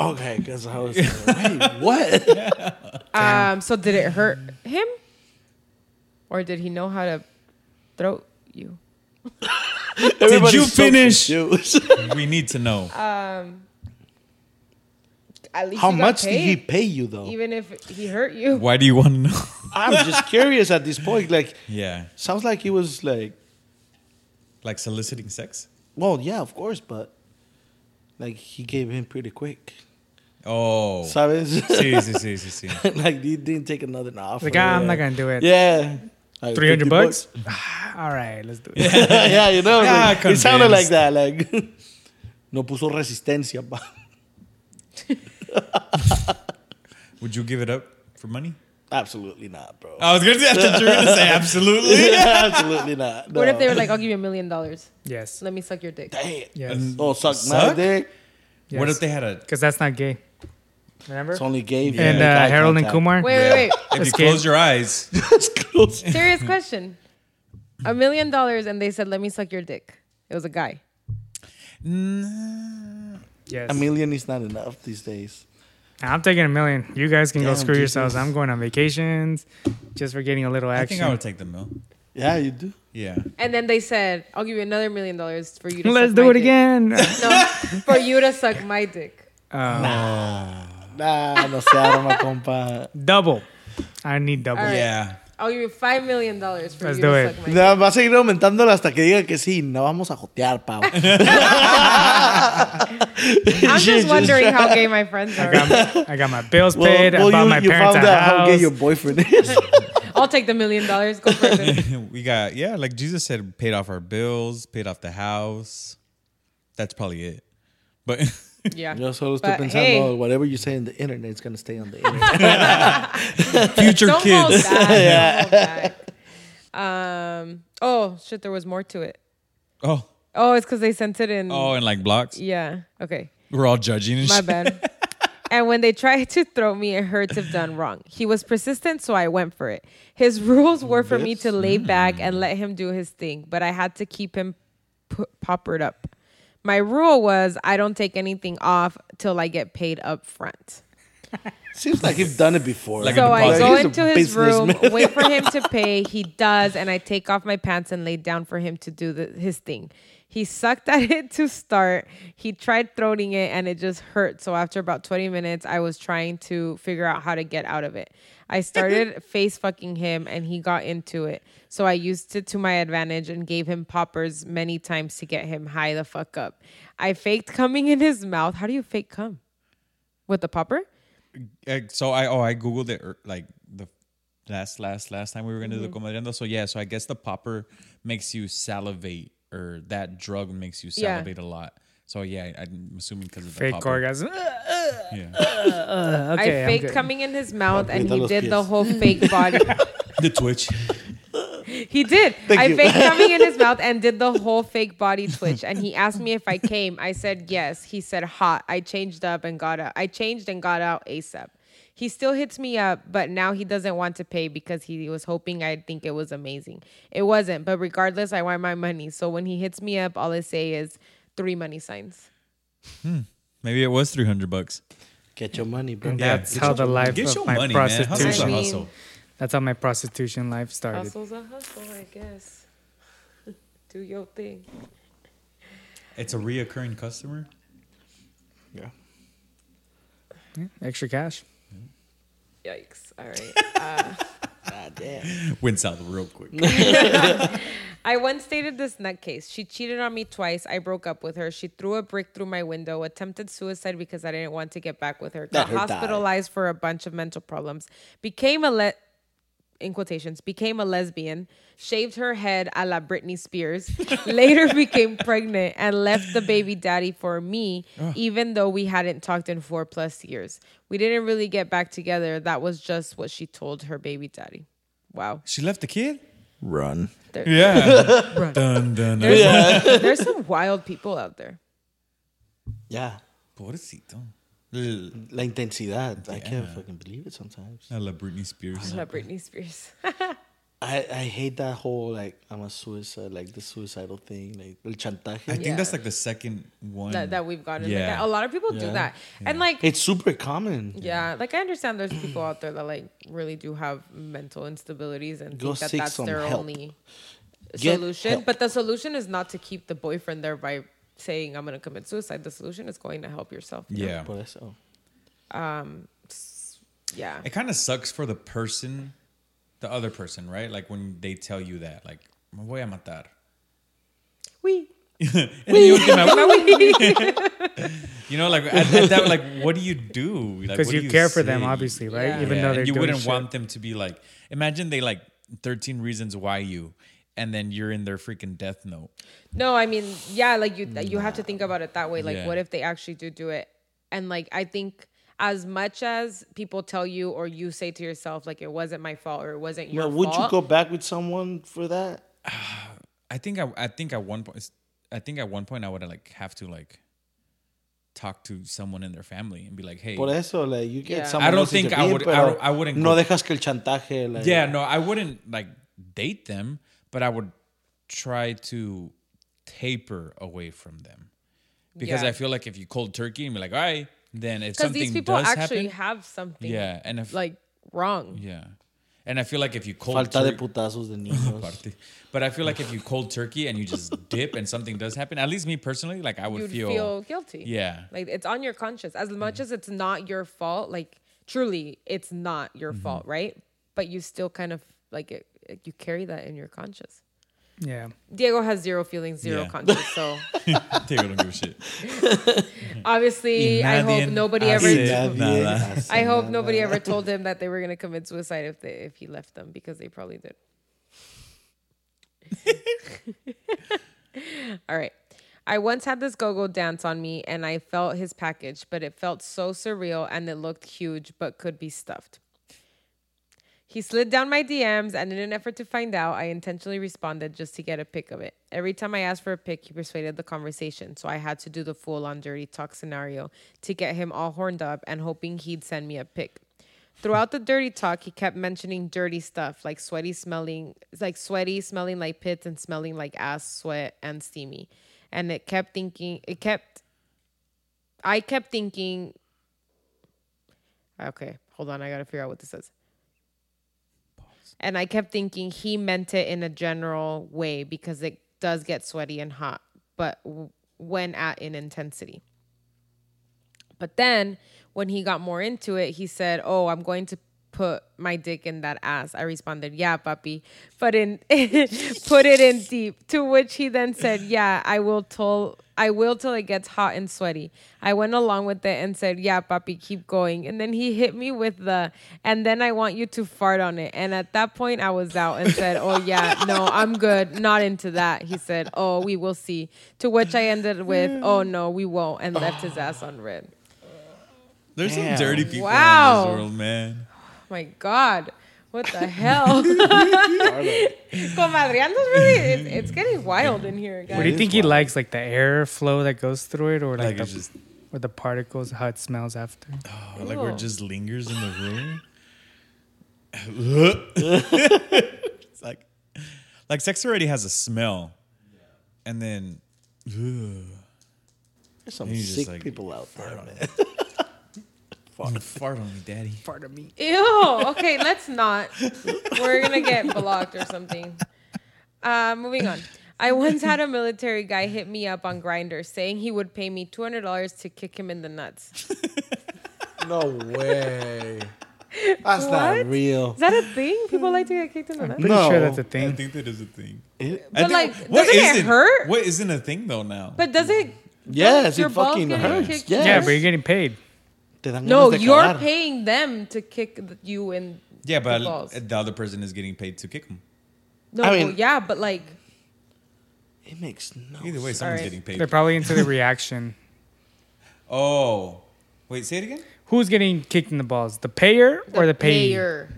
S6: Okay, because I was like, wait, what?
S4: Um, so did it hurt him? Or did he know how to throat you?
S6: Everybody's
S3: you finish?
S6: confused.
S3: We need to know.
S4: At least
S6: How
S4: he got
S6: much did he
S4: paid,
S6: pay you though?
S4: Even if he hurt you.
S3: Why do you want to know?
S6: I'm just curious at this point. Like,
S3: yeah.
S6: sounds like he was like,
S3: Like soliciting sex?
S6: well, yeah, of course, but like he gave him pretty quick.
S3: Oh.
S6: Sabes?
S3: sí, sí, sí, sí, sí.
S6: like he didn't take another offer.
S3: Oh,
S5: Like, ah, I'm not going to do it.
S6: Yeah. Like,
S5: 300
S6: 50
S5: bucks? All right, let's do it.
S6: yeah, you know,
S3: Yeah,
S5: Ah,
S6: like, it sounded like
S3: convinced.
S6: that. Like, no puso resistencia. pa.
S3: Would you give it up for money?
S6: Absolutely not,
S5: Ah,
S6: bro.
S3: I was gonna say, I thought you were gonna say absolutely.
S6: Absolutely not.
S4: What if
S6: no.
S4: they were like, I'll give you a million dollars?
S5: Yes.
S4: Let me suck your dick.
S6: Damn.
S5: Yes.
S3: And-
S6: Oh, suck,
S3: Suck?
S6: my dick.
S3: What if they had a
S5: Because that's not gay. Remember?
S6: It's only gay. if you
S5: and
S6: make
S5: uh,
S6: eye
S5: Harold and
S6: contact.
S5: Kumar.
S4: Wait, wait,
S3: If you
S5: Escape.
S3: close your eyes,
S6: It's close.
S4: wait. Serious question. A million dollars, and they said, "Let me suck your dick." It was a guy.
S5: Yes.
S6: A million is not enough these days.
S5: I'm taking a million. You guys can go
S6: Damn,
S5: screw yourselves.
S6: Jesus.
S5: I'm going on vacations just for getting a little
S3: I
S5: action.
S3: think I would take the mill.
S6: Yeah, you do.
S3: Yeah.
S4: And then they said, "I'll give you another million dollars for you to."
S5: Let's
S4: suck
S5: do
S4: my
S5: it
S4: dick."
S5: again.
S4: No, for you to suck my dick.
S5: Uh,
S6: Nah, no se arma, compa.
S5: double. I need double.
S4: All right.
S3: Yeah.
S4: I'll give you five million dollars for
S5: Let's
S4: you
S5: do
S4: to
S5: it.
S4: suck my dick.
S6: No, va a seguir aumentándolo hasta que diga que sí. No vamos a jotear, Pau.
S4: I'm just wondering how gay my friends are.
S5: I got my bills paid. I bought my
S6: you
S5: parents
S6: found
S5: a
S6: out how gay
S5: house.
S6: your boyfriend is.
S4: I'll take the million dollars. Go for it.
S3: we got yeah, like Jesus said, paid off our bills, paid off the house. That's probably it. But
S4: Yeah.
S6: Yo solo estoy
S4: But,
S6: pensando,
S4: hey.
S6: whatever you say in the internet, it's going to stay on the internet.
S3: future
S4: Don't hold
S3: kids.
S4: back. Don't hold back. Um. Oh shit! There was more to it.
S3: Oh,
S4: Oh, it's because they sent it in.
S3: oh, and like blocks.
S4: Yeah. Okay.
S3: We're all judging and
S4: My
S3: shit.
S4: bad. And when they tried to throw me, it hurts if done wrong. He was persistent, so I went for it. His rules were for me to lay back and let him do his thing, but I had to keep him p- poppered up. My rule was I don't take anything off till I get paid up front.
S6: Seems like you've done it before.
S3: Like an
S4: So I
S3: imposter.
S4: go
S6: He's a
S4: into his room,
S6: businessman.
S4: wait for him to pay. He does, and I take off my pants and lay down for him to do the, his thing. He sucked at it to start. He tried throwing it, and it just hurt. So after about 20 minutes, I was trying to figure out how to get out of it. I started face fucking him, and he got into it. So I used it to my advantage and gave him poppers many times to get him high the fuck up. I faked coming in his mouth. How do you fake cum? With the popper?
S3: Like, so I oh I googled it er, like the last last last time we were gonna do
S4: Mm-hmm.
S3: the comediando. So yeah, so I guess the popper makes you salivate, or that drug makes you
S4: Yeah.
S3: salivate a lot. So yeah, I'm assuming because of the
S5: Fake
S3: popper.
S5: orgasm.
S3: Yeah.
S4: I
S5: Okay, I'm
S4: faked
S5: good.
S4: coming in his mouth and
S6: Ahorita
S4: he
S6: los
S4: did the
S6: pies.
S4: whole fake body.
S3: the twitch.
S4: he did.
S6: Thank
S4: I
S6: you.
S4: faked coming in his mouth and did the whole fake body twitch. And he asked me if I came. I said yes. He said hot. I changed up and got out. I changed and got out ASAP. He still hits me up, but now he doesn't want to pay because he was hoping I'd think it was amazing. It wasn't, but regardless, I want my money. So when he hits me up, all I say is three money signs.
S3: Maybe it was three hundred bucks.
S6: Get your money, bro.
S3: Yeah,
S5: That's
S3: get
S5: how
S3: your-
S5: the life
S3: Get
S5: of
S3: your
S5: my
S3: money, man. Hustle's
S5: prostitution.
S3: a
S4: I mean-
S3: hustle.
S5: That's how my prostitution life started.
S4: Hustle's a hustle, I guess. Do your thing.
S3: It's a reoccurring customer.
S6: Yeah.
S5: Extra cash.
S4: Yikes. All right.
S6: Ah, damn.
S3: Went south real quick.
S4: I once dated this nutcase. She cheated on me twice. I broke up with her. She threw a brick through my window, attempted suicide because I didn't want to get back with her.
S6: Let
S4: Got
S6: her die.
S4: hospitalized for a bunch of mental problems. Became a le- in quotations, became a lesbian, shaved her head a la Britney Spears, later became pregnant and left the baby daddy for me, even though we hadn't talked in four plus years. We didn't really get back together. That was just what she told her baby daddy. Wow.
S3: She left the kid.
S6: Run.
S3: Yeah. dun, dun, dun.
S4: There's, there's some wild people out there.
S6: Yeah.
S3: Pobrecito. L-
S6: La intensidad. I can't fucking believe it sometimes.
S3: I love Britney Spears.
S4: Not Britney Spears.
S6: I, I hate that whole, like, I'm a suicide, like, the suicidal thing, like, el chantaje.
S3: I think
S4: Yeah.
S3: that's like the second one.
S4: that, that we've gotten. Like
S3: Yeah.
S4: that. A lot of people do
S6: Mm. Yeah.
S4: that. And like,
S6: It's super common.
S4: yeah, like I understand there's people out there that like really do have mental instabilities and
S6: Go
S4: think that
S6: seek
S4: that's
S6: some
S4: their
S6: help.
S4: only
S6: Get
S4: solution.
S6: help.
S4: But the solution is not to keep the boyfriend there by saying, I'm going to commit suicide. The solution is going to help yourself.
S3: yeah.
S6: Por eso.
S4: Yeah.
S3: It kind of sucks for the person, the other person, right? Like when they tell you that, like, me voy a matar.
S4: We.
S3: And you, look at my- you know, like at, at that, like, what do you do? Because
S5: Because you, care for them, obviously, right?
S4: Yeah.
S5: Even
S3: Yeah,
S5: though
S3: and
S5: they're
S3: you
S5: doing
S3: wouldn't
S5: shit.
S3: want them to be like, imagine they like 13 reasons why you, and then you're in their freaking death note.
S4: No, I mean, yeah, like you you have to think about it that way. Like,
S3: Yeah.
S4: what if they actually do do it? And like, I think as much as people tell you or you say to yourself, like, it wasn't my fault or it wasn't your
S6: Now, would you
S4: fault.
S6: go back with someone for that?
S3: I think I, I think at one point, I think at one point I would like have to like talk to someone in their family and be like, hey,
S6: Por eso, like, you get
S4: Yeah.
S6: someone
S3: I don't
S6: else
S3: think I
S6: intervene,
S3: would- I
S6: pero
S3: don't- I wouldn't
S6: No
S3: go-
S6: dejas que el chantaje. Like,
S3: yeah, no, I wouldn't like date them, but I would try to taper away from them because
S4: Yeah.
S3: I feel like if you cold turkey and be like, all right, then if
S4: Because
S3: something
S4: these people
S3: does
S4: actually
S3: happen,
S4: have something
S3: yeah, and if
S4: like wrong.
S3: yeah, and I feel like if you cold
S6: Falta de
S3: turkey.
S6: putazos de niños.
S3: Aparte. But I feel like if you cold turkey and you just dip and something does happen, at least me personally, like I would
S4: You'd
S3: feel,
S4: feel, guilty.
S3: yeah, Mm-hmm.
S4: Like it's on your conscience. As much as it's not your fault, like truly it's not your
S3: Mm-hmm.
S4: fault, right? But you still kind of like it, it- you carry that in your conscience.
S5: Yeah.
S4: Diego has zero feelings, zero
S3: Yeah.
S4: conscience. So
S3: Diego don't give a shit.
S4: obviously,
S3: Y
S4: I hope
S3: nadie
S4: nobody
S3: hace
S4: ever.
S3: nada.
S4: I hope nobody ever told him that they were gonna commit suicide if they if he left them because they probably did. All right. I once had this go-go dance on me and I felt his package, but it felt so surreal and it looked huge but could be stuffed. He slid down my DMs and in an effort to find out, I intentionally responded just to get a pic of it. Every time I asked for a pic, he persuaded the conversation, so I had to do the full on dirty talk scenario to get him all horned up and hoping he'd send me a pic. Throughout the dirty talk, he kept mentioning dirty stuff like sweaty smelling, like sweaty smelling like pits and smelling like ass sweat and steamy. And it kept thinking, it kept, I kept thinking, okay, hold on, I gotta figure out what this is. And I kept thinking he meant it in a general way because it does get sweaty and hot, but w- when at in intensity. But then when he got more into it, he said, "Oh, I'm going to put my dick in that ass." I responded, "Yeah, puppy, but in put it in deep." To which he then said, "Yeah, I will till I will till it gets hot and sweaty." I went along with it and said, "Yeah, puppy, keep going." And then he hit me with the, "And then I want you to fart on it." And at that point, I was out and said, "Oh yeah, no, I'm good, not into that." He said, "Oh, we will see." To which I ended with, "Oh no, we won't," and left his ass on red.
S3: There's
S6: Damn.
S3: some dirty people
S4: Wow.
S3: in this world, man.
S4: my god what the hell comadriando's really it, it's getting wild in here
S5: What do
S4: guys
S5: you think he likes? Like the airflow that goes through it, or
S3: Like
S5: like,
S3: it's
S5: the,
S3: just,
S5: or the particles, how it smells after?
S3: oh, like where it
S4: Ew.
S3: just lingers in the room. it's like, like sex already has a smell, and then
S6: There's some
S3: He's just
S6: sick
S3: like,
S6: people out there, man.
S3: fart, oh, fart on me, daddy.
S5: Part of me.
S4: ew okay let's not we're gonna get blocked or something uh moving on I once had a military guy hit me up on Grinder saying he would pay me $200 to kick him in the nuts.
S6: No way. That's
S4: What?
S6: not real.
S4: Is that a thing? People like to get kicked in the nuts?
S5: Pretty sure that's a
S6: No.
S3: I
S5: thing.
S3: think that is a thing.
S6: It-
S3: I
S4: But,
S3: think-
S4: like,
S3: what
S4: doesn't it
S3: isn't-
S4: hurt?
S3: What isn't a thing though now?
S4: But does it?
S6: Yes,
S4: your
S6: it
S4: balls
S6: fucking
S4: getting
S6: hurts.
S4: kicked
S6: Yes.
S5: Yeah, but you're getting paid.
S6: Te dan
S4: No,
S6: ganas de
S4: you're
S6: cagar.
S4: paying them to kick you in
S3: yeah,
S4: the balls.
S3: but the other person is getting paid to kick them.
S4: No,
S6: I mean-
S4: well, yeah, but like,
S6: It makes no
S3: Either way,
S6: sense.
S3: someone's
S4: Alright.
S3: getting paid.
S5: They're probably into the reaction.
S3: Oh, wait, say it again.
S5: Who's getting kicked in the balls? The payer or the payee?
S4: payer.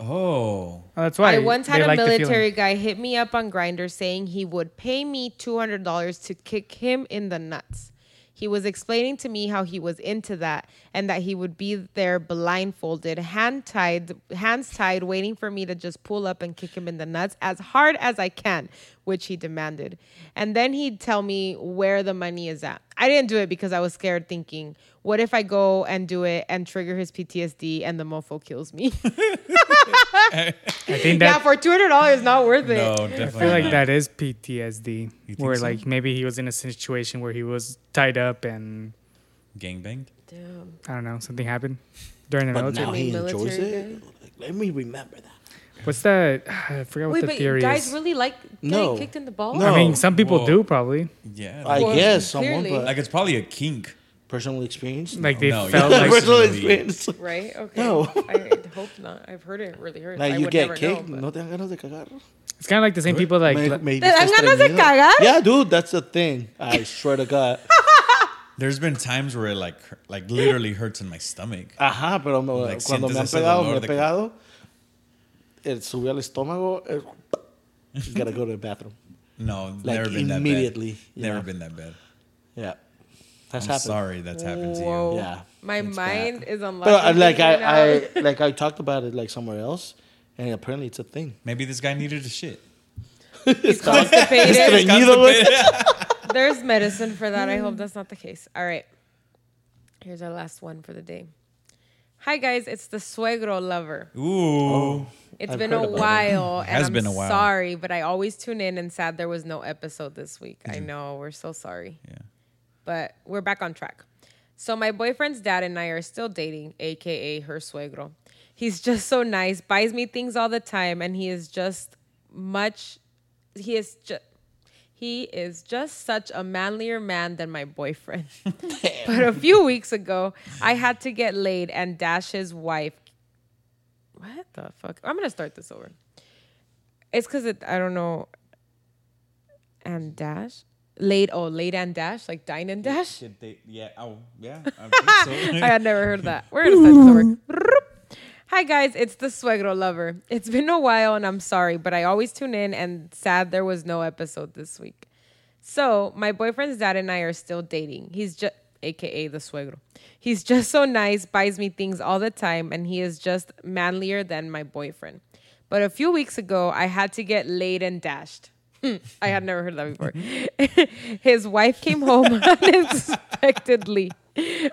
S3: Oh,
S5: Oh, that's why
S4: I once
S5: they
S4: had a
S5: like the feeling.
S4: military guy hit me up on Grinder saying he would pay me $200 to kick him in the nuts. He was explaining to me how he was into that and that he would be there blindfolded, hand tied, hands tied, waiting for me to just pull up and kick him in the nuts as hard as I can, which he demanded. And then he'd tell me where the money is at. I didn't do it because I was scared, thinking, what if I go and do it and trigger his PTSD and the mofo kills me?
S5: I think
S4: yeah,
S5: that.
S4: for two hundred dollars, not worth it.
S3: no,
S5: I
S3: definitely.
S5: feel like
S3: not.
S5: that is PTSD,
S3: think
S5: where
S3: so?
S5: like maybe he was in a situation where he was tied up and
S3: gangbang.
S4: Damn.
S5: I don't know something happened during the
S6: But
S5: military.
S6: now he
S4: Military
S6: enjoys it. Like, let me remember that.
S5: What's that? I forgot what
S4: Wait,
S5: the
S4: but
S5: theory
S4: guys
S5: is.
S4: really like getting
S6: No.
S4: kicked in the balls?
S6: No.
S5: I mean, some people
S3: Whoa.
S5: do probably.
S3: Yeah,
S6: I
S3: like,
S6: guess someone,
S4: clearly.
S6: but
S3: like it's probably a kink.
S6: personal experience.
S5: Like they
S3: No, you
S5: felt
S3: don't.
S5: like
S6: personal
S3: Personally.
S6: experience.
S4: Right? Okay.
S6: No.
S4: I hope not. I've heard it really hurts.
S6: Like
S4: I
S6: you
S4: would
S6: get
S4: never
S6: kicked,
S4: Know, but-
S6: no te dan ganas de cagar.
S5: it's kind of like the same people like
S6: Me-
S5: le-
S6: me
S4: ¿Te dan
S6: estás
S4: ganas de
S6: estreñido.
S4: cagar?
S6: Yeah, dude, that's the thing. I swear to God.
S3: There's been times where it like hurt- like literally hurts in my stomach.
S6: Ajá, pero me-
S3: Like,
S6: cuando me han
S3: sientes ese
S6: pegado,
S3: dolor
S6: me he
S3: de que-
S6: pegado. El subí al estómago. el- gotta go to the bathroom.
S3: No,
S6: Like,
S3: never been that
S6: immediately,
S3: bad. Never
S6: yeah.
S3: been that bad.
S6: Yeah. That's
S3: I'm
S6: happened.
S3: sorry that's happened to you.
S4: Whoa.
S6: Yeah,
S4: My
S6: it's
S4: mind
S6: bad.
S4: is unlocked.
S6: But uh, like I, I like I talked about it like somewhere else, and apparently it's a thing.
S3: Maybe this guy needed a shit.
S4: he's
S6: Estreñido,
S4: constipated.
S6: güey.
S4: There's medicine for that. I hope
S6: Mm.
S4: that's not the case. All right. Here's our last one for the day. Hi guys, it's the suegro lover.
S3: Ooh.
S4: It's
S6: I've
S4: been
S6: heard
S4: a
S6: about it.
S4: while. and
S3: Has
S4: I'm
S3: been a while.
S4: Sorry, but I always tune in and sad there was no episode this week. I know, we're so sorry.
S3: Yeah.
S4: But we're back on track. So my boyfriend's dad and I are still dating, aka her suegro. He's just so nice, buys me things all the time, and he is just much he is just he is just such a manlier man than my boyfriend. but a few weeks ago, I had to get laid and Dash's wife. What the fuck? I'm gonna start this over. It's because it, I don't know. And Dash, laid oh laid and Dash like dine and Dash.
S3: Shit, they, yeah. Oh, yeah. I think so.
S4: I had never heard that. We're gonna start this over. Broop. Hi guys, it's the Suegro Lover. It's been a while and I'm sorry, but I always tune in and sad there was no episode this week. So my boyfriend's dad and I are still dating. He's just aka the suegro. He's just so nice, buys me things all the time, and he is just manlier than my boyfriend. But a few weeks ago, I had to get laid and dashed. I had never heard that before. his wife came home unexpectedly.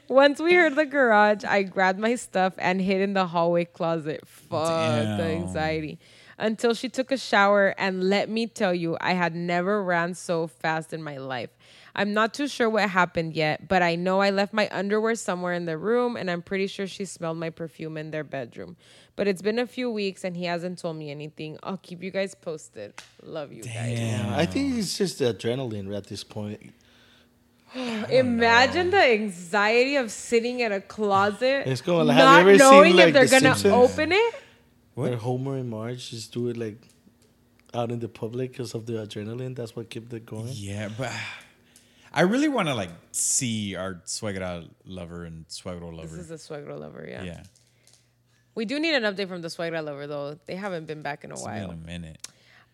S4: Once we heard the garage, I grabbed my stuff and hid in the hallway closet. Fuck the
S3: Damn.
S4: anxiety. Until she took a shower, and let me tell you, I had never ran so fast in my life. I'm not too sure what happened yet, but I know I left my underwear somewhere in the room, and I'm pretty sure she smelled my perfume in their bedroom. But it's been a few weeks, and he hasn't told me anything. I'll keep you guys posted. Love you guys.
S6: Yeah, I think it's just the adrenaline at this point.
S4: Imagine the anxiety of sitting in a closet,
S6: It's going like, have you
S4: not
S6: ever seen,
S4: knowing
S6: like,
S4: if they're
S6: The
S4: gonna
S6: Simpsons?
S4: open it.
S6: Where Homer and Marge just do it like out in the public because of the adrenaline. That's what kept it going.
S3: yeah, but I really want to like see our suegra lover and suegro
S4: This
S3: lover.
S4: is a suegro lover, yeah.
S3: yeah.
S4: We do need an update from the suegra lover though. They haven't been back in a
S3: It's been
S4: while.
S3: a minute.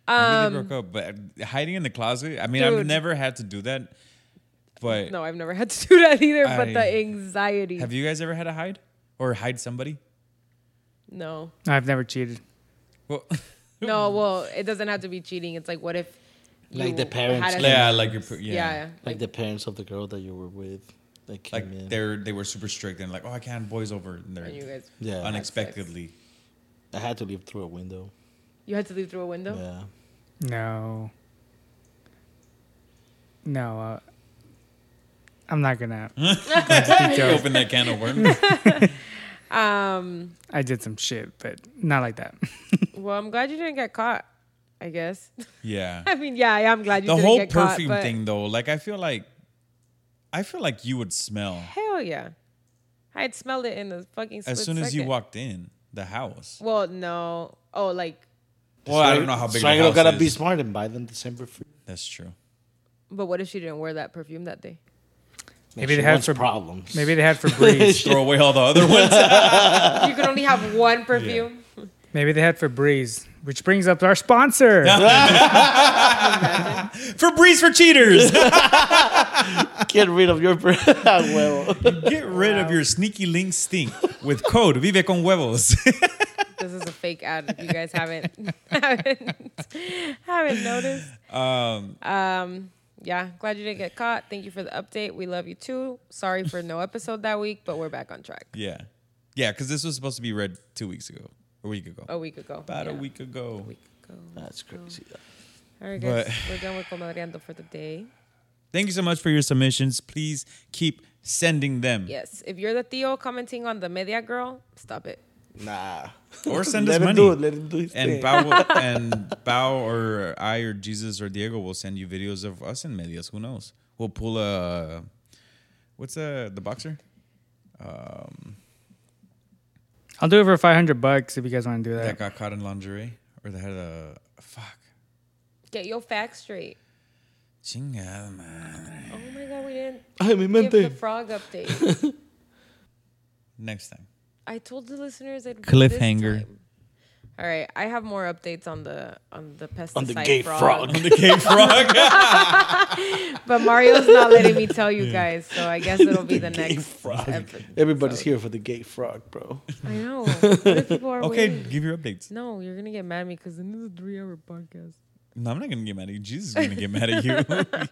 S3: Um, Maybe they broke up, but hiding in the closet. I mean, I've
S4: Dude.
S3: never had to do that. But
S4: No, I've never had to do that either. but the
S3: I-
S4: anxiety.
S3: have you guys ever had to hide or hide somebody?
S4: no,
S5: "Oh, I've never cheated.
S3: Well,
S4: no. Well, it doesn't have to be cheating. It's like, what if?
S6: Like
S4: you
S6: the parents,
S4: had a-
S3: yeah, like your yeah,
S4: yeah. yeah.
S6: Like the parents of the girl that you were with, that came
S3: like
S6: in.
S3: they're they were super strict and like, oh, I can't boys over. And they're
S4: And you guys,
S6: Yeah. had sex.
S3: unexpectedly.
S6: I had to leave through a window.
S4: you had to leave through a window.
S6: Yeah.
S5: No. No. Uh, I'm not gonna. Details.
S3: Open that can of worms.
S4: Um.
S5: I did some shit, but not like that.
S4: Well, I'm glad you didn't get caught. I guess.
S3: yeah.
S4: I mean, yeah, yeah, I'm glad you
S3: the
S4: didn't
S3: whole
S4: get caught.
S3: perfume
S4: but
S3: thing though like i feel like i feel like you would smell
S4: Hell yeah, I had smelled it in the fucking.
S3: as
S4: split
S3: soon as you
S4: second.
S3: walked in the house
S4: Well, no. Oh, like,
S3: well i don't know how big
S6: So I
S3: the house
S6: gotta
S3: is.
S6: be smart and buy them December free.
S3: that's true
S4: but what if she didn't wear that perfume that day?
S5: Maybe
S6: She
S5: they had
S6: wants
S5: for-
S6: problems.
S5: Maybe they had Febreze.
S3: throw away all the other ones
S4: you can only have one perfume.
S5: Maybe they had Febreze, which brings up our sponsor.
S3: for breeze for cheaters
S6: get rid of your Ah, breath. well,
S3: get rid of your sneaky link stink with code vive con huevos
S4: This is a fake ad. If you guys haven't haven't haven't noticed,
S3: um
S4: um, yeah, glad you didn't get caught. Thank you for the update. We love you too. Sorry for no episode that week, but we're back on track.
S3: yeah yeah because this was supposed to be read two weeks ago a week ago
S4: A week ago,
S3: about Oh, a
S4: Yeah.
S3: week ago
S4: week ago.
S6: that's crazy.
S4: All right, guys,
S3: But-
S4: we're done with Comadreando for the day.
S3: thank you so much for your submissions please keep sending them
S4: Yes, if you're the Theo commenting on the media girl, stop it.
S6: Nah.
S3: Or send
S6: Let
S3: us
S6: him
S3: money.
S6: do it. Let him do his
S3: and
S6: thing.
S3: Bao will, and Bao or I or Jesus or Diego will send you videos of us in medias. Who knows? We'll pull a what's uh the boxer?
S5: I'll do it for 500 bucks if you guys want to do
S3: That
S5: that.
S3: got caught in lingerie or that had a fuck.
S4: Get your facts straight.
S3: Chingada madre.
S4: Oh my god, we didn't
S6: Ay, mi
S4: give the
S6: mente.
S4: frog update.
S3: Next time.
S4: I told the listeners that
S3: Cliffhanger.
S4: This time. All right, I have more updates on the on the pesticide
S6: On the gay frog.
S3: The gay frog.
S4: But Mario's not letting me tell you guys, so I guess it'll be the,
S6: gay
S4: next.
S6: frog.
S4: effort.
S6: Everybody's here for the gay frog, bro.
S4: I know. What if people are
S3: okay,
S4: waiting?
S3: give your updates.
S4: No, you're gonna get mad at me because this is a three-hour podcast.
S3: No, I'm not gonna get mad at you. Jesus is gonna get mad at you.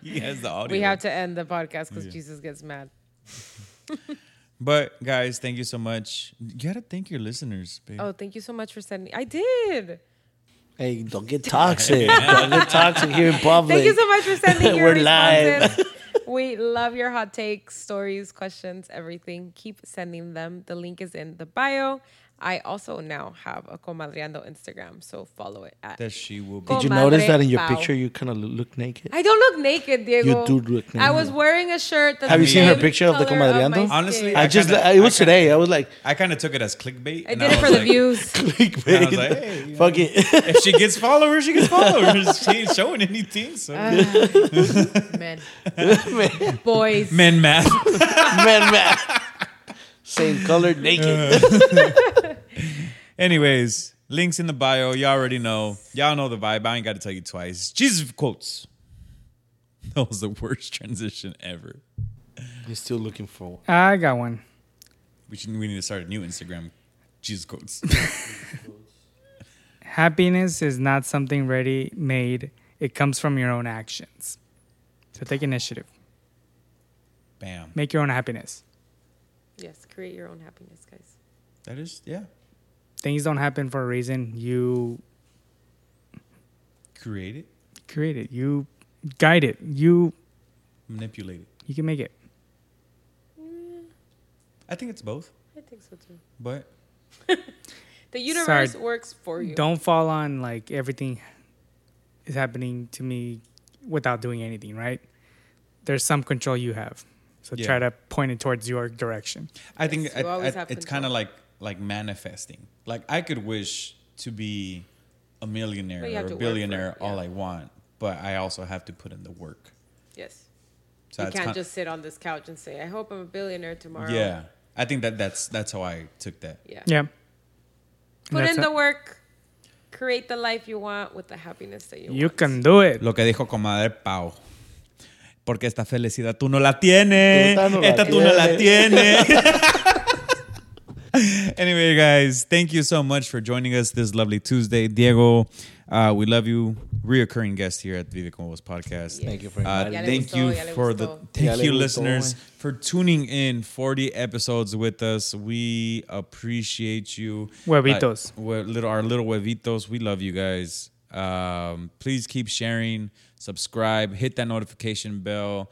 S3: he has the audio.
S4: We have to end the podcast because
S3: Yeah.
S4: Jesus gets mad.
S3: But guys, thank you so much. You gotta thank your listeners, babe.
S4: Oh, thank you so much for sending. I did.
S6: Hey, don't get toxic. don't get toxic here in public.
S4: Thank you so much for sending your
S6: We're live.
S4: responses. we love your hot takes, stories, questions, everything. Keep sending them. The link is in the bio. I also now have a Comadreando Instagram, so follow it at.
S3: That she will be.
S6: Did you
S4: Comadre
S6: notice that in your
S4: Pau.
S6: picture you kind of look naked?
S4: I don't look naked, Diego.
S6: do look
S4: I was
S6: naked.
S4: wearing a shirt. That's
S6: Have you
S4: the
S6: seen her
S4: same
S6: picture of the
S4: color my
S6: Comadreando?
S4: skin.
S3: Honestly,
S6: I, just,
S3: kinda-
S6: it was
S3: I kinda-
S6: today. I was like,
S3: I kind of took it as clickbait.
S4: I
S3: and
S4: did it
S3: was
S4: for the
S3: like,
S4: views.
S6: clickbait.
S3: I was like, hey, you know,
S6: Fuck it.
S3: if she gets followers, she gets followers. she ain't showing anything. So
S4: Uh. Men. Boys.
S3: men math.
S6: man, man. Same color, naked.
S3: Anyways, links in the bio. Y'all already know. Y'all know the vibe. I ain't got to tell you twice. Jesus quotes. That was the worst transition ever.
S6: You're still looking for one.
S5: I got one.
S3: We should, we need to start a new Instagram. Jesus quotes.
S5: Happiness is not something ready made. It comes from your own actions. So take initiative.
S3: Bam.
S5: Make your own happiness.
S4: Yes, create your own happiness, guys.
S3: That is yeah.
S5: Things don't happen for a reason. You
S3: Create it.
S5: create it. You guide it. You
S3: Manipulate it.
S5: you can make it.
S3: I think it's both,
S4: I think so too.
S3: but
S4: The universe
S5: Sorry.
S4: works for you.
S5: Don't fall on like everything is happening to me without doing anything, right? There's some control you have. So
S3: Yeah.
S5: try to point it towards your direction.
S3: I think
S4: Yes,
S3: I,
S4: you always
S3: I-
S4: have
S3: it's
S4: control.
S3: kind of like like manifesting. Like I could wish to be a millionaire
S4: But you have
S3: or
S4: to
S3: a
S4: work for it,
S3: billionaire all
S4: yeah.
S3: I want, but I also have to put in the work.
S4: yes.
S3: So
S4: you
S3: it's
S4: can't
S3: kin-
S4: just sit on this couch and say, I hope I'm a billionaire tomorrow.
S3: Yeah, I think that that's that's how I took that.
S4: Yeah.
S5: Yeah.
S4: Put
S5: That's
S4: in
S5: a-
S4: the work. Create the life you want with the happiness that you,
S5: You
S4: want.
S5: can do it.
S3: Lo que dijo comadre Pau. Porque esta felicidad tú no la tienes.
S6: Tú no la
S3: esta tú no la tienes. anyway, guys, thank you so much for joining us this lovely Tuesday. Diego, uh, we love you. Reoccurring guest here at Vive Con Vos podcast.
S6: Thank you for
S3: Uh,
S6: inviting
S4: Ya le
S3: thank
S4: gustó,
S3: you
S4: ya le
S3: for the
S4: gustó.
S6: Ya
S3: thank
S6: le
S3: you
S6: gustó,
S3: listeners
S6: eh.
S3: for tuning in 40 episodes with us. We appreciate you.
S5: Huevitos.
S3: Uh, we- little our little huevitos. We love you guys. Um, please keep sharing, subscribe, hit that notification bell.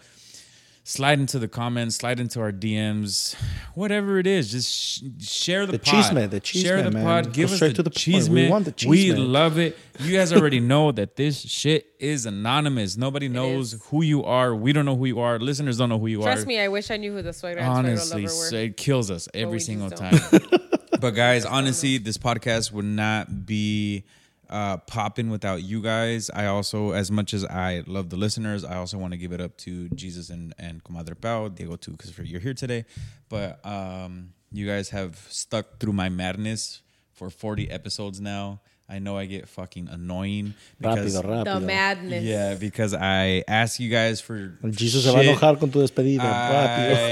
S3: Slide into the comments, slide into our DMs, whatever it is. Just sh- share the,
S6: The
S3: pod.
S6: chisme, the chisme,
S3: Share the
S6: man.
S3: pod.
S6: Go
S3: Give us
S6: straight
S3: the,
S6: to the point.
S3: chisme.
S6: We want the
S3: We
S6: chisme.
S3: love it. You guys already know that this shit is anonymous. Nobody knows
S4: is.
S3: who you are. We don't know who you are. Listeners don't know who you are.
S4: Trust me, I wish I knew who the swagger and swagger
S3: honestly,
S4: lover were.
S3: so it kills us every
S4: we
S3: single
S4: just
S3: time.
S4: don't.
S3: but guys, honestly, this podcast would not be uh, popping without you guys. I also, as much as I love the listeners, I also want to give it up to Jesus and and Comadre Pau, Diego too, because you're here today. But um, you guys have stuck through my madness for 40 episodes now. I know I get fucking annoying because
S6: Rápido,
S4: The
S6: rápido.
S4: madness.
S3: yeah, because I ask you guys for
S6: Jesus se va a
S3: shit.
S6: enojar con tu despedida.
S3: I-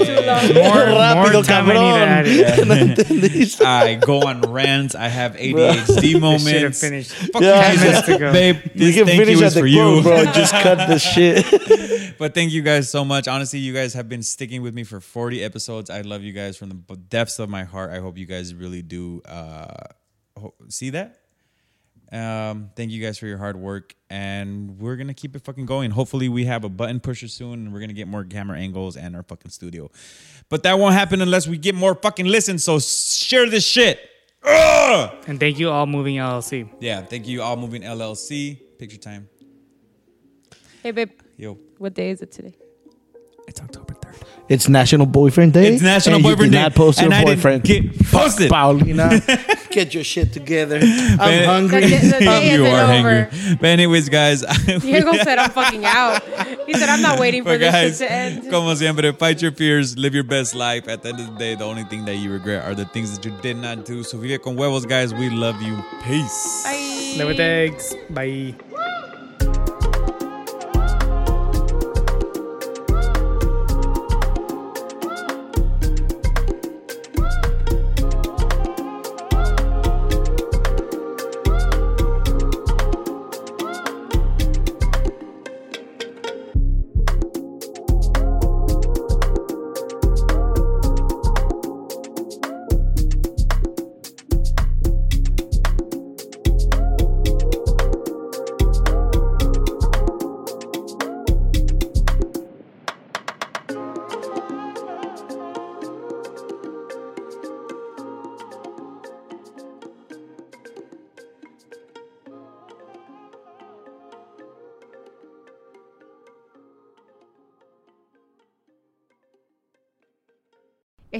S6: Rápido.
S5: More,
S6: Rápido,
S5: more time I need to
S6: cabrón.
S5: add it.
S6: ¿No entendiste?
S3: I go on rants. I have ADHD
S5: This should have
S3: moments.
S5: finished.
S3: Fuck
S6: Yeah.
S3: you,
S5: Ten
S3: Jesus.
S5: minutes ago.
S3: babe.
S6: You
S3: This
S6: can
S3: thank
S6: finish
S3: you
S6: at
S3: is
S6: the
S3: for
S6: quote,
S3: you.
S6: bro. Just cut the shit.
S3: But thank you guys so much. Honestly, you guys have been sticking with me for 40 episodes. I love you guys from the b- depths of my heart. I hope you guys really do uh, ho- see that. Um, thank you guys for your hard work, and we're gonna keep it fucking going. Hopefully, we have a button pusher soon, and we're gonna get more camera angles and our fucking studio. But that won't happen unless we get more fucking listens. So share this shit. Ugh!
S5: And thank you all moving LLC.
S3: Yeah, thank you all moving LLC. Picture time.
S4: Hey, babe,
S3: Yo.
S4: what day is it today?
S5: It's October 3rd.
S6: It's National Boyfriend Day.
S3: It's National
S6: and
S3: Boyfriend
S6: you
S3: Day.
S6: did Not post your
S3: and I didn't
S6: boyfriend.
S3: get posted.
S6: Paulina, get your shit together. I'm
S3: Man.
S6: hungry.
S4: The, the day
S3: you
S4: isn't
S3: are
S4: over.
S3: angry. But anyways, guys,
S4: Diego said I'm fucking out. He said, I'm not waiting for
S3: But
S4: this
S3: guys,
S4: shit to end.
S3: como siempre, fight your fears, live your best life. At the end of the day, the only thing that you regret are the things that you did not do. So vive con huevos, guys. We love you. Peace.
S4: Bye.
S5: Live with eggs. Bye.